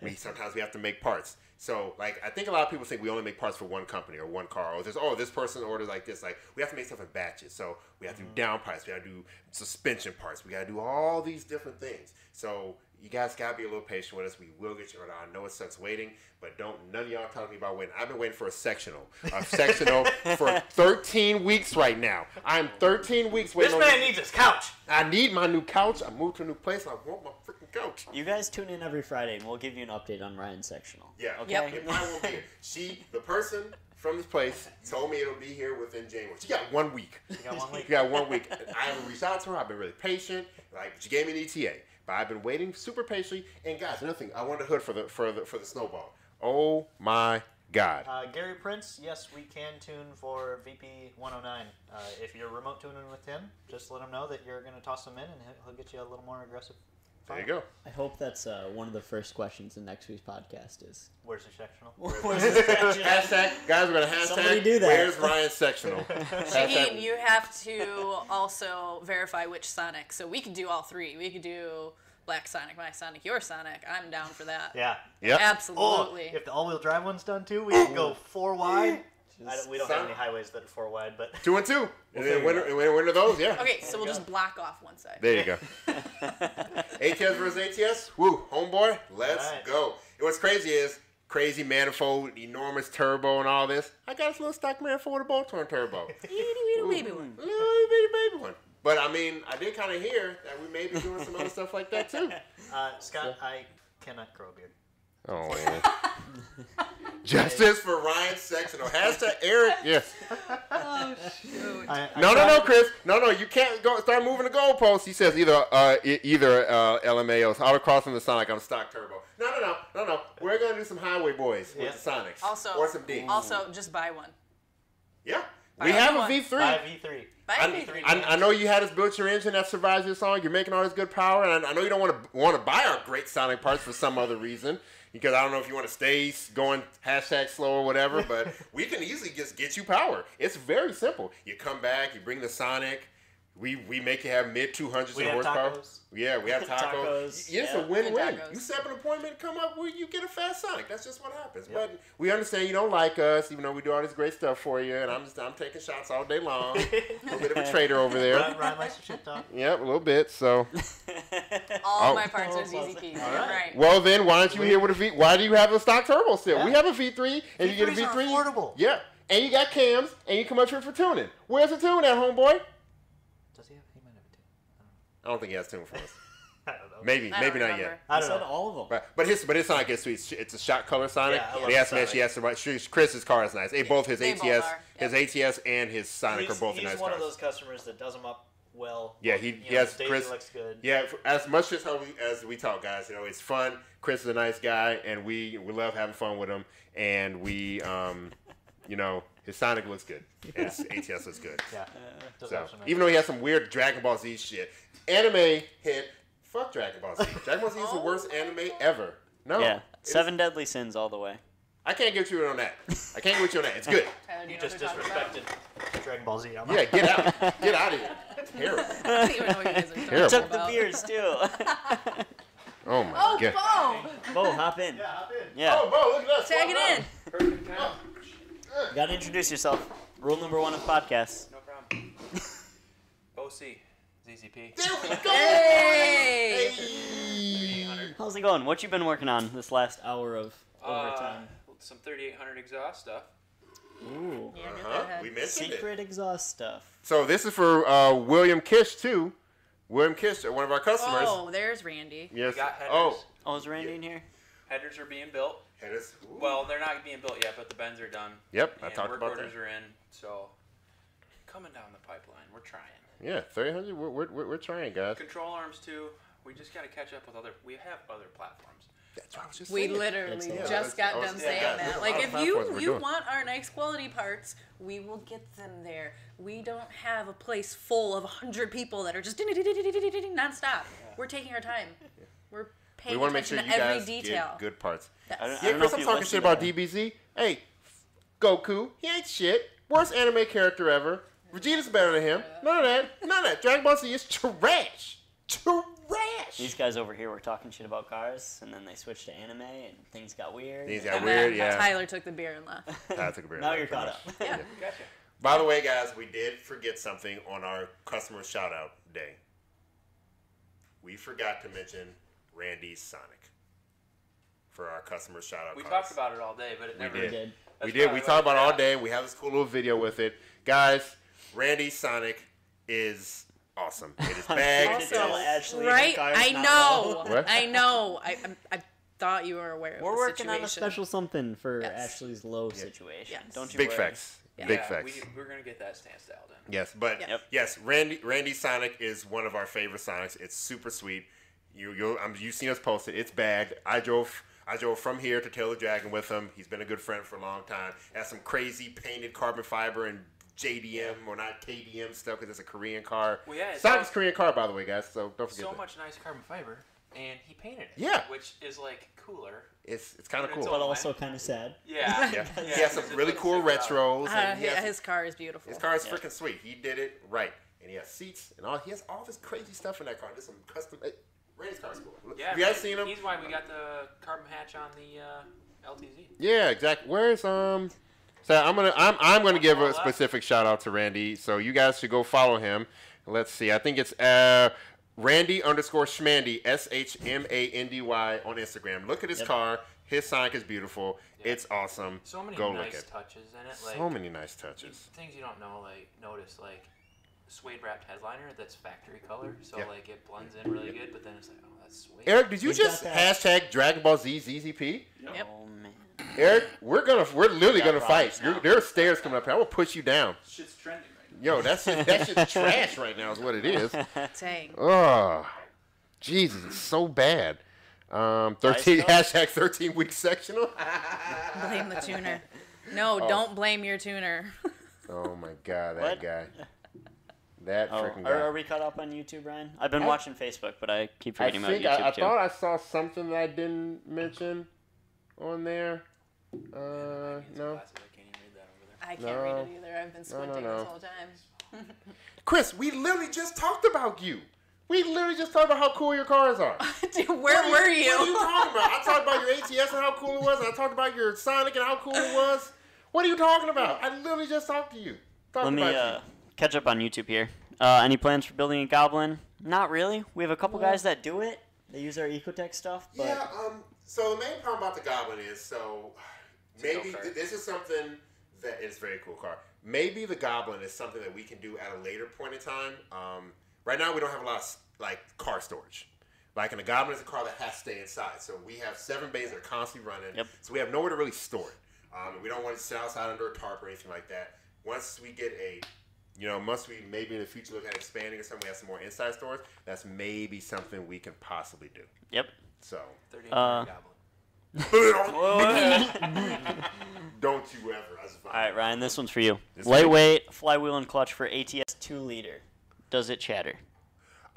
Speaker 4: we sometimes we have to make parts. So like I think a lot of people think we only make parts for one company or one car. Or there's oh this person orders like this. Like we have to make stuff in batches. So we have to
Speaker 3: Mm.
Speaker 4: do down parts. We got to do suspension parts. We got to do all these different things. So you guys gotta be a little patient with us. We will get your order. I know it sucks waiting, but don't none of y'all telling me about waiting. I've been waiting for a sectional, a sectional for 13 weeks right now. I'm 13 weeks waiting.
Speaker 3: This
Speaker 4: on
Speaker 3: man needs his couch.
Speaker 4: I need my new couch. I moved to a new place. I want my freaking couch.
Speaker 1: You guys tune in every Friday, and we'll give you an update on Ryan's sectional.
Speaker 4: Yeah.
Speaker 1: Okay.
Speaker 2: Yep.
Speaker 4: It probably won't be here. She, the person from this place, told me it'll be here within January. She got one week.
Speaker 3: You got one
Speaker 4: She
Speaker 3: week.
Speaker 4: got one week. I haven't reached out to her. I've been really patient. Like she gave me an ETA. But I've been waiting super patiently. And guys, another thing, I wanted a hood for the for the for the snowball. Oh my god!
Speaker 3: Uh, Gary Prince, yes, we can tune for VP 109. Uh, if you're remote tuning with him, just let him know that you're going to toss him in, and he'll- he'll get you a little more aggressive.
Speaker 4: There you go.
Speaker 1: I hope that's uh, one of the first questions in next week's podcast is.
Speaker 3: Where's the sectional?
Speaker 1: Where's the sectional?
Speaker 4: hashtag guys, we're gonna hashtag.
Speaker 1: Somebody do that.
Speaker 4: Where's Ryan's sectional?
Speaker 2: Shaheen,
Speaker 4: hashtag,
Speaker 2: you have to also verify which Sonic. So we could do all three. We could do Black Sonic, My Sonic, Your Sonic. I'm down for that.
Speaker 3: Yeah.
Speaker 4: yep.
Speaker 3: Oh,
Speaker 2: Absolutely.
Speaker 3: if the all-wheel drive one's done too, we can go four wide. I
Speaker 1: Just-
Speaker 3: don't, we don't have any highways that are four wide, but
Speaker 4: Two and 2 and then
Speaker 3: figure
Speaker 4: winner, and winner, winner those. Yeah.
Speaker 2: okay, so we'll just block off one side.
Speaker 4: There you go. ATS versus ATS. Woo, homeboy, let's
Speaker 3: Alright.
Speaker 4: go. And what's crazy is crazy manifold, enormous turbo, and all this. I got this little stock manifold with a bolt on turbo.
Speaker 2: Itty bitty baby one.
Speaker 4: little bitty baby one. But I mean, I did kind of hear that we may be doing some other stuff like that too.
Speaker 3: uh, Scott, I cannot grow a beard.
Speaker 4: Oh man. Justice for Ryan Sexton. Oh, Hashtag Eric. Yes.
Speaker 3: I, I
Speaker 4: No, no,
Speaker 3: tried-
Speaker 4: no, Chris. No, no, you can't go start moving the goalposts. He says either uh, e- either uh, LMAO, autocross and the Sonic. I'm stock turbo. No, no, no, no, no. We're gonna do some Highway Boys with
Speaker 3: Yeah.
Speaker 4: the Sonics,
Speaker 2: Also,
Speaker 4: or some D.
Speaker 2: also just buy one.
Speaker 4: yeah,
Speaker 2: I
Speaker 4: we have
Speaker 2: want
Speaker 4: a
Speaker 2: one.
Speaker 4: V3.
Speaker 3: Five E three.
Speaker 2: Buy
Speaker 4: I,
Speaker 2: a V3.
Speaker 4: I, I know you had us built your engine that survives your song. You're making all this good power, and I know you don't want to want to buy our great Sonic parts for some other reason because I don't know if you want to stay s- going hashtag slow or whatever. But we can easily just get you power. It's very simple. You come back, you bring the Sonic. We we make you have mid two hundreds
Speaker 3: We
Speaker 4: in
Speaker 3: have
Speaker 4: horsepower.
Speaker 3: tacos.
Speaker 4: Yeah, we have tacos.
Speaker 1: Tacos,
Speaker 4: Y- It's
Speaker 1: yeah.
Speaker 4: a win-win.
Speaker 2: And tacos.
Speaker 4: You set up an appointment, come up, we- you get a fast Sonic. That's just what happens. But we understand you don't like us, even though we do all this great stuff for you. And I'm just I'm taking shots all day long. a little bit of a traitor over there.
Speaker 3: Ryan, Ryan likes to shit talk.
Speaker 4: Yep, a little bit. So,
Speaker 2: All
Speaker 4: Oh.
Speaker 2: my parts are ZZ Keys. You're right.
Speaker 4: well then, why don't you here with a V? Why do you have a stock turbo still? We
Speaker 3: Yeah.
Speaker 4: have a V3, and you get a
Speaker 3: V3s are
Speaker 4: V3.
Speaker 3: affordable.
Speaker 4: Yeah, and you got cams, and you come up here for tuning. Where's the tune at, homeboy?
Speaker 3: Does he have? He might have a
Speaker 4: I don't think he has tune for us.
Speaker 3: I don't know.
Speaker 4: Maybe,
Speaker 2: I don't
Speaker 4: maybe not
Speaker 2: remember.
Speaker 4: yet.
Speaker 3: I
Speaker 1: I
Speaker 3: don't
Speaker 1: said
Speaker 3: know.
Speaker 1: all of them.
Speaker 4: But but his but his Sonic is sweet. It's- It's a shot color Sonic.
Speaker 3: Yeah, I
Speaker 4: Yeah,
Speaker 3: love
Speaker 4: he has E to
Speaker 3: Sonic.
Speaker 4: match. He has to match. Sh- Chris's car is nice. They both his
Speaker 2: They
Speaker 4: ATS,
Speaker 2: both are,
Speaker 4: his ATS and his Sonic
Speaker 3: He's,
Speaker 4: are both
Speaker 3: he's
Speaker 4: nice
Speaker 3: one
Speaker 4: cars.
Speaker 3: of those customers that does them up well.
Speaker 4: Yeah, he-
Speaker 3: You
Speaker 4: he
Speaker 3: know,
Speaker 4: has
Speaker 3: Daisy
Speaker 4: Chris-
Speaker 3: looks good.
Speaker 4: Yeah, for, as much as how we as we talk, guys, you know, it's fun. Chris is a nice guy, and we we love having fun with him. And we, um, you know, his Sonic looks good. And his ATS looks good.
Speaker 3: Yeah. Does
Speaker 4: So
Speaker 3: have some nice-
Speaker 4: even though he has some weird Dragon Ball Z shit, anime hit. Fuck Dragon Ball Z. Dragon Ball Z
Speaker 2: Oh.
Speaker 4: is the worst anime ever. No,
Speaker 1: Yeah,
Speaker 4: It is-
Speaker 1: seven deadly sins all the way.
Speaker 4: I can't get you in on that. I can't get you on that. It's good.
Speaker 2: Tyler, do
Speaker 3: you
Speaker 2: know
Speaker 3: just
Speaker 2: what they're talking about?
Speaker 3: disrespected Dragon Ball Z. I'm
Speaker 4: Yeah, get out. Get out of here. Terrible.
Speaker 2: I don't even know what you guys are talking
Speaker 4: Terrible.
Speaker 1: Took
Speaker 2: about.
Speaker 1: the beers too.
Speaker 4: Oh my
Speaker 2: Oh,
Speaker 4: god.
Speaker 2: boom!
Speaker 1: Bo, Oh, hop in. Yeah,
Speaker 7: hop in.
Speaker 4: Oh, bro, look at us.
Speaker 2: Tag it in.
Speaker 7: Perfect time.
Speaker 4: Oh.
Speaker 1: You gotta introduce yourself. Rule number one of podcasts.
Speaker 7: No problem. OC, ZZP.
Speaker 4: There we go.
Speaker 2: Hey!
Speaker 1: How's it going? What you been working on this last hour of
Speaker 7: Uh,
Speaker 1: overtime?
Speaker 7: some 3800 exhaust stuff.
Speaker 1: Ooh.
Speaker 2: Yeah, get
Speaker 4: Huh?
Speaker 2: that head.
Speaker 4: Uh-huh. We mentioned it.
Speaker 1: Secret exhaust stuff.
Speaker 4: So this is for uh, William Kish too. William Kish, one of our customers.
Speaker 2: Oh, there's Randy.
Speaker 4: Yes.
Speaker 7: We got headers.
Speaker 4: oh,
Speaker 1: Oh, is Randy in here?
Speaker 7: Headers are being built.
Speaker 4: headers. Ooh.
Speaker 7: Well, they're not being built yet, but the bends are done.
Speaker 4: Yep, I
Speaker 7: and
Speaker 4: talked
Speaker 7: work
Speaker 4: about
Speaker 7: orders
Speaker 4: that.
Speaker 7: are in, so coming down the pipeline. We're trying.
Speaker 4: yeah, three hundred. We're, we're, we're, we're trying, guys.
Speaker 7: Control arms too. We just got to catch up with other. We have other platforms.
Speaker 4: That's what I was just
Speaker 2: We
Speaker 4: saying.
Speaker 2: literally
Speaker 1: Excellent.
Speaker 4: Yeah,
Speaker 2: just got
Speaker 4: that's- I was-
Speaker 2: done
Speaker 4: yeah,
Speaker 2: saying
Speaker 4: guys, look
Speaker 2: that.
Speaker 4: at
Speaker 2: Like,
Speaker 4: all the
Speaker 2: if
Speaker 4: platforms
Speaker 2: you
Speaker 4: we're
Speaker 2: you
Speaker 4: doing.
Speaker 2: want our nice quality parts, we will get them there. We don't have a place full of hundred people that are just ding, ding, ding, ding, ding, ding, ding, ding, nonstop. We're taking our time. We're
Speaker 4: We
Speaker 2: paying
Speaker 4: want to make
Speaker 2: attention
Speaker 4: sure you
Speaker 2: to every
Speaker 4: guys
Speaker 2: detail.
Speaker 4: get good parts.
Speaker 1: I don't, I
Speaker 4: Yeah,
Speaker 1: don't know if
Speaker 4: Chris, I'm
Speaker 1: you
Speaker 4: talking
Speaker 1: listened to
Speaker 4: shit about
Speaker 1: that.
Speaker 4: DBZ. Hey, Goku, he ain't shit. Worst anime character ever. Vegeta's better than him. None of that. None of that. Dragon Ball Z is trash.
Speaker 1: These
Speaker 4: Trash.
Speaker 1: guys over here were talking shit about cars, and then they switched to anime, and things got weird.
Speaker 4: These
Speaker 2: And
Speaker 4: got
Speaker 2: then
Speaker 4: weird. Yeah.
Speaker 2: Tyler took the beer and left.
Speaker 4: Tyler took a break.
Speaker 1: now you're caught up.
Speaker 2: Yeah.
Speaker 7: Gotcha.
Speaker 4: By the way, guys, we did forget something on our customer shout out day. We forgot to mention Randy's Sonic for our customer shout out.
Speaker 7: We talked about it all day, but it never.
Speaker 4: did.
Speaker 1: We did.
Speaker 7: That's
Speaker 4: we did. We
Speaker 7: probably
Speaker 4: talked
Speaker 7: what
Speaker 4: about
Speaker 7: I
Speaker 4: it all
Speaker 7: got.
Speaker 4: day. We have this cool little video with it, guys. Randy Sonic is awesome. It is bag.
Speaker 1: Did you tell Ashley the
Speaker 2: right?
Speaker 1: car's
Speaker 2: I
Speaker 1: not
Speaker 2: know.
Speaker 4: What?
Speaker 2: I know. I, I'm- I thought you were aware of
Speaker 1: We're
Speaker 2: the
Speaker 1: working
Speaker 2: situation.
Speaker 1: on a special something for
Speaker 2: Yes.
Speaker 1: Ashley's low situation.
Speaker 2: Yes.
Speaker 1: Don't you
Speaker 4: big
Speaker 1: worry.
Speaker 4: facts.
Speaker 2: Yeah.
Speaker 4: Big
Speaker 7: Yeah,
Speaker 4: facts.
Speaker 7: We, we're gonna get that stance dialed in.
Speaker 4: Yes, but
Speaker 2: Yep.
Speaker 4: yes, Randy Randy Sonic is one of our favorite Sonics. It's super sweet. You you um, you've seen us post it. It's bad. I drove I drove from here to Taylor Dragon with him. He's been a good friend for a long time. Has some crazy painted carbon fiber and JDM or not KDM stuff because it's a Korean car.
Speaker 3: Well, yeah, it's
Speaker 4: Sonic's
Speaker 3: all-
Speaker 4: Korean car by the way, guys. So don't forget
Speaker 3: so
Speaker 4: that.
Speaker 3: much nice carbon fiber, and he painted it.
Speaker 4: Yeah.
Speaker 3: which is like cooler.
Speaker 4: It's it's kind of
Speaker 3: But
Speaker 4: cool.
Speaker 3: it's
Speaker 1: but also kind of sad.
Speaker 7: Yeah.
Speaker 4: yeah.
Speaker 1: Yeah,
Speaker 4: he has some
Speaker 7: it's-
Speaker 4: really
Speaker 7: it's-
Speaker 4: cool
Speaker 7: it's-
Speaker 4: retros.
Speaker 2: Uh,
Speaker 4: and he
Speaker 2: yeah,
Speaker 4: has-
Speaker 2: his car is beautiful.
Speaker 4: His car is
Speaker 1: Yeah.
Speaker 4: freaking sweet. He did it right, and he has seats and all. He has all this crazy stuff in that car. There's some custom. eh, Randy's car's cool.
Speaker 3: Yeah,
Speaker 4: Have you guys seen him?
Speaker 3: He's why we got the carbon hatch on the uh, LTZ.
Speaker 4: Yeah, exactly. Where's um? So I'm gonna I'm I'm gonna give a
Speaker 3: Follow up.
Speaker 4: specific shout out to Randy. So you guys should go follow him. Let's see. I think it's uh. Randy underscore Schmandy S H M A N D Y on Instagram. Look at his
Speaker 1: Yep.
Speaker 4: car. His Sonic is beautiful. It's awesome.
Speaker 3: So many
Speaker 4: Go
Speaker 3: nice
Speaker 4: look at.
Speaker 3: touches in it. Like
Speaker 4: so many nice touches.
Speaker 3: things you don't know, like notice, like suede wrapped headliner that's factory color, so
Speaker 4: Yeah.
Speaker 3: like it blends in really good. But then it's like, oh, that's suede.
Speaker 4: Eric, did you
Speaker 1: We've got
Speaker 4: just
Speaker 1: that.
Speaker 4: hashtag Dragon Ball Z ZZP?
Speaker 2: Yep.
Speaker 1: Oh man.
Speaker 4: Eric, we're gonna we're literally
Speaker 1: got
Speaker 4: gonna
Speaker 1: problems
Speaker 4: fight. You're,
Speaker 1: now.
Speaker 4: there are stairs coming up here. I will push you down.
Speaker 7: Shit's trending right now.
Speaker 4: Yo, that's just, that's just trash right now is what it is.
Speaker 2: Dang.
Speaker 4: Oh, Jesus, it's so bad. Um, thirteen
Speaker 1: Ice
Speaker 4: hashtag thirteen week sectional.
Speaker 2: Blame the tuner. No, don't blame your tuner.
Speaker 4: Oh my God, that
Speaker 1: What?
Speaker 4: guy, that
Speaker 1: Oh,
Speaker 4: freaking
Speaker 1: are,
Speaker 4: guy.
Speaker 1: are we caught up on YouTube, Ryan? I've been
Speaker 4: I-
Speaker 1: watching Facebook, but I keep
Speaker 4: I
Speaker 1: forgetting
Speaker 4: think
Speaker 1: about YouTube
Speaker 4: I, I
Speaker 1: too.
Speaker 4: thought I saw something that I didn't mention on there. Uh, no.
Speaker 3: Glasses, I can't even read that over
Speaker 1: Uh,
Speaker 3: there.
Speaker 2: I can't
Speaker 4: No.
Speaker 2: read it either. I've been
Speaker 4: no,
Speaker 2: squinting
Speaker 4: no.
Speaker 2: this whole time.
Speaker 4: Chris, we literally just talked about you. We literally just talked about how cool your cars are.
Speaker 2: Dude, where were you?
Speaker 4: What are you talking about? I talked about your ATS and how cool it was. and I talked about your Sonic and how cool it was. What are you talking about? I literally just talked to you. Talked
Speaker 1: Let me
Speaker 4: about
Speaker 1: uh, catch up on YouTube here. Uh, any plans for building a goblin? Not really. We have a couple guys that do it. They use our Ecotech stuff,
Speaker 4: you.
Speaker 1: but
Speaker 4: Yeah. Um. So the main problem about the Goblin is so maybe
Speaker 3: go-kart.
Speaker 4: th- this is something that is a very cool car. Maybe the Goblin is something that we can do at a later point in time. Um. Right now we don't have a lot of s- like car storage. Like, and the Goblin is a car that has to stay inside. So we have seven bays that are constantly running.
Speaker 1: Yep.
Speaker 4: So we have nowhere to really store it. Um, and we don't want it to sit outside under a tarp or anything like that. Once we get a, you know, once we maybe in the future look at expanding or something, we have some more inside stores, that's maybe something we can possibly do.
Speaker 1: yep.
Speaker 4: So.
Speaker 3: Thirty
Speaker 1: Uh,
Speaker 3: goblin.
Speaker 4: don't you ever. That's
Speaker 1: All right, Ryan, this one's for you.
Speaker 4: This
Speaker 1: Lightweight flywheel and clutch for ATS two liter. Does it chatter?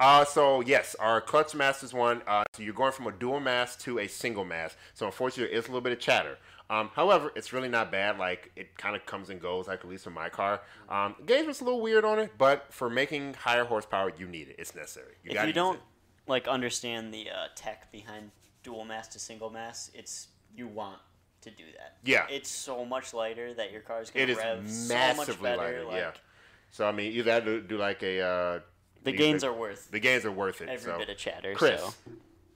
Speaker 4: Uh, so yes, our clutch mass is one. Uh, so you're going from a dual mass to a single mass. So unfortunately, it's a little bit of chatter. Um, however, it's really not bad. Like it kind of comes and goes. Like at least in my car, um, engagement's a little weird on it, but for making higher horsepower, you need it. It's necessary. You
Speaker 1: if
Speaker 4: gotta
Speaker 1: you
Speaker 4: use
Speaker 1: don't
Speaker 4: it.
Speaker 1: like understand the uh, tech behind dual mass to single mass, it's you want to do that.
Speaker 4: Yeah.
Speaker 1: It's so much lighter that your car's gonna
Speaker 4: it is
Speaker 1: rev so
Speaker 4: massively
Speaker 1: much better.
Speaker 4: lighter.
Speaker 1: like,
Speaker 4: yeah. So I mean, you gotta do, do like a. Uh,
Speaker 1: The
Speaker 4: you-
Speaker 1: gains are worth
Speaker 4: The gains are worth it.
Speaker 1: every
Speaker 4: so.
Speaker 1: bit of chatter.
Speaker 4: Chris.
Speaker 1: So.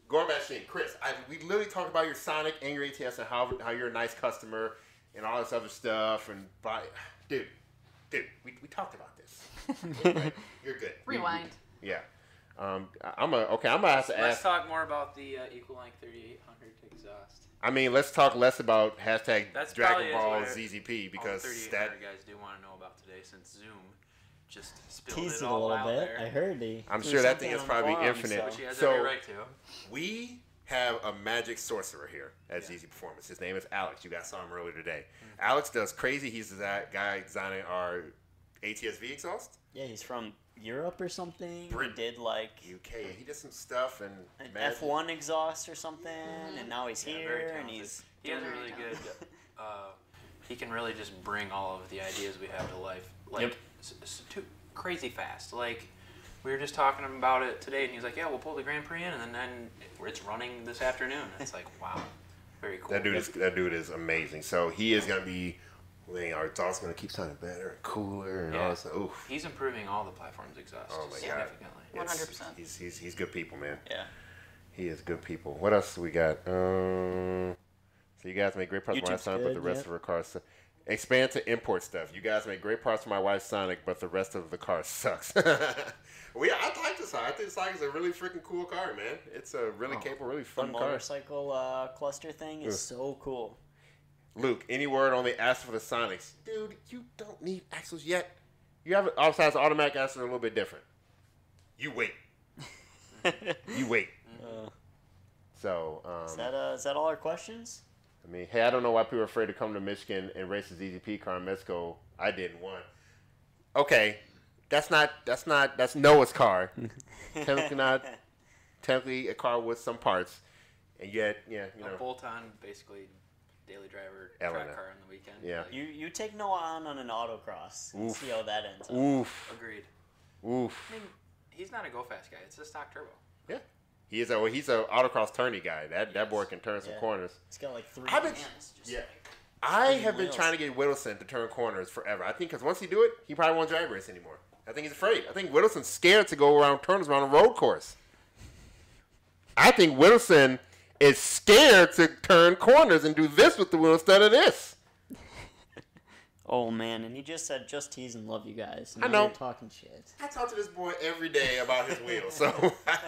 Speaker 4: Going back to Shane, Chris, I, we literally talked about your Sonic and your ATS and how, how you're a nice customer and all this other stuff. And buy, dude, dude, we, we talked about this. Anyway, you're good.
Speaker 2: Rewind.
Speaker 4: Yeah. Um, I- I'm a okay. I'm gonna have to
Speaker 3: Let's
Speaker 4: ask.
Speaker 3: talk more about the uh, Equal Length 3800 exhaust.
Speaker 4: I mean, let's talk less about hashtag
Speaker 3: That's probably
Speaker 4: Dragon
Speaker 3: is
Speaker 4: Ball
Speaker 3: where
Speaker 4: ZZP because
Speaker 3: All the
Speaker 4: that
Speaker 3: 3800 guys do want to know about today since Zoom just spilled
Speaker 1: Teased
Speaker 3: it
Speaker 1: it a
Speaker 3: all
Speaker 1: little
Speaker 3: out
Speaker 1: bit. I
Speaker 3: there.
Speaker 1: heard he.
Speaker 4: I'm
Speaker 1: threw
Speaker 4: sure that
Speaker 1: something
Speaker 4: thing is
Speaker 1: on the
Speaker 4: probably
Speaker 1: forum,
Speaker 4: infinite.
Speaker 1: so-
Speaker 3: Which he has
Speaker 4: So-
Speaker 3: every right to.
Speaker 4: We have a magic sorcerer here at ZZ Performance. His name is Alex. You guys saw him earlier today. Alex does crazy. He's that guy designing our ATSV exhaust,
Speaker 1: Yeah, he's from Europe or something.
Speaker 4: Britain.
Speaker 1: He did like
Speaker 4: UK. He did some stuff and
Speaker 1: an
Speaker 4: magic.
Speaker 1: F1 exhaust or something, and now he's
Speaker 3: Yeah, very
Speaker 1: here and
Speaker 3: talented.
Speaker 1: he's
Speaker 3: He has a really good. Uh, he can really just bring all of the ideas we have to life, like
Speaker 1: Yep.
Speaker 3: s- s- too crazy fast. Like we were just talking about it today, and he's like, "Yeah, we'll pull the Grand Prix in, and then it's running this afternoon." It's like, wow, very cool.
Speaker 4: That dude is that dude is amazing. So he is gonna be. Man, our exhaust gonna keep sounding better and cooler and all
Speaker 3: Yeah.
Speaker 4: that stuff. Oof.
Speaker 3: He's improving all the platforms exhaust
Speaker 4: Oh my God.
Speaker 3: significantly.
Speaker 4: It's-
Speaker 2: 100%.
Speaker 4: He's, he's, he's good people, man.
Speaker 1: yeah.
Speaker 4: He is good people. What else do we got? Um, so you guys make great parts for my
Speaker 1: YouTube's
Speaker 4: Sonic, but the
Speaker 1: good,
Speaker 4: rest
Speaker 1: yep.
Speaker 4: of her car sucks. Expand to import stuff. You guys make great parts for my wife's Sonic, but the rest of the car sucks. well, yeah, I like this Sonic. I think Sonic is a really freaking cool car, man. It's a
Speaker 1: Oh.
Speaker 4: really capable, really
Speaker 1: The
Speaker 4: fun car.
Speaker 1: motorcycle uh, cluster thing is so cool.
Speaker 4: Luke, any word on the axle for the Sonics? Dude, you don't need axles yet. You have oh, outside automatic axles are a little bit different. You wait. you wait.
Speaker 1: Uh, Uh,
Speaker 4: So,
Speaker 1: is
Speaker 4: um,
Speaker 1: that uh, is that all our questions?
Speaker 4: I mean, hey, I don't know why people are afraid to come to Michigan and race as EZP car in Mexico. I didn't want. Okay, that's not that's not that's Noah's car. technically not technically a car with some parts, and yet yeah you
Speaker 9: a
Speaker 4: know
Speaker 9: bolt on, basically, daily driver
Speaker 4: Elena.
Speaker 9: track car on the weekend.
Speaker 4: Yeah.
Speaker 9: Like,
Speaker 1: You you take Noah on on an autocross and
Speaker 4: Oof.
Speaker 1: see how that ends. Up.
Speaker 4: oof
Speaker 9: agreed.
Speaker 4: oof.
Speaker 9: I mean, he's not a go fast guy. It's a stock turbo.
Speaker 4: He is a well, he's a autocross tourney guy. That that boy can turn some
Speaker 1: Yeah.
Speaker 4: corners.
Speaker 1: It's got like three
Speaker 4: I've been-
Speaker 1: hands. Just
Speaker 4: yeah.
Speaker 1: like-
Speaker 4: I
Speaker 1: Spinning
Speaker 4: have been
Speaker 1: wheels.
Speaker 4: trying to get Whittleson to turn corners forever. I think because once he do it, he probably won't drag race anymore. I think he's afraid. I think Whittleson's scared to go around turns around a road course. I think Whittleson is scared to turn corners and do this with the wheel instead of this.
Speaker 1: Oh man, and he just said just tease and love you guys. And
Speaker 4: I
Speaker 1: now
Speaker 4: know.
Speaker 1: you're talking shit.
Speaker 4: I talk to this boy every day about his wheel, so I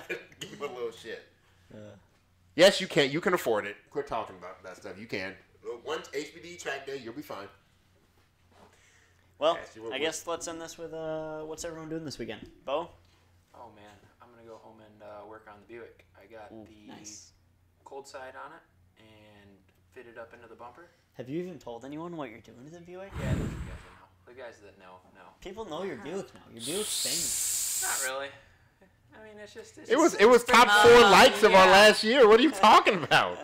Speaker 4: give him a little shit. Yes, you can. You can afford it. Quit talking about that stuff. You can. One HBD track day, you'll be fine.
Speaker 1: Well,
Speaker 4: Ask you what
Speaker 1: I
Speaker 4: we-
Speaker 1: guess let's end this with uh, what's everyone doing this weekend? Bo,
Speaker 9: Oh man, I'm gonna go home and uh, work on the Buick. I got the
Speaker 1: nice.
Speaker 9: cold side on it and fit it up into the bumper.
Speaker 1: Have you even told anyone what you're doing to the Buick?
Speaker 9: Yeah, those you guys will know. The guys that know, know.
Speaker 1: People know your Buick now. Your Buick's famous.
Speaker 9: Not really. I mean, it's just. It's
Speaker 4: It was
Speaker 9: just-
Speaker 4: it was top four
Speaker 2: Um,
Speaker 4: likes of our
Speaker 2: yeah.
Speaker 4: last year. What are you talking about?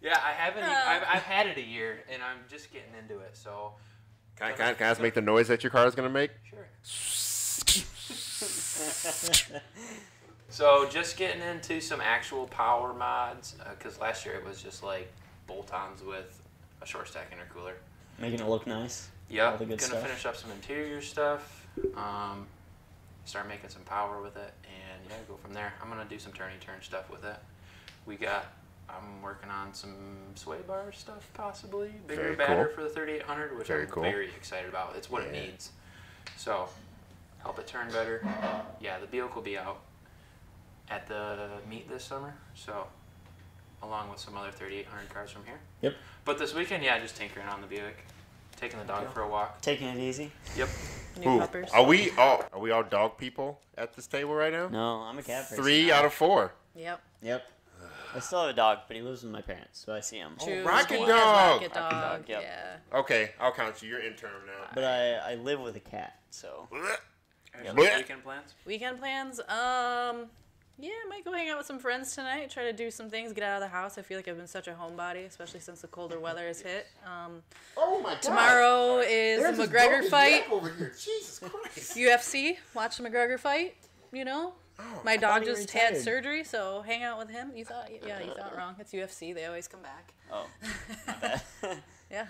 Speaker 9: Yeah, I haven't. e-
Speaker 2: Uh.
Speaker 9: I've, I've had it a year, and I'm just getting into it. So
Speaker 4: Can I, can, I, can I just make the noise that your car is gonna make?
Speaker 9: sure. So just getting into some actual power mods, because last year it was just like bolt-ons with a short stack intercooler.
Speaker 1: Making it look nice. All
Speaker 9: Yeah,
Speaker 1: the good
Speaker 9: gonna
Speaker 1: stuff.
Speaker 9: finish up some interior stuff. Um, start making some power with it, and yeah, go from there. I'm gonna do some turny turn stuff with it. We got. I'm working on some sway bar stuff, possibly bigger,
Speaker 4: Very
Speaker 9: badder
Speaker 4: cool.
Speaker 9: for the 3800, which
Speaker 4: Very
Speaker 9: I'm
Speaker 4: cool.
Speaker 9: very excited about. It's what
Speaker 4: Yeah.
Speaker 9: it needs. So help it turn better. Yeah, the Buick will be out at the meet this summer. So along with some other 3800 cars from here.
Speaker 1: Yep.
Speaker 9: But this weekend, yeah, just tinkering on the Buick, taking the dog for a walk.
Speaker 1: Taking it easy.
Speaker 9: Yep.
Speaker 2: New puppers.
Speaker 4: are we all are we all dog people at this table right now?
Speaker 1: No, I'm a cat person.
Speaker 4: Three out of four.
Speaker 2: Yep.
Speaker 1: Yep. I still have a dog, but he lives with my parents, so I see him.
Speaker 2: Choose
Speaker 4: Rocket
Speaker 2: Rocket
Speaker 4: Oh, Dog.
Speaker 2: Rocket
Speaker 1: Rocket
Speaker 2: Dog.
Speaker 1: Dog, yep.
Speaker 2: Yeah.
Speaker 4: Okay, I'll count you. You're interim now.
Speaker 1: But I, I live with a cat, so
Speaker 9: Any
Speaker 4: Blech.
Speaker 9: Weekend plans.
Speaker 2: Weekend plans? Um, yeah, I might go hang out with some friends tonight. Try to do some things. Get out of the house. I feel like I've been such a homebody, especially since the colder weather has hit. Um,
Speaker 4: Oh my god.
Speaker 2: tomorrow is
Speaker 4: There's
Speaker 2: the
Speaker 4: this
Speaker 2: McGregor
Speaker 4: broken
Speaker 2: fight.
Speaker 4: neck over here. Jesus Christ.
Speaker 2: UFC. Watch the McGregor fight. You know, my dog
Speaker 1: you were
Speaker 2: just had
Speaker 1: retired.
Speaker 2: surgery, so hang out with him. You thought, yeah, you thought wrong. It's UFC. They always come back.
Speaker 1: oh, my bad.
Speaker 2: Yeah,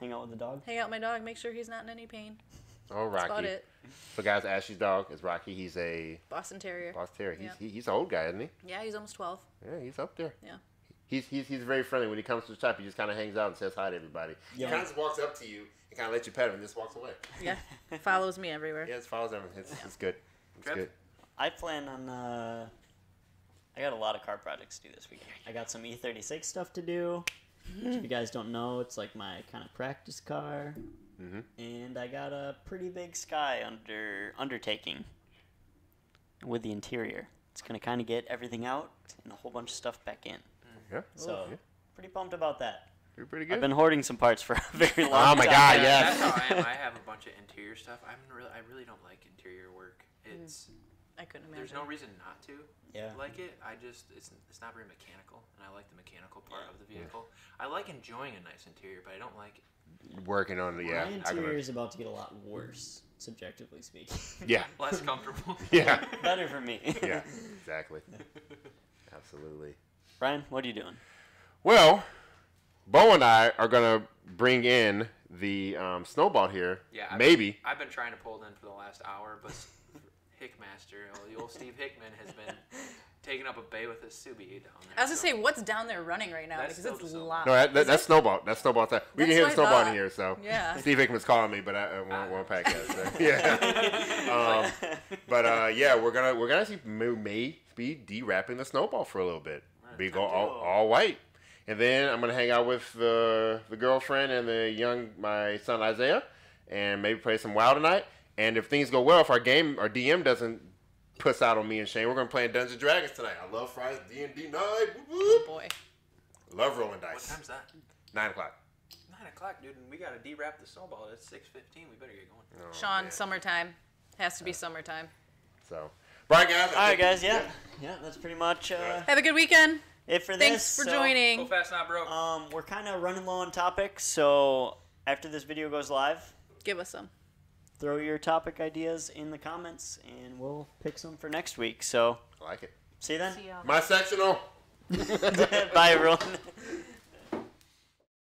Speaker 1: Hang out with the dog.
Speaker 2: hang out with my dog. Make sure he's not in any pain.
Speaker 4: Oh
Speaker 2: That's about
Speaker 4: Rocky.
Speaker 2: it.
Speaker 4: So guys, Ashley's dog is Rocky. He's a
Speaker 2: Boston Terrier.
Speaker 4: boss terrier. He's
Speaker 2: Yeah.
Speaker 4: he, he's an old guy, isn't he?
Speaker 2: Yeah, he's almost twelve.
Speaker 4: Yeah, he's up there.
Speaker 2: Yeah.
Speaker 4: He's, he's, he's very friendly. When he comes to the shop, he just kind of hangs out and says hi to everybody.
Speaker 1: Yeah.
Speaker 4: He kind of just walks up to you and kind of lets you pet him and just walks away.
Speaker 2: Yeah, follows me everywhere.
Speaker 4: Yeah, just follows everything. It's, it's good. It's
Speaker 9: Trev?
Speaker 4: good.
Speaker 1: I plan on. Uh, I got a lot of car projects to do this weekend. I got some E36 stuff to do. Which if you guys don't know, it's like my kind of practice car.
Speaker 4: Mm-hmm.
Speaker 1: And I got a pretty big sky under undertaking with the interior. It's gonna kind of get everything out and a whole bunch of stuff back in.
Speaker 4: Yeah.
Speaker 1: So
Speaker 4: yeah.
Speaker 1: pretty pumped about that.
Speaker 4: You're pretty
Speaker 1: I've
Speaker 4: good.
Speaker 1: been hoarding some parts for a very long time.
Speaker 4: Oh my god,
Speaker 9: Yeah,
Speaker 4: yes.
Speaker 9: That's how I am. I have a bunch of interior stuff. I'm really, I really don't like interior work. It's
Speaker 2: I couldn't imagine.
Speaker 9: there's no reason not to
Speaker 1: Yeah.
Speaker 9: like it. I just it's it's not very mechanical, and I like the mechanical part of the vehicle. I like enjoying a nice interior, but I don't like
Speaker 4: Working on the yeah.
Speaker 1: my
Speaker 4: I can-
Speaker 1: interior is about to get a lot worse, subjectively speaking.
Speaker 4: yeah.
Speaker 9: less comfortable.
Speaker 4: Yeah.
Speaker 1: Better for me.
Speaker 4: Yeah. Exactly. Absolutely.
Speaker 1: Brian, what are you doing?
Speaker 4: Well, Bo and I are gonna bring in the um, snowball here.
Speaker 9: Yeah, I've-
Speaker 4: Maybe.
Speaker 9: I've been trying to pull it in for the last hour, but s- Hickmaster, oh, the old Steve Hickman, has been taking up a bay with his Subi down there.
Speaker 2: I was gonna
Speaker 9: so-
Speaker 2: say, what's down there running right now?
Speaker 9: That's
Speaker 2: because it's
Speaker 9: still just
Speaker 2: loud.
Speaker 4: No, that, that, that's snowball. That's snowball time. We can
Speaker 2: That's
Speaker 4: hear
Speaker 2: what
Speaker 4: the
Speaker 2: I
Speaker 4: snowball in
Speaker 2: thought.
Speaker 4: here, so.
Speaker 2: Yeah.
Speaker 4: Steve Hickman's calling me, but I, I won't, won't pack that. So. Yeah. Um, but uh, yeah, we're gonna we're gonna actually may, may be de-wrapping the snowball for a little bit. We go all, all white, and then I'm gonna hang out with the the girlfriend and the young my son Isaiah, and maybe play some WoW tonight. And if things go well, if our game our DM doesn't puss out on me and Shane. We're gonna play in Dungeons and Dragons tonight. I love Friday's D and D night. Whoop,
Speaker 2: Oh
Speaker 4: whoop.
Speaker 2: boy.
Speaker 4: Love rolling
Speaker 9: What
Speaker 4: dice.
Speaker 9: time's that?
Speaker 4: Nine o'clock.
Speaker 9: Nine o'clock, dude, and we gotta de-wrap the snowball. It's six fifteen. We better get going.
Speaker 4: Oh,
Speaker 2: Sean,
Speaker 4: man.
Speaker 2: summertime. Has to be summertime.
Speaker 4: So, Brian, guys.
Speaker 1: All right, guys. Yeah, yeah. That's pretty much uh,
Speaker 2: Have a good weekend.
Speaker 1: it for
Speaker 2: Thanks
Speaker 1: this.
Speaker 2: for
Speaker 1: so,
Speaker 2: joining.
Speaker 9: Go fast, not
Speaker 2: Oh,
Speaker 9: broke.
Speaker 1: Um, we're kind of running low on topics, so after this video goes live,
Speaker 2: Give us some.
Speaker 1: throw your topic ideas in the comments, and we'll pick some for next week. So
Speaker 4: I like it.
Speaker 1: see you then.
Speaker 4: My sectional.
Speaker 1: Bye, everyone.